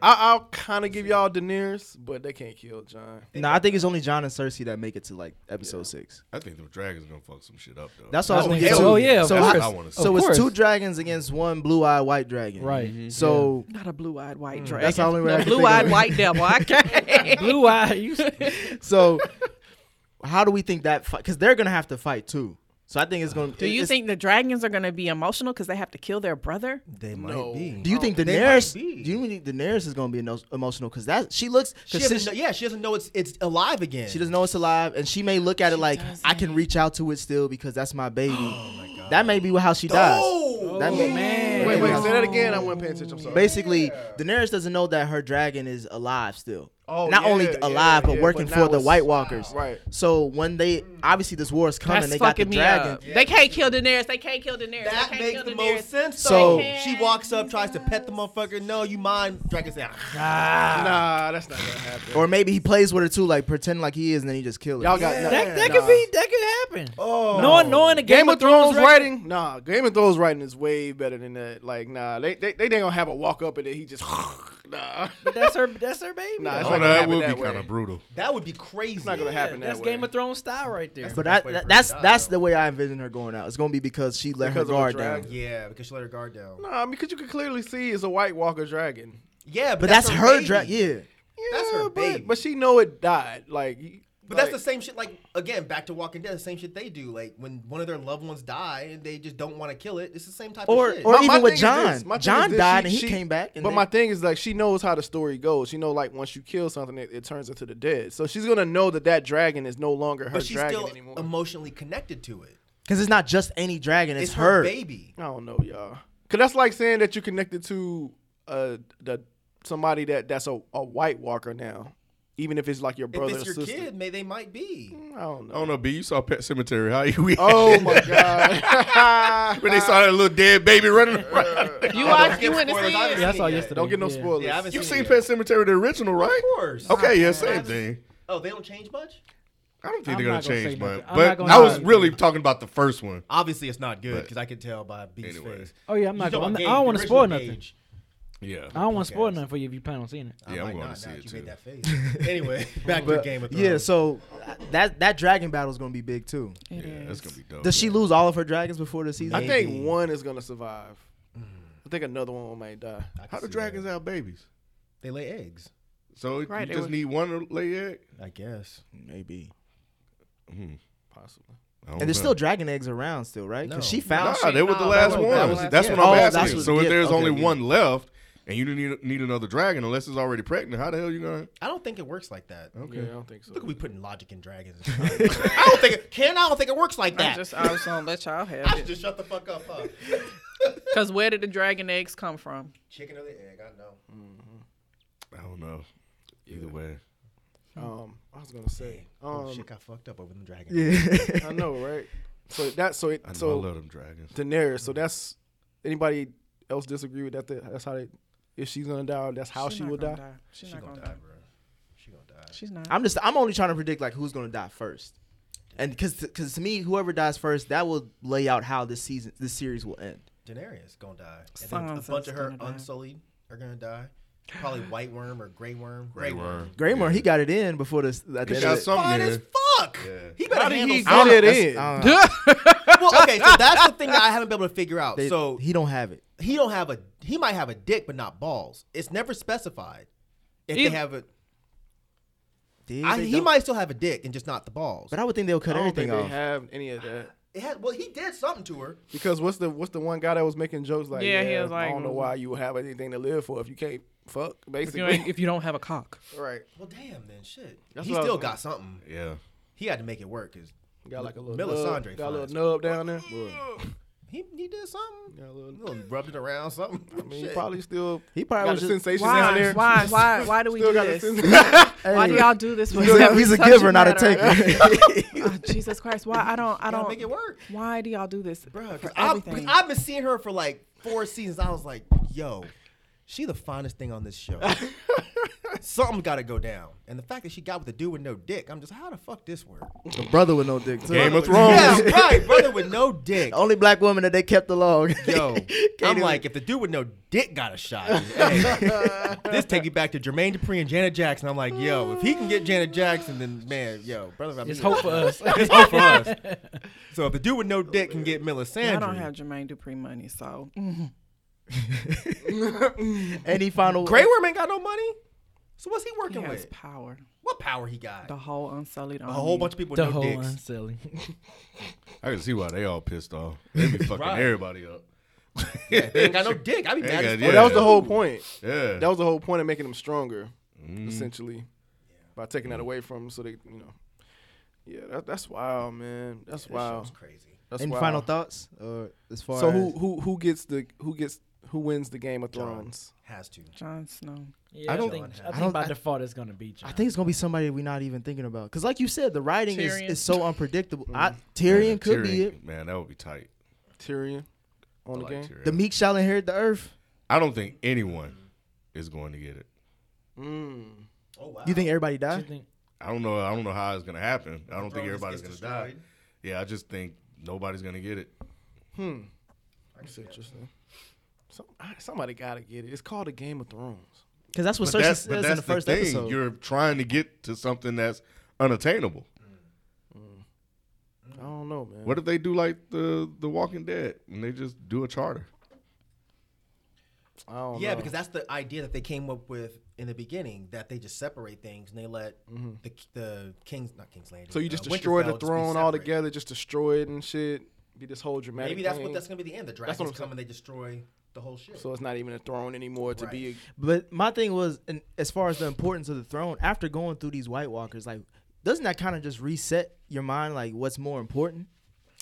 [SPEAKER 7] I, I'll kind of give y'all Daenerys, but they can't kill John.
[SPEAKER 3] No, I think it's only John and Cersei that make it to like episode six.
[SPEAKER 2] I think the dragons gonna fuck some shit up though.
[SPEAKER 3] That's what I was
[SPEAKER 6] Oh,
[SPEAKER 3] gonna
[SPEAKER 6] yeah.
[SPEAKER 3] get to.
[SPEAKER 6] Oh,
[SPEAKER 5] yeah, of
[SPEAKER 3] so,
[SPEAKER 2] course.
[SPEAKER 3] it's-
[SPEAKER 2] I wanna see.
[SPEAKER 3] so
[SPEAKER 5] Of
[SPEAKER 3] it's two
[SPEAKER 5] course.
[SPEAKER 3] dragons against one blue-eyed white dragon.
[SPEAKER 5] Right.
[SPEAKER 3] So
[SPEAKER 4] Not a blue-eyed white dragon.
[SPEAKER 3] That's the only way I
[SPEAKER 4] The
[SPEAKER 3] can think of
[SPEAKER 4] Mm-hmm. blue-eyed
[SPEAKER 3] it.
[SPEAKER 4] white devil. I can't.
[SPEAKER 5] Blue eye. You,
[SPEAKER 3] so how do we think that fight? Because they're gonna have to fight too. So I think it's gonna.
[SPEAKER 4] Do you think the dragons are going to be emotional because they have to kill their brother?
[SPEAKER 6] They might
[SPEAKER 7] No.
[SPEAKER 6] be.
[SPEAKER 3] Do you think
[SPEAKER 6] They might
[SPEAKER 3] Daenerys? Do
[SPEAKER 6] be.
[SPEAKER 3] you think Daenerys is gonna be eno- emotional? Because that she looks.
[SPEAKER 6] She
[SPEAKER 3] Cause
[SPEAKER 6] doesn't
[SPEAKER 3] since-
[SPEAKER 6] know, yeah, she doesn't know it's it's alive again.
[SPEAKER 3] She doesn't know it's alive, and she may look at it like I can reach out to it still because that's my baby.
[SPEAKER 7] Oh
[SPEAKER 3] That may be how she dies.
[SPEAKER 6] Oh,
[SPEAKER 3] That may-
[SPEAKER 5] man.
[SPEAKER 7] Wait, wait, say that again. I wasn't paying attention. I'm sorry.
[SPEAKER 3] Basically, Daenerys doesn't know that her dragon is alive still.
[SPEAKER 7] Oh,
[SPEAKER 3] Not
[SPEAKER 7] yeah,
[SPEAKER 3] only
[SPEAKER 7] yeah,
[SPEAKER 3] alive, but
[SPEAKER 7] yeah,
[SPEAKER 3] working
[SPEAKER 7] but now
[SPEAKER 3] for the
[SPEAKER 7] it's-
[SPEAKER 3] White Walkers.
[SPEAKER 7] Right.
[SPEAKER 3] So when they obviously this war is coming,
[SPEAKER 4] That's
[SPEAKER 3] they got the
[SPEAKER 4] fucking me
[SPEAKER 3] dragon.
[SPEAKER 4] up. They can't kill Daenerys. They can't kill Daenerys.
[SPEAKER 6] that
[SPEAKER 4] they can't
[SPEAKER 6] makes
[SPEAKER 4] kill
[SPEAKER 6] the
[SPEAKER 4] Daenerys.
[SPEAKER 6] most sense.
[SPEAKER 3] So-
[SPEAKER 6] though. she walks up, tries to pet the motherfucker. No, you mind? Dragon said, "Ah."
[SPEAKER 7] nah, that's not gonna happen.
[SPEAKER 3] Or maybe he plays with her too, like pretend like he is, and then he just kills.
[SPEAKER 7] Y'all got nothing.
[SPEAKER 5] that that could be. That could happen.
[SPEAKER 6] Oh.
[SPEAKER 5] Knowing, knowing the
[SPEAKER 7] Game, of Thrones,
[SPEAKER 5] record-
[SPEAKER 7] writing, nah. Game of Thrones writing is way better than that. Like, nah, they they, they ain't gonna have a walk up and then he just, nah.
[SPEAKER 5] That's her. That's her baby.
[SPEAKER 7] Nah,
[SPEAKER 5] though.
[SPEAKER 7] it's
[SPEAKER 2] Oh,
[SPEAKER 7] not gonna
[SPEAKER 2] that
[SPEAKER 7] happen
[SPEAKER 2] would
[SPEAKER 7] that
[SPEAKER 2] be
[SPEAKER 7] way.
[SPEAKER 2] kind of brutal.
[SPEAKER 6] That would be crazy.
[SPEAKER 7] It's not gonna happen
[SPEAKER 5] That's
[SPEAKER 7] that way.
[SPEAKER 5] Game of Thrones style right there.
[SPEAKER 3] But that,
[SPEAKER 6] That's the best way for her
[SPEAKER 3] that,
[SPEAKER 6] to
[SPEAKER 3] that's
[SPEAKER 6] die,
[SPEAKER 3] that's
[SPEAKER 6] though.
[SPEAKER 3] the way I envision her going out. It's gonna be because she let
[SPEAKER 7] Because of
[SPEAKER 3] her
[SPEAKER 7] the
[SPEAKER 3] guard
[SPEAKER 7] dragon.
[SPEAKER 3] down.
[SPEAKER 6] Yeah, because she let her guard down.
[SPEAKER 7] Nah, because you can clearly see it's a White Walker dragon.
[SPEAKER 6] Yeah, but,
[SPEAKER 3] But that's, her,
[SPEAKER 6] baby.
[SPEAKER 3] dragon. Yeah.
[SPEAKER 6] That's her
[SPEAKER 7] Yeah, but-
[SPEAKER 6] baby.
[SPEAKER 7] But she know it died. Like, he-
[SPEAKER 6] But
[SPEAKER 7] like,
[SPEAKER 6] that's the same shit. Like again, back to Walking Dead, the same shit they do. Like when one of their loved ones die and they just don't want to kill it. It's the same type
[SPEAKER 3] Or-
[SPEAKER 6] of shit.
[SPEAKER 3] or-
[SPEAKER 7] My-
[SPEAKER 3] even
[SPEAKER 7] my
[SPEAKER 3] with
[SPEAKER 7] thing is
[SPEAKER 3] John.
[SPEAKER 7] this. My thing
[SPEAKER 3] John
[SPEAKER 7] is this.
[SPEAKER 3] died and he came back and
[SPEAKER 7] but
[SPEAKER 3] then-
[SPEAKER 7] my thing is like she knows how the story goes. She know like once you kill something, it, it turns into the dead. So she's gonna know that that dragon is no longer her
[SPEAKER 6] but she's
[SPEAKER 7] dragon
[SPEAKER 6] still
[SPEAKER 7] anymore.
[SPEAKER 6] emotionally connected to it.
[SPEAKER 3] Because it's not just any dragon, it's,
[SPEAKER 6] It's
[SPEAKER 3] her.
[SPEAKER 6] her baby.
[SPEAKER 7] I don't know, y'all. Cause that's like saying that you're connected to uh the somebody that that's a, a White Walker now, even if it's like your brother
[SPEAKER 6] if it's
[SPEAKER 7] or
[SPEAKER 6] your
[SPEAKER 7] sister.
[SPEAKER 6] kid, may they might be.
[SPEAKER 7] I don't know.
[SPEAKER 2] I don't know, B. You saw Pet Cemetery. How you?
[SPEAKER 7] Oh my god!
[SPEAKER 2] when they saw that little dead baby running around.
[SPEAKER 4] You
[SPEAKER 6] I don't
[SPEAKER 4] watched.
[SPEAKER 6] give
[SPEAKER 4] You went to
[SPEAKER 6] spoilers.
[SPEAKER 4] see
[SPEAKER 6] I haven't
[SPEAKER 4] it.
[SPEAKER 5] Yeah, I saw
[SPEAKER 6] Yeah,
[SPEAKER 5] yesterday.
[SPEAKER 7] don't get no
[SPEAKER 5] yeah.
[SPEAKER 7] spoilers.
[SPEAKER 6] Yeah, I haven't
[SPEAKER 2] You've
[SPEAKER 6] seen,
[SPEAKER 2] seen
[SPEAKER 6] it
[SPEAKER 2] Pet
[SPEAKER 6] yet.
[SPEAKER 2] Cemetery the original, right?
[SPEAKER 6] Of course.
[SPEAKER 2] Okay, yeah,
[SPEAKER 6] I
[SPEAKER 2] same
[SPEAKER 6] haven't-
[SPEAKER 2] thing.
[SPEAKER 6] Oh, they don't change much.
[SPEAKER 2] I don't think
[SPEAKER 5] I'm
[SPEAKER 2] they're gonna
[SPEAKER 5] not gonna say
[SPEAKER 2] change much.
[SPEAKER 5] nothing. I'm not
[SPEAKER 2] But
[SPEAKER 5] gonna
[SPEAKER 2] I was
[SPEAKER 5] lie.
[SPEAKER 2] really talking about the first one.
[SPEAKER 6] Obviously, it's not good
[SPEAKER 2] But-
[SPEAKER 6] because I could tell by B's
[SPEAKER 2] Anyway.
[SPEAKER 6] face.
[SPEAKER 5] Oh yeah, I'm
[SPEAKER 6] You
[SPEAKER 5] not.
[SPEAKER 6] talking
[SPEAKER 5] I'm
[SPEAKER 6] about
[SPEAKER 5] not I
[SPEAKER 6] Gage,
[SPEAKER 5] don't want
[SPEAKER 6] the
[SPEAKER 5] to spoil
[SPEAKER 6] original
[SPEAKER 5] nothing.
[SPEAKER 6] Gage.
[SPEAKER 2] Yeah.
[SPEAKER 5] I don't want to spoil
[SPEAKER 6] Podcast.
[SPEAKER 5] nothing for you if you plan on seeing it.
[SPEAKER 6] I
[SPEAKER 2] Yeah, I'm
[SPEAKER 6] might
[SPEAKER 2] going
[SPEAKER 6] not,
[SPEAKER 2] to see
[SPEAKER 6] now that
[SPEAKER 2] it
[SPEAKER 6] you
[SPEAKER 2] too.
[SPEAKER 6] made that face. anyway, back to
[SPEAKER 3] But-
[SPEAKER 6] Game of Thrones.
[SPEAKER 3] yeah, so that that dragon battle is gonna be big too.
[SPEAKER 2] Yeah, that's gonna be dope.
[SPEAKER 3] Does she lose all of her dragons before the season?
[SPEAKER 7] I
[SPEAKER 3] ends?
[SPEAKER 7] think
[SPEAKER 6] Maybe.
[SPEAKER 7] one is gonna survive.
[SPEAKER 3] Mm.
[SPEAKER 7] I think another one might die.
[SPEAKER 6] I can
[SPEAKER 2] How do
[SPEAKER 6] see
[SPEAKER 2] dragons
[SPEAKER 6] that.
[SPEAKER 2] have babies?
[SPEAKER 6] They lay eggs.
[SPEAKER 2] So
[SPEAKER 4] Right,
[SPEAKER 2] you
[SPEAKER 4] it
[SPEAKER 2] just
[SPEAKER 4] would-
[SPEAKER 2] need one to lay egg.
[SPEAKER 6] I guess.
[SPEAKER 3] maybe.
[SPEAKER 7] Possibly.
[SPEAKER 2] I don't
[SPEAKER 3] And there's
[SPEAKER 2] know.
[SPEAKER 3] still dragon eggs around still, right? Because
[SPEAKER 6] No.
[SPEAKER 3] she found
[SPEAKER 2] Nah, they were the
[SPEAKER 4] No,
[SPEAKER 2] last
[SPEAKER 4] that
[SPEAKER 2] one.
[SPEAKER 4] was- that
[SPEAKER 2] That's,
[SPEAKER 4] was-
[SPEAKER 2] that's
[SPEAKER 3] yeah.
[SPEAKER 2] what I'm
[SPEAKER 3] Oh, that's
[SPEAKER 2] asking.
[SPEAKER 3] what-
[SPEAKER 2] so if
[SPEAKER 3] yeah,
[SPEAKER 2] there's
[SPEAKER 3] okay,
[SPEAKER 2] only
[SPEAKER 3] yeah.
[SPEAKER 2] one left, and you need need another dragon, unless it's already pregnant, how the hell you gonna?
[SPEAKER 6] I don't think it works like that.
[SPEAKER 7] Yeah, I don't think so.
[SPEAKER 6] Look, we putting logic in dragons. I don't think it, Ken. I don't think it works like
[SPEAKER 4] I
[SPEAKER 6] that.
[SPEAKER 4] just I was gonna let y'all
[SPEAKER 6] I
[SPEAKER 4] have
[SPEAKER 6] should
[SPEAKER 4] it.
[SPEAKER 6] just shut the fuck up. Huh?
[SPEAKER 4] Cause where did the dragon eggs come from?
[SPEAKER 6] Chicken or the egg? I know.
[SPEAKER 2] I don't know. Either way,
[SPEAKER 7] Um, I was gonna say.
[SPEAKER 6] oh,
[SPEAKER 7] Um,
[SPEAKER 6] shit got fucked up over the dragon.
[SPEAKER 3] Yeah.
[SPEAKER 7] I know, right? So that so it
[SPEAKER 2] I know I
[SPEAKER 7] so
[SPEAKER 2] love them dragons.
[SPEAKER 7] Daenerys. So that's anybody else disagree with that? that- That's how they. If she's gonna die, that's how
[SPEAKER 4] She
[SPEAKER 7] she
[SPEAKER 4] not
[SPEAKER 7] will
[SPEAKER 4] gonna
[SPEAKER 7] die.
[SPEAKER 4] She's
[SPEAKER 6] She
[SPEAKER 4] not
[SPEAKER 6] gonna
[SPEAKER 4] gonna
[SPEAKER 6] Oh, die,
[SPEAKER 4] die.
[SPEAKER 6] bro. She gonna die.
[SPEAKER 4] She's not.
[SPEAKER 3] I'm just I'm only trying to predict like who's gonna die first, and because because to me whoever dies first that will lay out how this season this series will end.
[SPEAKER 6] Daenerys gonna die. And then a
[SPEAKER 4] Sansa's
[SPEAKER 6] bunch of her
[SPEAKER 4] gonna die.
[SPEAKER 6] unsullied are gonna die. Probably White Worm or Grey Worm.
[SPEAKER 2] Grey Worm.
[SPEAKER 3] Graymore he got it in before this. At
[SPEAKER 2] He
[SPEAKER 3] the end
[SPEAKER 2] got
[SPEAKER 3] of the-
[SPEAKER 2] something
[SPEAKER 6] Fine as
[SPEAKER 2] there.
[SPEAKER 6] fuck.
[SPEAKER 2] Yeah.
[SPEAKER 6] He better handle
[SPEAKER 7] he
[SPEAKER 6] some-
[SPEAKER 7] get it
[SPEAKER 3] That's-
[SPEAKER 7] in?
[SPEAKER 3] I don't know.
[SPEAKER 6] Well, okay, so that's the thing that I haven't been able to figure out.
[SPEAKER 3] They-
[SPEAKER 6] so
[SPEAKER 3] he don't have it.
[SPEAKER 6] he don't have a he might have a dick but not balls. It's never specified if
[SPEAKER 4] Either-
[SPEAKER 6] they have a.
[SPEAKER 3] Did
[SPEAKER 6] I,
[SPEAKER 3] they
[SPEAKER 6] he
[SPEAKER 3] don't?
[SPEAKER 6] might still have a dick and just not the balls.
[SPEAKER 3] but I would think they'll
[SPEAKER 7] I
[SPEAKER 3] cut
[SPEAKER 7] don't
[SPEAKER 3] everything
[SPEAKER 7] think
[SPEAKER 3] off.
[SPEAKER 7] they have any of that
[SPEAKER 6] it had, well, he did something to her.
[SPEAKER 7] because what's the what's the one guy that was making jokes like
[SPEAKER 4] Yeah,
[SPEAKER 7] yeah,
[SPEAKER 4] he was
[SPEAKER 7] I
[SPEAKER 4] like-
[SPEAKER 7] don't know why you would have anything to live for if you can't fuck
[SPEAKER 4] if, you
[SPEAKER 7] basically
[SPEAKER 4] ain't- if you don't have a cock,
[SPEAKER 7] right
[SPEAKER 6] Well, damn, then shit.
[SPEAKER 7] That's
[SPEAKER 6] he
[SPEAKER 7] what I
[SPEAKER 6] still
[SPEAKER 7] was-
[SPEAKER 6] got something.
[SPEAKER 2] Yeah,
[SPEAKER 6] He had to make it work because
[SPEAKER 7] got like a little
[SPEAKER 6] Melisandre
[SPEAKER 7] nub, got a
[SPEAKER 6] finds-
[SPEAKER 7] little nub down there
[SPEAKER 6] he, he did something.
[SPEAKER 7] got a
[SPEAKER 6] A
[SPEAKER 7] little
[SPEAKER 6] little rubbed it around something.
[SPEAKER 7] I mean you
[SPEAKER 6] Shit.
[SPEAKER 7] probably still
[SPEAKER 3] He
[SPEAKER 7] got
[SPEAKER 3] probably
[SPEAKER 7] a
[SPEAKER 3] was just.
[SPEAKER 7] sensation down
[SPEAKER 4] why,
[SPEAKER 7] there
[SPEAKER 4] why, why, why do we
[SPEAKER 7] still
[SPEAKER 4] do
[SPEAKER 7] got a
[SPEAKER 4] this?
[SPEAKER 7] sensation
[SPEAKER 4] Why do
[SPEAKER 3] Hey.
[SPEAKER 4] y'all do this?
[SPEAKER 3] He's a, he's a giver, not a taker.
[SPEAKER 4] Oh, Jesus Christ! Why I don't I
[SPEAKER 6] Gotta
[SPEAKER 4] don't
[SPEAKER 6] make it work.
[SPEAKER 4] Why do y'all do this?
[SPEAKER 6] Bro,
[SPEAKER 4] for
[SPEAKER 6] because I've
[SPEAKER 4] everything?
[SPEAKER 6] been seeing her for like four seasons. I was like, yo, she the finest thing on this show. Something's got to go down. And the fact that she got with a dude with no dick, I'm just, how the fuck this work?
[SPEAKER 4] Oh.
[SPEAKER 3] The brother with no dick. Too.
[SPEAKER 2] Game of Thrones.
[SPEAKER 6] Yeah, right, brother with no dick.
[SPEAKER 3] The only black woman that they kept along.
[SPEAKER 6] Yo, I'm
[SPEAKER 3] even-
[SPEAKER 6] like, if the dude with no dick got a shot, hey, this take you back to Jermaine Dupri and Janet Jackson. I'm like, yo, if he can get Janet Jackson, then man, yo, brother, I mean,
[SPEAKER 5] It's hope for us.
[SPEAKER 6] It's hope for us. So if the dude with no dick can get Melisandre,
[SPEAKER 4] I don't have Jermaine Dupri money, so mm,
[SPEAKER 3] Any final?
[SPEAKER 6] Grey Worm ain't got no money. So what's he
[SPEAKER 4] he
[SPEAKER 6] working
[SPEAKER 4] has
[SPEAKER 6] with?
[SPEAKER 4] power.
[SPEAKER 6] What power he got?
[SPEAKER 4] The whole unsullied
[SPEAKER 6] A whole bunch of people with
[SPEAKER 5] the
[SPEAKER 6] no
[SPEAKER 5] whole
[SPEAKER 6] dicks.
[SPEAKER 5] unselling.
[SPEAKER 2] I can see why they all pissed off. They be fucking
[SPEAKER 6] Right.
[SPEAKER 2] everybody up.
[SPEAKER 6] They ain't got no dick. I be
[SPEAKER 2] They
[SPEAKER 6] mad
[SPEAKER 2] got-
[SPEAKER 6] as
[SPEAKER 2] yeah.
[SPEAKER 6] fuck.
[SPEAKER 7] that was the whole point
[SPEAKER 2] Yeah,
[SPEAKER 7] that was the whole point of making them stronger
[SPEAKER 6] Mm-hmm.
[SPEAKER 7] essentially by taking that away from them so they you know yeah that, that's wild man that's
[SPEAKER 6] Wow.
[SPEAKER 7] wild
[SPEAKER 6] crazy.
[SPEAKER 7] that's
[SPEAKER 3] Any
[SPEAKER 7] wild.
[SPEAKER 3] final thoughts? Or as far
[SPEAKER 7] so
[SPEAKER 3] as,
[SPEAKER 7] who who who gets the who gets who wins the Game of
[SPEAKER 6] John.
[SPEAKER 7] Thrones?
[SPEAKER 6] Has to.
[SPEAKER 4] Jon Snow.
[SPEAKER 5] Yeah, I
[SPEAKER 6] don't-
[SPEAKER 5] don't think. I
[SPEAKER 6] I
[SPEAKER 5] think
[SPEAKER 3] don't-
[SPEAKER 5] by
[SPEAKER 3] I-
[SPEAKER 5] default it's gonna be. John.
[SPEAKER 3] I think it's gonna be somebody we're not even thinking about. Cause like you said, the writing is,
[SPEAKER 4] Tyrion.
[SPEAKER 3] is so unpredictable. I, Tyrion
[SPEAKER 2] Man,
[SPEAKER 3] could be
[SPEAKER 2] Tyrion-
[SPEAKER 3] it.
[SPEAKER 2] Man, that would be tight.
[SPEAKER 7] Tyrion on
[SPEAKER 2] I
[SPEAKER 7] the
[SPEAKER 2] like
[SPEAKER 7] game.
[SPEAKER 2] Tyrion.
[SPEAKER 3] The meek shall inherit the earth.
[SPEAKER 2] I don't think anyone is going to get it.
[SPEAKER 7] Mm.
[SPEAKER 6] Oh wow.
[SPEAKER 3] You think everybody
[SPEAKER 5] I
[SPEAKER 3] die?
[SPEAKER 5] think
[SPEAKER 2] I don't know. I don't know how it's gonna happen. I don't think
[SPEAKER 6] Throne
[SPEAKER 2] everybody's gonna
[SPEAKER 6] gets
[SPEAKER 2] die.
[SPEAKER 6] destroyed.
[SPEAKER 2] Yeah, I just think nobody's gonna get it.
[SPEAKER 7] Hmm. That's interesting. Some, I- somebody gotta get it. It's called a Game of Thrones.
[SPEAKER 3] Because that's what
[SPEAKER 2] but
[SPEAKER 3] Cersei
[SPEAKER 2] that's, but
[SPEAKER 3] says in
[SPEAKER 2] that's
[SPEAKER 3] the first
[SPEAKER 2] thing.
[SPEAKER 3] episode.
[SPEAKER 2] You're trying to get to something that's unattainable.
[SPEAKER 6] Mm-hmm.
[SPEAKER 7] I don't know, man.
[SPEAKER 2] What if they do like the The Walking Dead and they just do a charter?
[SPEAKER 7] I don't
[SPEAKER 6] Yeah,
[SPEAKER 7] know.
[SPEAKER 6] because that's the idea that they came up with in the beginning that they just separate things and they let the the kings not King's Landing.
[SPEAKER 7] so you just
[SPEAKER 6] uh,
[SPEAKER 7] destroy
[SPEAKER 6] Winterfell
[SPEAKER 7] the
[SPEAKER 6] just be
[SPEAKER 7] throne
[SPEAKER 6] separate.
[SPEAKER 7] altogether, just destroy it and shit. Be this whole dramatic.
[SPEAKER 6] Maybe that's
[SPEAKER 7] thing.
[SPEAKER 6] what that's gonna be the end. The
[SPEAKER 7] what I'm
[SPEAKER 6] dragons
[SPEAKER 7] saying.
[SPEAKER 6] come and they destroy the whole shit.
[SPEAKER 7] So it's not even a throne anymore to be.
[SPEAKER 3] But my thing was, and as far as the importance of the throne, after going through these White Walkers, like, doesn't that kind of just reset your mind, like, what's more important?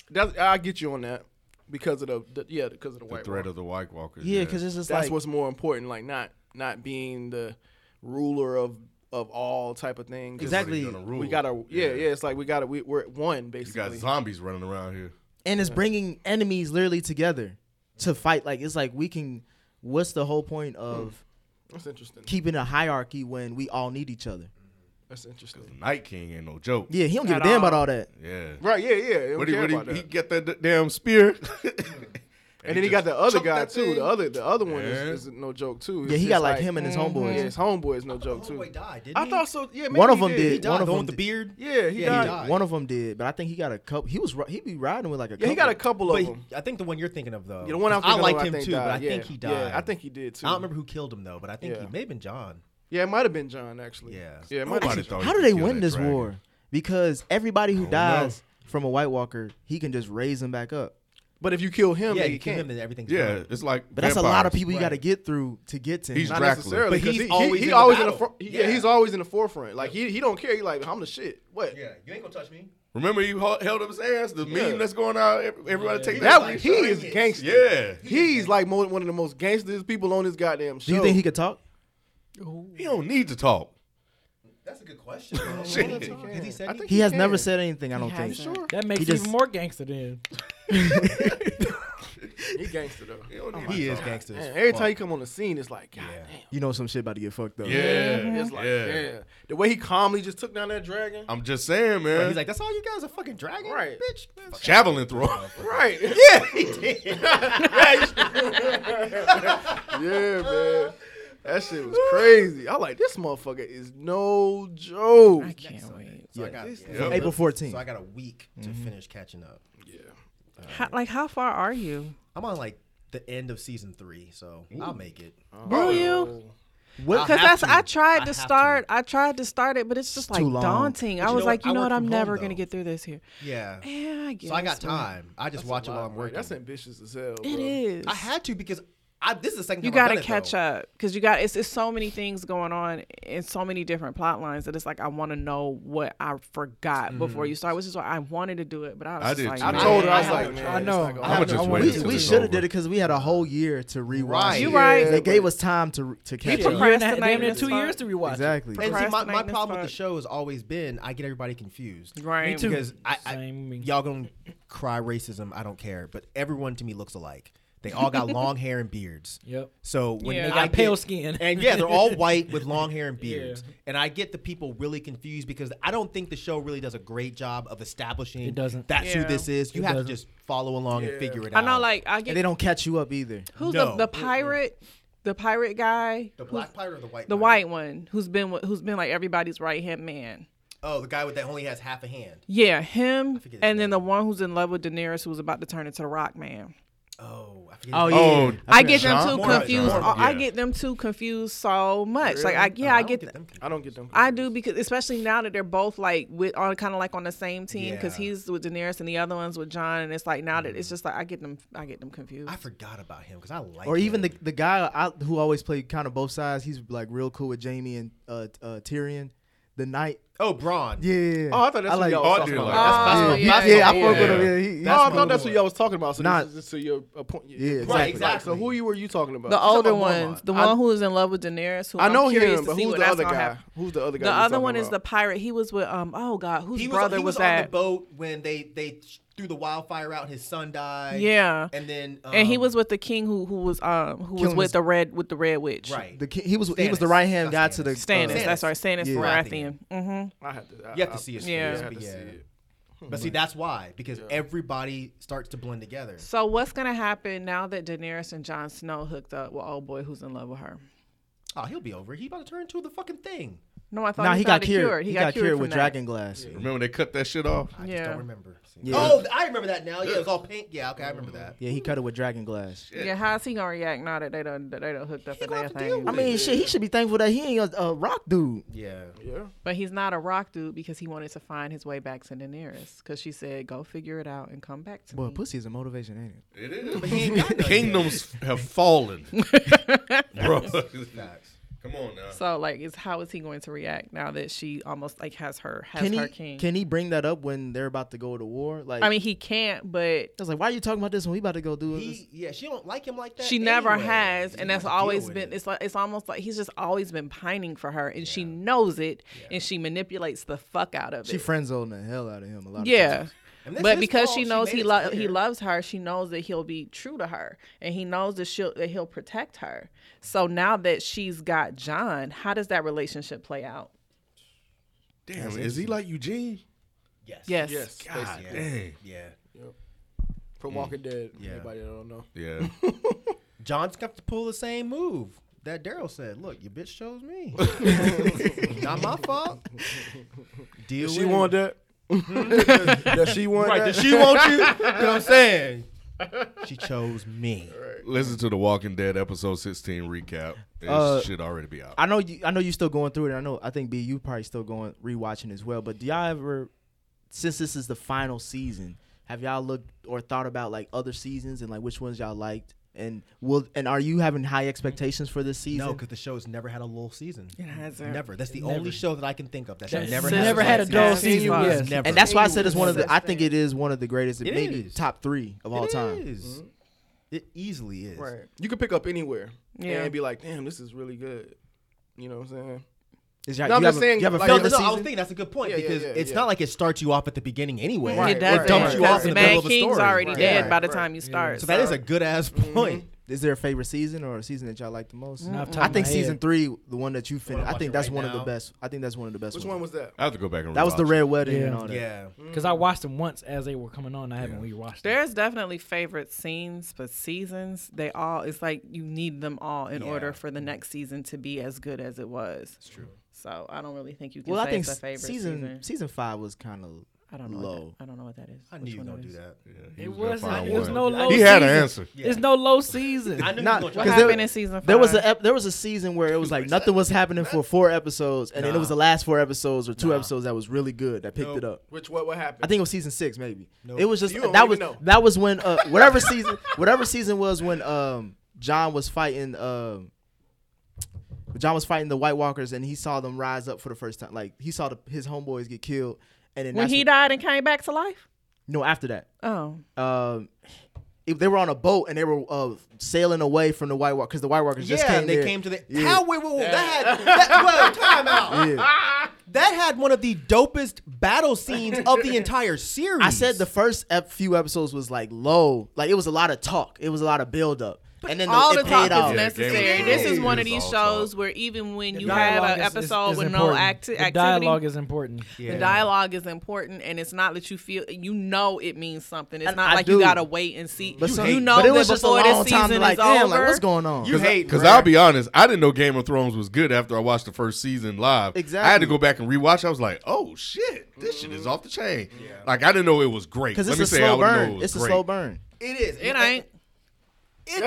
[SPEAKER 7] A, that's, I get you on that because of the, the yeah because of the,
[SPEAKER 2] The
[SPEAKER 7] white.
[SPEAKER 2] threat
[SPEAKER 7] Walker.
[SPEAKER 2] of the White Walkers.
[SPEAKER 3] Yeah, because it's just
[SPEAKER 7] that's
[SPEAKER 3] like,
[SPEAKER 7] what's more important. Like not not being the ruler of of all type of things. Just
[SPEAKER 3] Exactly.
[SPEAKER 2] Gonna rule.
[SPEAKER 7] We gotta yeah yeah. It's like we gotta we, we're at one
[SPEAKER 2] You got
[SPEAKER 7] basically.
[SPEAKER 2] zombies running around here.
[SPEAKER 3] and it's bringing enemies literally together to fight. Like, it's like we can. What's the whole point of
[SPEAKER 2] Hmm.
[SPEAKER 7] that's interesting.
[SPEAKER 3] keeping a hierarchy when we all need each other?
[SPEAKER 7] That's interesting.
[SPEAKER 2] The Night King ain't no joke.
[SPEAKER 3] Yeah, he don't give
[SPEAKER 4] At
[SPEAKER 3] a damn
[SPEAKER 4] all.
[SPEAKER 3] about all that.
[SPEAKER 2] Yeah.
[SPEAKER 7] Right, yeah, yeah.
[SPEAKER 2] What
[SPEAKER 7] What
[SPEAKER 2] do you-
[SPEAKER 7] care
[SPEAKER 2] what do you-
[SPEAKER 7] about
[SPEAKER 2] he
[SPEAKER 7] that.
[SPEAKER 2] got that d- damn spear. and,
[SPEAKER 7] And then he got the other guy too. The other, the other one
[SPEAKER 2] Yeah.
[SPEAKER 7] is, is no joke too.
[SPEAKER 3] Yeah,
[SPEAKER 7] It's
[SPEAKER 3] he
[SPEAKER 7] just
[SPEAKER 3] got
[SPEAKER 7] mm-hmm.
[SPEAKER 3] like him and his
[SPEAKER 7] Yeah,
[SPEAKER 3] homeboys.
[SPEAKER 7] his homeboy is no joke too.
[SPEAKER 6] homeboy died, didn't
[SPEAKER 7] I
[SPEAKER 6] he?
[SPEAKER 7] thought so. Yeah, maybe
[SPEAKER 3] One of
[SPEAKER 7] he
[SPEAKER 3] them did.
[SPEAKER 6] He died.
[SPEAKER 3] One
[SPEAKER 6] the
[SPEAKER 3] of
[SPEAKER 6] one
[SPEAKER 3] them
[SPEAKER 6] with the
[SPEAKER 3] did.
[SPEAKER 6] beard.
[SPEAKER 7] Yeah, he
[SPEAKER 6] Yeah, he
[SPEAKER 7] died.
[SPEAKER 6] died.
[SPEAKER 3] One of them did, but I think he got a couple. He was ri- he be riding with like a
[SPEAKER 7] Yeah, he got a couple of
[SPEAKER 6] But
[SPEAKER 7] them.
[SPEAKER 6] I think the one you're thinking of though.
[SPEAKER 7] Yeah, the one I'm
[SPEAKER 6] I
[SPEAKER 7] thinking of,
[SPEAKER 6] liked
[SPEAKER 7] I
[SPEAKER 6] him
[SPEAKER 7] think
[SPEAKER 6] too,
[SPEAKER 7] died.
[SPEAKER 6] but I
[SPEAKER 7] Yeah.
[SPEAKER 6] think he died.
[SPEAKER 7] Yeah, I think he did too.
[SPEAKER 6] I don't remember who killed him though, but I think
[SPEAKER 7] Yeah.
[SPEAKER 6] he may have been John.
[SPEAKER 7] Yeah, it might have been John actually.
[SPEAKER 6] Yeah.
[SPEAKER 7] Yeah, it might have
[SPEAKER 2] Nobody
[SPEAKER 7] been.
[SPEAKER 2] thought
[SPEAKER 3] How
[SPEAKER 2] you
[SPEAKER 3] do
[SPEAKER 2] could
[SPEAKER 3] they
[SPEAKER 2] kill
[SPEAKER 3] win
[SPEAKER 2] that
[SPEAKER 3] this
[SPEAKER 2] dragon.
[SPEAKER 3] war? because everybody who
[SPEAKER 2] don't
[SPEAKER 3] dies from a White Walker, he can just raise him back up.
[SPEAKER 7] But if you kill him,
[SPEAKER 6] yeah,
[SPEAKER 7] then
[SPEAKER 6] you
[SPEAKER 7] you
[SPEAKER 6] kill him
[SPEAKER 7] can't.
[SPEAKER 6] and everything's
[SPEAKER 2] Yeah,
[SPEAKER 6] done.
[SPEAKER 2] it's like.
[SPEAKER 3] But that's a lot of
[SPEAKER 2] vampires.
[SPEAKER 3] people you got to get through to get to him.
[SPEAKER 2] He's
[SPEAKER 7] Not
[SPEAKER 2] Dracula.
[SPEAKER 7] necessarily,
[SPEAKER 6] But
[SPEAKER 7] 'cause
[SPEAKER 6] he's
[SPEAKER 7] he,
[SPEAKER 6] always
[SPEAKER 7] he,
[SPEAKER 6] in
[SPEAKER 7] he
[SPEAKER 6] the
[SPEAKER 7] always in the
[SPEAKER 6] battle.
[SPEAKER 7] front. Yeah.
[SPEAKER 6] Yeah.
[SPEAKER 7] he's always in the forefront. Like he he don't care. He like I'm the shit. What?
[SPEAKER 6] Yeah, you ain't gonna touch me.
[SPEAKER 2] Remember, he hel- held up his hands. The
[SPEAKER 7] Yeah.
[SPEAKER 2] meme that's going out. ev- Everybody take
[SPEAKER 7] That
[SPEAKER 2] that.
[SPEAKER 7] he is gangster.
[SPEAKER 2] Yeah.
[SPEAKER 7] He's like mo- one of the most gangsters people on this goddamn show.
[SPEAKER 3] Do you think he could talk?
[SPEAKER 2] He don't need to talk.
[SPEAKER 6] That's a good question. bro.
[SPEAKER 2] Shit.
[SPEAKER 6] Because he said
[SPEAKER 7] I
[SPEAKER 6] he-
[SPEAKER 7] think
[SPEAKER 3] He has
[SPEAKER 7] can.
[SPEAKER 3] never said anything. I don't think.
[SPEAKER 4] hasn't.
[SPEAKER 5] That makes
[SPEAKER 3] He
[SPEAKER 5] you
[SPEAKER 3] just-
[SPEAKER 5] even more gangster then.
[SPEAKER 7] He gangster though.
[SPEAKER 2] He, don't need
[SPEAKER 6] he
[SPEAKER 2] to
[SPEAKER 6] is
[SPEAKER 2] talk.
[SPEAKER 6] gangster. as
[SPEAKER 7] Man, every
[SPEAKER 6] fuck.
[SPEAKER 7] time you come on the scene, it's like, God
[SPEAKER 3] You know some shit about to get fucked up.
[SPEAKER 2] Yeah.
[SPEAKER 5] Mm-hmm.
[SPEAKER 7] damn. It's like,
[SPEAKER 2] yeah.
[SPEAKER 7] yeah. The way he calmly just took down that dragon.
[SPEAKER 2] I'm just saying,
[SPEAKER 6] But
[SPEAKER 2] man.
[SPEAKER 6] He's like, that's all you guys are fucking dragon,
[SPEAKER 7] Right.
[SPEAKER 6] bitch. Man, fuck
[SPEAKER 2] javelin throw.
[SPEAKER 7] Right. Yeah.
[SPEAKER 6] he did.
[SPEAKER 7] yeah, man. That shit was crazy. I like this motherfucker is no joke.
[SPEAKER 4] I can't wait.
[SPEAKER 6] So I got, yeah.
[SPEAKER 2] Yep.
[SPEAKER 3] April 14th.
[SPEAKER 6] So I got a week to finish catching up.
[SPEAKER 4] How, like, how far are you?
[SPEAKER 6] I'm on like the end of season three, so I'll make it.
[SPEAKER 7] Oh.
[SPEAKER 4] Will you?
[SPEAKER 6] Well,
[SPEAKER 4] Because that's I tried to start. I tried to start it, but it's just like
[SPEAKER 3] too long.
[SPEAKER 4] daunting. I
[SPEAKER 6] you
[SPEAKER 4] was
[SPEAKER 6] know
[SPEAKER 4] like,
[SPEAKER 6] what?
[SPEAKER 4] you
[SPEAKER 6] I
[SPEAKER 4] know
[SPEAKER 6] work
[SPEAKER 4] what? I'm
[SPEAKER 6] from
[SPEAKER 4] never
[SPEAKER 6] home,
[SPEAKER 4] gonna
[SPEAKER 6] though.
[SPEAKER 4] get through this here.
[SPEAKER 6] Yeah.
[SPEAKER 4] Yeah, I guess.
[SPEAKER 6] So I got
[SPEAKER 4] but
[SPEAKER 6] time. I just watch it while I'm working.
[SPEAKER 7] That's ambitious as hell. Bro.
[SPEAKER 4] It is.
[SPEAKER 6] I had to because I this is the second
[SPEAKER 4] you
[SPEAKER 6] time
[SPEAKER 4] got to
[SPEAKER 6] I've done
[SPEAKER 4] catch
[SPEAKER 6] it, though.
[SPEAKER 4] up because you got it's, it's so many things going on in so many different plot lines that it's like I want to know what I forgot before you start, which is why I wanted to do it, but Mm-hmm. I was
[SPEAKER 2] I
[SPEAKER 4] just
[SPEAKER 2] did
[SPEAKER 4] like,
[SPEAKER 2] too.
[SPEAKER 7] I
[SPEAKER 2] Man,
[SPEAKER 7] told her I was
[SPEAKER 4] have
[SPEAKER 7] like, oh,
[SPEAKER 4] to
[SPEAKER 7] man,
[SPEAKER 4] try.
[SPEAKER 5] I know.
[SPEAKER 7] it's not gonna
[SPEAKER 2] I'ma
[SPEAKER 7] happen.
[SPEAKER 2] just
[SPEAKER 7] I'm
[SPEAKER 2] wait
[SPEAKER 7] waiting
[SPEAKER 3] we
[SPEAKER 2] until
[SPEAKER 7] till
[SPEAKER 3] we
[SPEAKER 2] it's
[SPEAKER 3] should
[SPEAKER 2] over.
[SPEAKER 3] have did it because we had a whole year to rewatch.
[SPEAKER 6] Right.
[SPEAKER 4] You
[SPEAKER 6] Yeah,
[SPEAKER 4] right.
[SPEAKER 3] They gave us time to to catch
[SPEAKER 5] People
[SPEAKER 3] up.
[SPEAKER 5] procrastinating damn
[SPEAKER 4] Procrastinating
[SPEAKER 5] near
[SPEAKER 4] is
[SPEAKER 5] two
[SPEAKER 4] fun.
[SPEAKER 5] years to rewatch. it.
[SPEAKER 3] Exactly.
[SPEAKER 6] And see, my, my
[SPEAKER 4] Procrastinating
[SPEAKER 6] problem
[SPEAKER 4] as
[SPEAKER 6] with
[SPEAKER 4] fuck.
[SPEAKER 6] the show has always been I get everybody confused.
[SPEAKER 4] Right. Me too.
[SPEAKER 6] Because I, I
[SPEAKER 5] Same me.
[SPEAKER 6] y'all gonna cry racism. I don't care, but everyone to me looks alike. They all got long hair and beards.
[SPEAKER 5] Yep.
[SPEAKER 6] So when
[SPEAKER 4] Yeah.
[SPEAKER 6] I
[SPEAKER 4] They
[SPEAKER 5] got
[SPEAKER 6] get-
[SPEAKER 5] pale skin.
[SPEAKER 6] and yeah, they're all white with long hair and beards, and I get the people really confused because I don't think the show really does a great job of establishing
[SPEAKER 5] It doesn't.
[SPEAKER 6] that's who
[SPEAKER 4] Yeah.
[SPEAKER 6] this is. You
[SPEAKER 5] It
[SPEAKER 6] have
[SPEAKER 5] doesn't.
[SPEAKER 6] to just follow along and figure it
[SPEAKER 4] I
[SPEAKER 6] out.
[SPEAKER 4] know, like I
[SPEAKER 3] And they
[SPEAKER 4] get
[SPEAKER 3] don't catch you up either.
[SPEAKER 4] who's
[SPEAKER 6] No.
[SPEAKER 4] the, the pirate, the pirate guy,
[SPEAKER 6] the black pirate or the white.
[SPEAKER 4] the
[SPEAKER 6] pirate?
[SPEAKER 4] white one who's been with- who's been like everybody's right hand man.
[SPEAKER 6] Oh, the guy with that only has half a hand.
[SPEAKER 4] Yeah, him,
[SPEAKER 6] forget his
[SPEAKER 4] and then the one who's in love with Daenerys who's about to turn into the Rock Man.
[SPEAKER 6] Oh, I forget.
[SPEAKER 3] Oh,
[SPEAKER 6] his
[SPEAKER 3] yeah.
[SPEAKER 6] name.
[SPEAKER 2] Oh,
[SPEAKER 4] I get
[SPEAKER 2] John?
[SPEAKER 4] them too
[SPEAKER 2] More like
[SPEAKER 4] confused.
[SPEAKER 2] John.
[SPEAKER 4] Oh, I
[SPEAKER 2] Yeah.
[SPEAKER 4] get them too confused so much. Like I
[SPEAKER 6] Oh,
[SPEAKER 4] yeah, I
[SPEAKER 6] don't
[SPEAKER 4] get,
[SPEAKER 6] them.
[SPEAKER 7] I don't get them.
[SPEAKER 4] I do because especially now that they're both like with on kind of like on the same team because
[SPEAKER 6] Yeah.
[SPEAKER 4] he's with Daenerys and the other one's with John and it's like now that
[SPEAKER 7] Mm.
[SPEAKER 4] it's just like I get them I get them confused.
[SPEAKER 6] I forgot about him because I like.
[SPEAKER 3] Or even the
[SPEAKER 6] him.
[SPEAKER 3] the guy out who always played kind of both sides. He's like real cool with Jamie and uh, uh, Tyrion. The knight.
[SPEAKER 6] oh Braun.
[SPEAKER 3] Yeah.
[SPEAKER 7] Oh, I thought that's what y'all
[SPEAKER 2] Oh,
[SPEAKER 7] was
[SPEAKER 2] I
[SPEAKER 7] talking
[SPEAKER 2] do
[SPEAKER 7] about.
[SPEAKER 2] like
[SPEAKER 7] Oh,
[SPEAKER 2] that.
[SPEAKER 3] yeah,
[SPEAKER 4] Oh, yeah,
[SPEAKER 3] yeah,
[SPEAKER 4] yeah,
[SPEAKER 3] I fuck with
[SPEAKER 2] yeah.
[SPEAKER 3] him. Yeah, he,
[SPEAKER 7] I
[SPEAKER 3] that's my
[SPEAKER 7] thought that's what y'all was talking about. So
[SPEAKER 3] Nah.
[SPEAKER 7] this is just to your uh, point.
[SPEAKER 3] Yeah,
[SPEAKER 7] Right,
[SPEAKER 3] exactly.
[SPEAKER 7] So who you were you talking about?
[SPEAKER 4] the older
[SPEAKER 6] about Mormont.
[SPEAKER 4] ones, the
[SPEAKER 7] I-
[SPEAKER 4] one who is in love with Daenerys. Who
[SPEAKER 7] I know
[SPEAKER 4] I'm curious
[SPEAKER 7] him,
[SPEAKER 4] to
[SPEAKER 7] but
[SPEAKER 4] see
[SPEAKER 7] who's
[SPEAKER 4] what
[SPEAKER 7] the
[SPEAKER 4] that's
[SPEAKER 7] other
[SPEAKER 4] gonna
[SPEAKER 7] guy?
[SPEAKER 4] happen.
[SPEAKER 7] Who's the other guy?
[SPEAKER 4] The
[SPEAKER 7] you was
[SPEAKER 4] other
[SPEAKER 7] talking
[SPEAKER 4] one is the
[SPEAKER 7] about?
[SPEAKER 4] pirate. He was with um. Oh God, whose
[SPEAKER 6] He was,
[SPEAKER 4] brother
[SPEAKER 6] he was,
[SPEAKER 4] was,
[SPEAKER 6] on the
[SPEAKER 4] that?
[SPEAKER 6] boat when they they threw the wildfire out. His son died.
[SPEAKER 4] Yeah.
[SPEAKER 6] and then um,
[SPEAKER 4] and he was with the king who who was um who was
[SPEAKER 3] Killing
[SPEAKER 4] with
[SPEAKER 3] his-
[SPEAKER 4] the red with the red witch.
[SPEAKER 6] right.
[SPEAKER 3] The ki- he was he was
[SPEAKER 6] Stannis.
[SPEAKER 3] the right hand guy
[SPEAKER 6] That's
[SPEAKER 3] to the
[SPEAKER 4] Stannis,
[SPEAKER 3] uh,
[SPEAKER 4] that's right. Stannis
[SPEAKER 3] Yeah.
[SPEAKER 4] Baratheon. Mm-hmm.
[SPEAKER 7] I had to. I,
[SPEAKER 6] you have to
[SPEAKER 7] I-
[SPEAKER 6] see his
[SPEAKER 4] Yeah.
[SPEAKER 6] face,
[SPEAKER 7] I had
[SPEAKER 6] but
[SPEAKER 7] to see
[SPEAKER 6] yeah.
[SPEAKER 7] it.
[SPEAKER 6] But see, that's why because everybody starts to blend together.
[SPEAKER 4] So what's gonna happen now that Daenerys and Jon Snow hooked up with old boy who's in love with her?
[SPEAKER 6] Oh, he'll be over. He about to turn into the fucking thing.
[SPEAKER 4] No, I thought
[SPEAKER 3] Nah,
[SPEAKER 4] he,
[SPEAKER 3] he got
[SPEAKER 4] cured.
[SPEAKER 3] cured.
[SPEAKER 4] He, got, cured, from
[SPEAKER 3] with
[SPEAKER 4] that.
[SPEAKER 3] dragon glass.
[SPEAKER 2] Remember they cut that shit off?
[SPEAKER 6] I just
[SPEAKER 4] Yeah.
[SPEAKER 6] don't remember. See.
[SPEAKER 3] Yeah.
[SPEAKER 6] Oh, I remember that now. Yeah, it was all pink. Yeah, okay, I remember that.
[SPEAKER 3] Yeah, he cut it with dragon glass.
[SPEAKER 4] Yeah, how's he gonna react now that they don't that they don't hooked up and
[SPEAKER 6] gonna have to deal
[SPEAKER 4] everything?
[SPEAKER 3] I mean, shit, he should be thankful that he ain't a, a rock dude.
[SPEAKER 6] Yeah.
[SPEAKER 7] Yeah.
[SPEAKER 4] But he's not a rock dude because he wanted to find his way back to Daenerys because she said, "Go figure it out and come back to
[SPEAKER 3] Boy,
[SPEAKER 4] me."
[SPEAKER 3] pussy is a motivation, ain't it?
[SPEAKER 2] It is.
[SPEAKER 6] But he ain't got none
[SPEAKER 2] Kingdoms have fallen, bro.
[SPEAKER 6] Facts.
[SPEAKER 2] Come on now.
[SPEAKER 4] So like, is how is he going to react now that she almost like has her has
[SPEAKER 3] Can
[SPEAKER 4] her
[SPEAKER 3] he
[SPEAKER 4] king?
[SPEAKER 3] can he bring that up when they're about to go to war? Like,
[SPEAKER 4] I mean, he can't, but
[SPEAKER 3] it's like, why are you talking about this when we about to go do
[SPEAKER 6] yet.
[SPEAKER 3] this?
[SPEAKER 6] He, yeah, she don't like him like that.
[SPEAKER 4] she never
[SPEAKER 6] anyway.
[SPEAKER 4] has, and
[SPEAKER 6] She don't
[SPEAKER 4] that's
[SPEAKER 6] have to deal
[SPEAKER 4] always
[SPEAKER 6] with
[SPEAKER 4] been.
[SPEAKER 6] it.
[SPEAKER 4] It's like it's almost like he's just always been pining for her, and she knows it, and she manipulates the fuck out of
[SPEAKER 3] She
[SPEAKER 4] it.
[SPEAKER 3] friend zoned the hell out of him a lot. of
[SPEAKER 4] Yeah.
[SPEAKER 3] times.
[SPEAKER 6] And that's
[SPEAKER 4] But
[SPEAKER 6] his
[SPEAKER 4] because she
[SPEAKER 6] fault.
[SPEAKER 4] knows
[SPEAKER 6] made
[SPEAKER 4] he
[SPEAKER 6] it
[SPEAKER 4] lo- he
[SPEAKER 6] clear.
[SPEAKER 4] loves her, she knows that he'll be true to her, and he knows that she'll that he'll protect her. So now that she's got John, how does that relationship play out?
[SPEAKER 2] Damn, is he like Eugene?
[SPEAKER 6] Yes.
[SPEAKER 4] Yes.
[SPEAKER 7] Yes.
[SPEAKER 2] God
[SPEAKER 6] Yeah.
[SPEAKER 2] dang.
[SPEAKER 6] Yeah.
[SPEAKER 7] From Walking Dead.
[SPEAKER 6] Yeah.
[SPEAKER 7] Anybody that don't know.
[SPEAKER 2] Yeah.
[SPEAKER 6] John's got to pull the same move that Daryl said. Look, your bitch chose me. Not my fault. Deal
[SPEAKER 7] Does she
[SPEAKER 6] with
[SPEAKER 7] want
[SPEAKER 6] it.
[SPEAKER 7] that? does she want
[SPEAKER 6] Right?
[SPEAKER 7] that?
[SPEAKER 6] Does she want you? 'Cause I'm saying She chose me.
[SPEAKER 2] Listen to the Walking Dead episode 16 recap. It
[SPEAKER 3] Uh,
[SPEAKER 2] should already be out.
[SPEAKER 3] I know you. I know you still going through it. I know. I think B, you probably still going rewatching as well. But do y'all ever, since this is the final season, have y'all looked or thought about like other seasons and like which ones y'all liked? And will and are you having high expectations for this season?
[SPEAKER 6] No, because the show's never had a lull season. It
[SPEAKER 4] hasn't.
[SPEAKER 6] Never. That's the
[SPEAKER 5] Never.
[SPEAKER 6] only show that I can think of that's
[SPEAKER 5] That's
[SPEAKER 6] never
[SPEAKER 5] since-
[SPEAKER 6] had
[SPEAKER 5] never had a dull
[SPEAKER 6] lull
[SPEAKER 5] season, yes.
[SPEAKER 6] Never.
[SPEAKER 3] and that's why I said it's one of the. I think it is one of the greatest,
[SPEAKER 6] It
[SPEAKER 3] maybe
[SPEAKER 6] is.
[SPEAKER 3] top three of all
[SPEAKER 6] It
[SPEAKER 3] time.
[SPEAKER 7] Mm-hmm.
[SPEAKER 6] is. It easily is.
[SPEAKER 7] Right. You could pick up anywhere
[SPEAKER 4] Yeah.
[SPEAKER 7] and be like, damn, this is really good. You know what I'm saying?
[SPEAKER 3] Is y'all,
[SPEAKER 7] No, I'm
[SPEAKER 3] you
[SPEAKER 7] just
[SPEAKER 3] have a-
[SPEAKER 7] saying,
[SPEAKER 3] you have a
[SPEAKER 7] like-
[SPEAKER 6] No,
[SPEAKER 3] favorite
[SPEAKER 6] no, no. I was
[SPEAKER 3] season?
[SPEAKER 6] thinking that's a good point
[SPEAKER 7] Yeah, yeah,
[SPEAKER 6] because
[SPEAKER 7] yeah,
[SPEAKER 6] it's
[SPEAKER 7] yeah.
[SPEAKER 6] not like it starts you off at the beginning anyway.
[SPEAKER 7] Right,
[SPEAKER 4] it
[SPEAKER 7] It
[SPEAKER 4] doesn't.
[SPEAKER 7] doesn't.
[SPEAKER 6] dumps you off in
[SPEAKER 4] Because
[SPEAKER 6] the
[SPEAKER 4] Mad
[SPEAKER 6] middle of the
[SPEAKER 4] King's
[SPEAKER 6] story.
[SPEAKER 4] already
[SPEAKER 6] Right.
[SPEAKER 4] dead
[SPEAKER 6] Right.
[SPEAKER 4] by the time you start.
[SPEAKER 6] So that is a good ass point.
[SPEAKER 3] Is there a favorite season or a season that y'all like the most?
[SPEAKER 5] Not off the top
[SPEAKER 3] I
[SPEAKER 5] of
[SPEAKER 3] think
[SPEAKER 5] my
[SPEAKER 3] season
[SPEAKER 5] head.
[SPEAKER 3] three, the one that you finished,
[SPEAKER 6] Wanna
[SPEAKER 3] I
[SPEAKER 6] watch
[SPEAKER 3] think
[SPEAKER 6] it
[SPEAKER 3] that's
[SPEAKER 6] right
[SPEAKER 3] one of
[SPEAKER 6] now?
[SPEAKER 3] the best. I think that's one of the best.
[SPEAKER 7] Which
[SPEAKER 3] ones.
[SPEAKER 7] one was that?
[SPEAKER 2] I have to go back and
[SPEAKER 3] That was the
[SPEAKER 2] rewatch
[SPEAKER 3] red wedding and
[SPEAKER 5] Yeah.
[SPEAKER 3] all that.
[SPEAKER 6] Yeah.
[SPEAKER 5] Because I watched them once as they were coming on. I haven't rewatched them.
[SPEAKER 4] There's definitely favorite scenes, but seasons, they all, it's like you need them all in order for the next season to be as good as it was. It's true. So I don't really think you can
[SPEAKER 3] Well,
[SPEAKER 4] say
[SPEAKER 3] I think
[SPEAKER 4] it's a favorite
[SPEAKER 3] season,
[SPEAKER 4] season.
[SPEAKER 3] season five was kind of
[SPEAKER 4] I don't know.
[SPEAKER 3] low.
[SPEAKER 4] What that, I don't know what that is.
[SPEAKER 6] I
[SPEAKER 4] Which
[SPEAKER 6] knew you were
[SPEAKER 4] one
[SPEAKER 6] going
[SPEAKER 4] it
[SPEAKER 6] to do
[SPEAKER 4] is.
[SPEAKER 6] that.
[SPEAKER 2] it. He
[SPEAKER 5] It
[SPEAKER 2] was gonna
[SPEAKER 5] wasn't.
[SPEAKER 2] find
[SPEAKER 5] It was
[SPEAKER 2] one.
[SPEAKER 5] no low.
[SPEAKER 2] He had an
[SPEAKER 5] season.
[SPEAKER 2] answer.
[SPEAKER 5] It's no low season.
[SPEAKER 6] I
[SPEAKER 3] Not-
[SPEAKER 6] knew you
[SPEAKER 4] What
[SPEAKER 6] were going
[SPEAKER 3] Because
[SPEAKER 6] to
[SPEAKER 3] there-
[SPEAKER 4] happened in season five?
[SPEAKER 3] There was a ep- there was a season where it was like nothing was happening for four episodes, and then it was the last four episodes or two episodes that was really good that picked it up.
[SPEAKER 7] Which what what happened?
[SPEAKER 3] I think it was season six, maybe.
[SPEAKER 6] Nope.
[SPEAKER 3] It was just
[SPEAKER 7] You don't
[SPEAKER 3] that
[SPEAKER 7] even
[SPEAKER 3] was
[SPEAKER 7] know.
[SPEAKER 3] that was when uh, whatever season whatever season was when um John was fighting um John was fighting the White Walkers and he saw them rise up for the first time. Like he saw the, his homeboys get killed, and then
[SPEAKER 4] when
[SPEAKER 3] that's
[SPEAKER 4] he
[SPEAKER 3] when-
[SPEAKER 4] died and came back to life?
[SPEAKER 3] no after that.
[SPEAKER 4] Oh.
[SPEAKER 3] um, if they were on a boat and they were uh, sailing away from the White Walkers because the White Walkers just
[SPEAKER 6] yeah,
[SPEAKER 3] came.
[SPEAKER 6] they
[SPEAKER 3] there.
[SPEAKER 6] came to the.
[SPEAKER 3] Yeah.
[SPEAKER 6] How? Wait, wait, wait. That had. That, whoa, time out.
[SPEAKER 3] Yeah.
[SPEAKER 6] That had one of the dopest battle scenes of the entire series.
[SPEAKER 3] I said the first ep- few episodes was like low, like it was a lot of talk, it was a lot of build up, and then
[SPEAKER 4] all
[SPEAKER 3] the,
[SPEAKER 4] the
[SPEAKER 3] it paid
[SPEAKER 4] talk
[SPEAKER 3] off.
[SPEAKER 4] is
[SPEAKER 2] Yeah,
[SPEAKER 4] necessary.
[SPEAKER 2] Game of
[SPEAKER 4] this is
[SPEAKER 2] Thrones
[SPEAKER 4] one of
[SPEAKER 2] is
[SPEAKER 4] these
[SPEAKER 2] all
[SPEAKER 4] shows
[SPEAKER 2] talk.
[SPEAKER 4] where even when you have
[SPEAKER 5] Dialogue
[SPEAKER 4] an
[SPEAKER 5] is- is-
[SPEAKER 4] episode
[SPEAKER 5] is
[SPEAKER 4] with no
[SPEAKER 5] important.
[SPEAKER 4] acti-
[SPEAKER 5] The
[SPEAKER 4] activity,
[SPEAKER 5] dialogue is important.
[SPEAKER 4] the dialogue is important, and it's not that you feel you know it means something. It's
[SPEAKER 3] And
[SPEAKER 4] not
[SPEAKER 3] I
[SPEAKER 4] like
[SPEAKER 3] do.
[SPEAKER 4] you gotta wait and see.
[SPEAKER 3] But,
[SPEAKER 4] you
[SPEAKER 3] some-
[SPEAKER 4] know
[SPEAKER 3] but it was
[SPEAKER 4] that
[SPEAKER 3] just a
[SPEAKER 4] before
[SPEAKER 3] long
[SPEAKER 4] this
[SPEAKER 3] time
[SPEAKER 4] season
[SPEAKER 3] to like,
[SPEAKER 4] is
[SPEAKER 3] damn,
[SPEAKER 4] over.
[SPEAKER 3] like what's going on?
[SPEAKER 7] you hate
[SPEAKER 2] Because
[SPEAKER 7] bruh.
[SPEAKER 2] I'll be honest, I didn't know Game of Thrones was good after I watched the first season live. I had to
[SPEAKER 3] Exactly.
[SPEAKER 2] go back and rewatch. I was like, oh shit, this shit is off the chain. Like I didn't know it was great.
[SPEAKER 3] Because
[SPEAKER 2] Let
[SPEAKER 3] it's
[SPEAKER 2] me
[SPEAKER 3] a
[SPEAKER 2] say, I
[SPEAKER 3] slow
[SPEAKER 2] would know it
[SPEAKER 3] burn.
[SPEAKER 2] was
[SPEAKER 3] It's a
[SPEAKER 2] great.
[SPEAKER 3] slow burn.
[SPEAKER 6] It is.
[SPEAKER 4] It ain't.
[SPEAKER 6] It- it-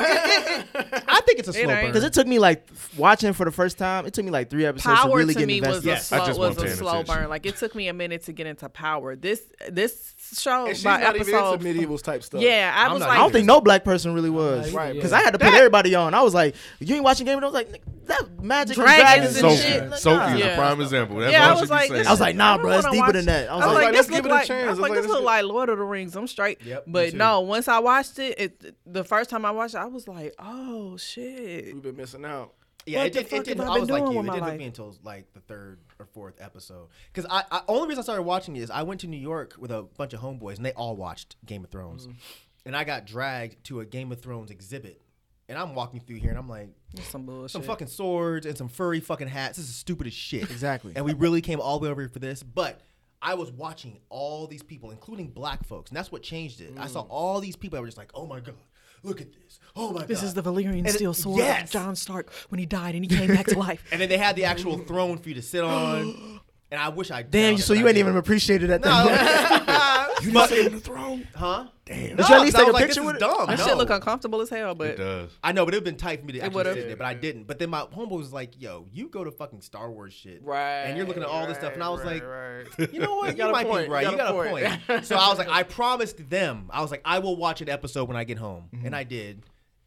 [SPEAKER 6] it- I think it's a
[SPEAKER 4] It
[SPEAKER 6] slow
[SPEAKER 4] ain't.
[SPEAKER 6] burn.
[SPEAKER 3] Because it took me like watching for the first time. It took me like three episodes to
[SPEAKER 4] Power
[SPEAKER 3] really
[SPEAKER 4] to
[SPEAKER 3] get
[SPEAKER 4] me was
[SPEAKER 3] invested.
[SPEAKER 4] a
[SPEAKER 6] Yes,
[SPEAKER 2] I
[SPEAKER 4] slow,
[SPEAKER 2] just
[SPEAKER 4] was
[SPEAKER 2] wasn't
[SPEAKER 4] a
[SPEAKER 2] paying
[SPEAKER 4] slow
[SPEAKER 2] attention.
[SPEAKER 4] burn. Like it took me a minute to get into power. This this show
[SPEAKER 7] And she's
[SPEAKER 4] by
[SPEAKER 7] not even into
[SPEAKER 4] episode.
[SPEAKER 7] medievals type stuff.
[SPEAKER 4] yeah, I
[SPEAKER 6] I'm
[SPEAKER 4] was
[SPEAKER 6] not
[SPEAKER 4] like,
[SPEAKER 3] I don't think no black person really was.
[SPEAKER 7] Right,
[SPEAKER 3] Because I had to put everybody on. I was like, you ain't watching Game of Thrones? I was like, "Nigga, that magic and
[SPEAKER 4] Dragons
[SPEAKER 3] dragons
[SPEAKER 4] and
[SPEAKER 2] Sophie,
[SPEAKER 3] and
[SPEAKER 4] shit.
[SPEAKER 3] shit. Like,
[SPEAKER 2] Sophie
[SPEAKER 3] nah.
[SPEAKER 2] is a
[SPEAKER 4] Yeah.
[SPEAKER 2] prime example. That's
[SPEAKER 4] yeah,
[SPEAKER 2] all
[SPEAKER 4] I
[SPEAKER 2] she
[SPEAKER 4] was
[SPEAKER 2] be
[SPEAKER 4] like,
[SPEAKER 2] saying.
[SPEAKER 4] this
[SPEAKER 3] I was
[SPEAKER 4] is-
[SPEAKER 3] like, nah,
[SPEAKER 4] don't
[SPEAKER 3] bruh, it's
[SPEAKER 4] wanna
[SPEAKER 3] deeper
[SPEAKER 4] watch
[SPEAKER 3] than that.
[SPEAKER 4] I was, like,
[SPEAKER 7] let's
[SPEAKER 4] this look
[SPEAKER 7] give it a
[SPEAKER 4] like
[SPEAKER 7] chance.
[SPEAKER 4] I was
[SPEAKER 7] Let's
[SPEAKER 4] like,
[SPEAKER 7] let
[SPEAKER 4] this
[SPEAKER 7] it
[SPEAKER 4] look
[SPEAKER 7] sit.
[SPEAKER 4] like Lord of the Rings. I'm straight,
[SPEAKER 6] Yep, me
[SPEAKER 4] but
[SPEAKER 6] too.
[SPEAKER 4] no. Once I watched it, it, the first time I watched it, I was like, oh shit.
[SPEAKER 7] We've been missing out.
[SPEAKER 6] Yeah,
[SPEAKER 4] What
[SPEAKER 6] it,
[SPEAKER 4] the
[SPEAKER 6] did,
[SPEAKER 4] fuck
[SPEAKER 6] it didn't.
[SPEAKER 4] have I
[SPEAKER 6] I
[SPEAKER 4] been
[SPEAKER 6] was like
[SPEAKER 4] doing
[SPEAKER 6] you.
[SPEAKER 4] with
[SPEAKER 6] It
[SPEAKER 4] my
[SPEAKER 6] didn't hook
[SPEAKER 4] life?
[SPEAKER 6] me until like the third or fourth episode. Because I, I only reason I started watching it is I went to New York with a bunch of homeboys and they all watched Game of Thrones,
[SPEAKER 4] Mm.
[SPEAKER 6] and I got dragged to a Game of Thrones exhibit, and I'm walking through here and I'm like,
[SPEAKER 4] Some bullshit.
[SPEAKER 6] some fucking swords and some furry fucking hats. This is stupid as shit.
[SPEAKER 3] Exactly.
[SPEAKER 6] And we really came all the way over here for this, but I was watching all these people, including black folks, and that's what changed it. I saw
[SPEAKER 4] Mm.
[SPEAKER 6] all these people that were just like, "Oh my god, look at this! Oh my god,
[SPEAKER 4] This is the Valyrian
[SPEAKER 6] And it-
[SPEAKER 4] steel sword
[SPEAKER 6] yes.
[SPEAKER 4] of John Stark when he died and he came back to life.
[SPEAKER 6] And then they had the actual throne for you to sit on. And I wish I
[SPEAKER 3] Damn,
[SPEAKER 6] found
[SPEAKER 3] so
[SPEAKER 6] it,
[SPEAKER 3] you
[SPEAKER 6] but
[SPEAKER 3] ain't
[SPEAKER 6] I
[SPEAKER 3] even appreciated at that. moment.
[SPEAKER 6] didn't.
[SPEAKER 2] you not in the throne.
[SPEAKER 6] huh? Damn.
[SPEAKER 3] Did you at least take a
[SPEAKER 6] like,
[SPEAKER 3] picture
[SPEAKER 6] this
[SPEAKER 3] with
[SPEAKER 6] is
[SPEAKER 3] it?
[SPEAKER 6] dumb.
[SPEAKER 4] That
[SPEAKER 6] Oh, no.
[SPEAKER 4] shit look uncomfortable as hell,
[SPEAKER 2] It
[SPEAKER 4] but
[SPEAKER 2] does.
[SPEAKER 6] I know, but it would have been tight for me to actually
[SPEAKER 4] would've.
[SPEAKER 6] sit there, but I didn't. But then my homeboy was like, "Yo, you go to fucking Star Wars shit,
[SPEAKER 7] Right.
[SPEAKER 6] And you're looking at all this stuff, and I was like,
[SPEAKER 7] like,
[SPEAKER 6] you know what? You,
[SPEAKER 7] got a
[SPEAKER 6] might
[SPEAKER 7] point.
[SPEAKER 6] be right. You got, a point. so I was like, I promised them. I was like, I will watch an episode when I get home, and I did.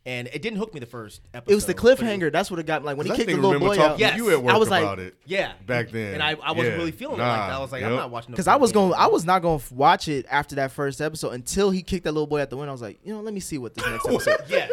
[SPEAKER 6] And it didn't hook me the first episode.
[SPEAKER 3] It was the
[SPEAKER 6] but it-
[SPEAKER 3] cliffhanger. That's what it got. me. Like when he
[SPEAKER 2] I
[SPEAKER 3] kicked the
[SPEAKER 2] think
[SPEAKER 3] little
[SPEAKER 2] remember
[SPEAKER 3] boy out.
[SPEAKER 2] talking to
[SPEAKER 6] Yes.
[SPEAKER 2] you at work
[SPEAKER 3] I was like,
[SPEAKER 2] about it.
[SPEAKER 6] Yeah,
[SPEAKER 2] Back then.
[SPEAKER 6] and I, I wasn't
[SPEAKER 2] Yeah.
[SPEAKER 6] really feeling it
[SPEAKER 2] Nah.
[SPEAKER 6] like that. I was like, I'm
[SPEAKER 2] Yep.
[SPEAKER 6] not watching. no
[SPEAKER 3] Because I was
[SPEAKER 6] fucking
[SPEAKER 3] going, I was not going to watch it after that first episode until he kicked that little boy out the window. I was like, you know, let me see what this next episode.
[SPEAKER 6] game. Yes.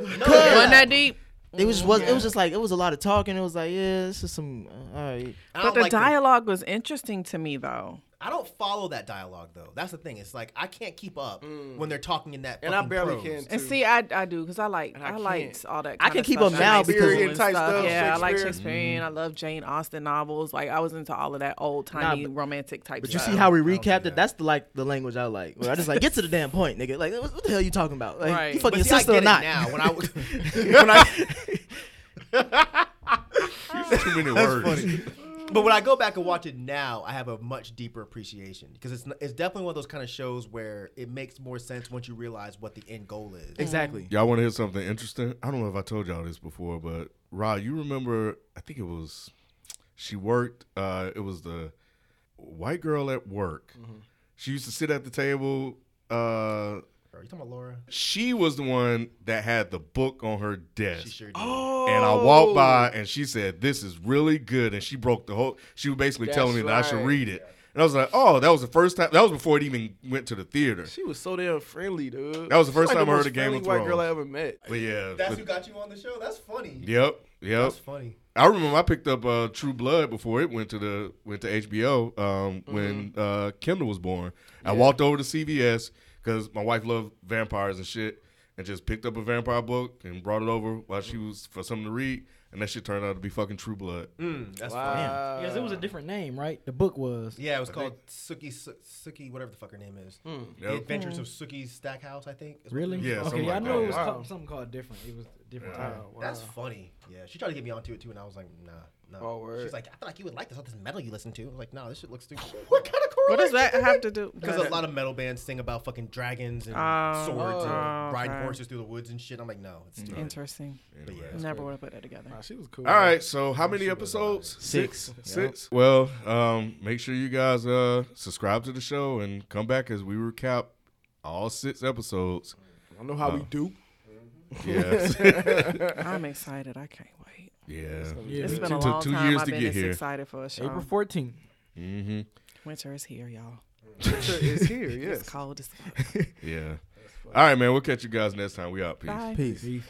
[SPEAKER 4] wasn't that deep.
[SPEAKER 3] It was just was it was just like it was a lot of talking. It was like, yeah, this is some. Uh, all right,
[SPEAKER 6] I
[SPEAKER 4] But
[SPEAKER 6] don't
[SPEAKER 4] the
[SPEAKER 6] like
[SPEAKER 4] dialogue was interesting to me though.
[SPEAKER 6] I don't follow that dialogue though. That's the thing. It's like I can't keep up when they're talking in that.
[SPEAKER 7] And I
[SPEAKER 6] fucking
[SPEAKER 7] barely
[SPEAKER 6] prose.
[SPEAKER 7] can.
[SPEAKER 4] And
[SPEAKER 7] too.
[SPEAKER 4] see, I, I do because I like
[SPEAKER 7] I
[SPEAKER 4] I, liked
[SPEAKER 7] can't.
[SPEAKER 4] all that.
[SPEAKER 3] I
[SPEAKER 4] kinda
[SPEAKER 3] can keep
[SPEAKER 4] stuff.
[SPEAKER 3] up now because-
[SPEAKER 4] Shakespearean
[SPEAKER 7] type stuff,
[SPEAKER 4] Yeah, I like
[SPEAKER 7] Shakespeare.
[SPEAKER 4] Shakespearean. I love Jane Austen novels. Like I was into all of that old timey
[SPEAKER 3] Nah, but-
[SPEAKER 4] romantic type.
[SPEAKER 3] but you
[SPEAKER 4] stuff.
[SPEAKER 3] see how we
[SPEAKER 6] don't do
[SPEAKER 3] recapped
[SPEAKER 6] that.
[SPEAKER 3] it. That's the like the language I like. Where I just like get to the damn point, nigga. Like what, what the hell you talking about? Like
[SPEAKER 4] Right.
[SPEAKER 3] you
[SPEAKER 6] But
[SPEAKER 3] fucking
[SPEAKER 6] see, I
[SPEAKER 3] sister
[SPEAKER 6] get
[SPEAKER 3] or
[SPEAKER 6] it
[SPEAKER 3] not?
[SPEAKER 6] now when I when I
[SPEAKER 2] Too many words.
[SPEAKER 6] but when I go back and watch it now, I have a much deeper appreciation because it's n- it's definitely one of those kind of shows where it makes more sense once you realize what the end goal is.
[SPEAKER 3] Exactly.
[SPEAKER 2] Y'all want to hear something interesting? I don't know if I told y'all this before, but Rod, you remember? I think it was she worked. Uh, it was the white girl at work.
[SPEAKER 6] Mm-hmm.
[SPEAKER 2] She used to sit at the table. Uh,
[SPEAKER 6] Are you talking about Laura?
[SPEAKER 2] she was the one that had the book on her desk.
[SPEAKER 6] She sure did.
[SPEAKER 2] and I walked by and she said, This is really good. And she broke the whole she was basically telling me
[SPEAKER 7] That's
[SPEAKER 2] that I should
[SPEAKER 7] right.
[SPEAKER 2] read it. And I was like, Oh, that was the first time that was before it even went to the theater.
[SPEAKER 7] She was so damn friendly, dude.
[SPEAKER 2] That was the
[SPEAKER 7] She's
[SPEAKER 2] first
[SPEAKER 7] like
[SPEAKER 2] time I heard
[SPEAKER 7] most
[SPEAKER 2] of Game
[SPEAKER 7] friendly
[SPEAKER 2] of
[SPEAKER 7] white
[SPEAKER 2] Thrones.
[SPEAKER 7] girl I ever met.
[SPEAKER 2] But yeah.
[SPEAKER 6] That's
[SPEAKER 2] but-
[SPEAKER 6] who got you on the show. That's funny.
[SPEAKER 2] yep. Yep.
[SPEAKER 6] That's funny.
[SPEAKER 2] I remember I picked up uh, True Blood before it went to the went to HBO um, when uh, Kendall was born. I walked over to CVS because my wife loved vampires and shit, and just picked up a vampire book and brought it over while she was for something to read, and that shit turned out to be fucking True Blood.
[SPEAKER 6] Mm, that's funny.
[SPEAKER 4] Uh,
[SPEAKER 7] Wow.
[SPEAKER 5] Yes, it was a different name, right? The book was.
[SPEAKER 6] Yeah, it was called Suki Su- Suki, whatever the fuck her name is.
[SPEAKER 2] Hmm. Yep.
[SPEAKER 6] The Adventures of Suki Stackhouse, I think. is what
[SPEAKER 5] Really?
[SPEAKER 6] it is.
[SPEAKER 2] Yeah,
[SPEAKER 5] Okay,
[SPEAKER 2] something
[SPEAKER 5] I
[SPEAKER 2] like
[SPEAKER 5] know
[SPEAKER 2] that.
[SPEAKER 5] it was
[SPEAKER 7] Wow.
[SPEAKER 5] called, something called different. It was a different
[SPEAKER 4] Uh,
[SPEAKER 5] title.
[SPEAKER 6] That's funny. Yeah, she tried to get me onto it too, and I was like, nah, nah.
[SPEAKER 7] Oh, word.
[SPEAKER 6] She's like, I feel like you would like this, all this metal you listen to. I was like, no, this shit looks stupid. what kind of
[SPEAKER 4] What does that have to do?
[SPEAKER 6] Because a lot of metal bands sing about fucking dragons and
[SPEAKER 4] Oh,
[SPEAKER 6] swords and
[SPEAKER 4] oh,
[SPEAKER 6] riding
[SPEAKER 4] okay.
[SPEAKER 6] horses through the woods and shit. I'm like, no, it's
[SPEAKER 7] Mm.
[SPEAKER 6] stupid.
[SPEAKER 4] Interesting.
[SPEAKER 6] But yeah.
[SPEAKER 4] Never would have put that together.
[SPEAKER 7] Nah, she was cool.
[SPEAKER 2] All right, so how many episodes?
[SPEAKER 3] Six.
[SPEAKER 2] Six. Well, um, make sure you guys uh, subscribe to the show and come back as we recap all six episodes.
[SPEAKER 7] I know how we do.
[SPEAKER 2] Yes.
[SPEAKER 4] I'm excited. I can't wait.
[SPEAKER 2] yeah.
[SPEAKER 5] Yeah.
[SPEAKER 4] It's
[SPEAKER 5] It
[SPEAKER 4] been a
[SPEAKER 2] took
[SPEAKER 4] long
[SPEAKER 2] two
[SPEAKER 4] time.
[SPEAKER 2] years
[SPEAKER 4] I've
[SPEAKER 2] to
[SPEAKER 4] been
[SPEAKER 2] get
[SPEAKER 4] this
[SPEAKER 2] here.
[SPEAKER 4] excited for a show.
[SPEAKER 5] April 14th.
[SPEAKER 2] hmm
[SPEAKER 4] Winter is here, y'all.
[SPEAKER 7] Picture is here, yes.
[SPEAKER 4] It's cold as fuck.
[SPEAKER 2] Yeah. All right, man. We'll catch you guys next time. We out. Peace.
[SPEAKER 4] Bye.
[SPEAKER 3] Peace.
[SPEAKER 5] Peace.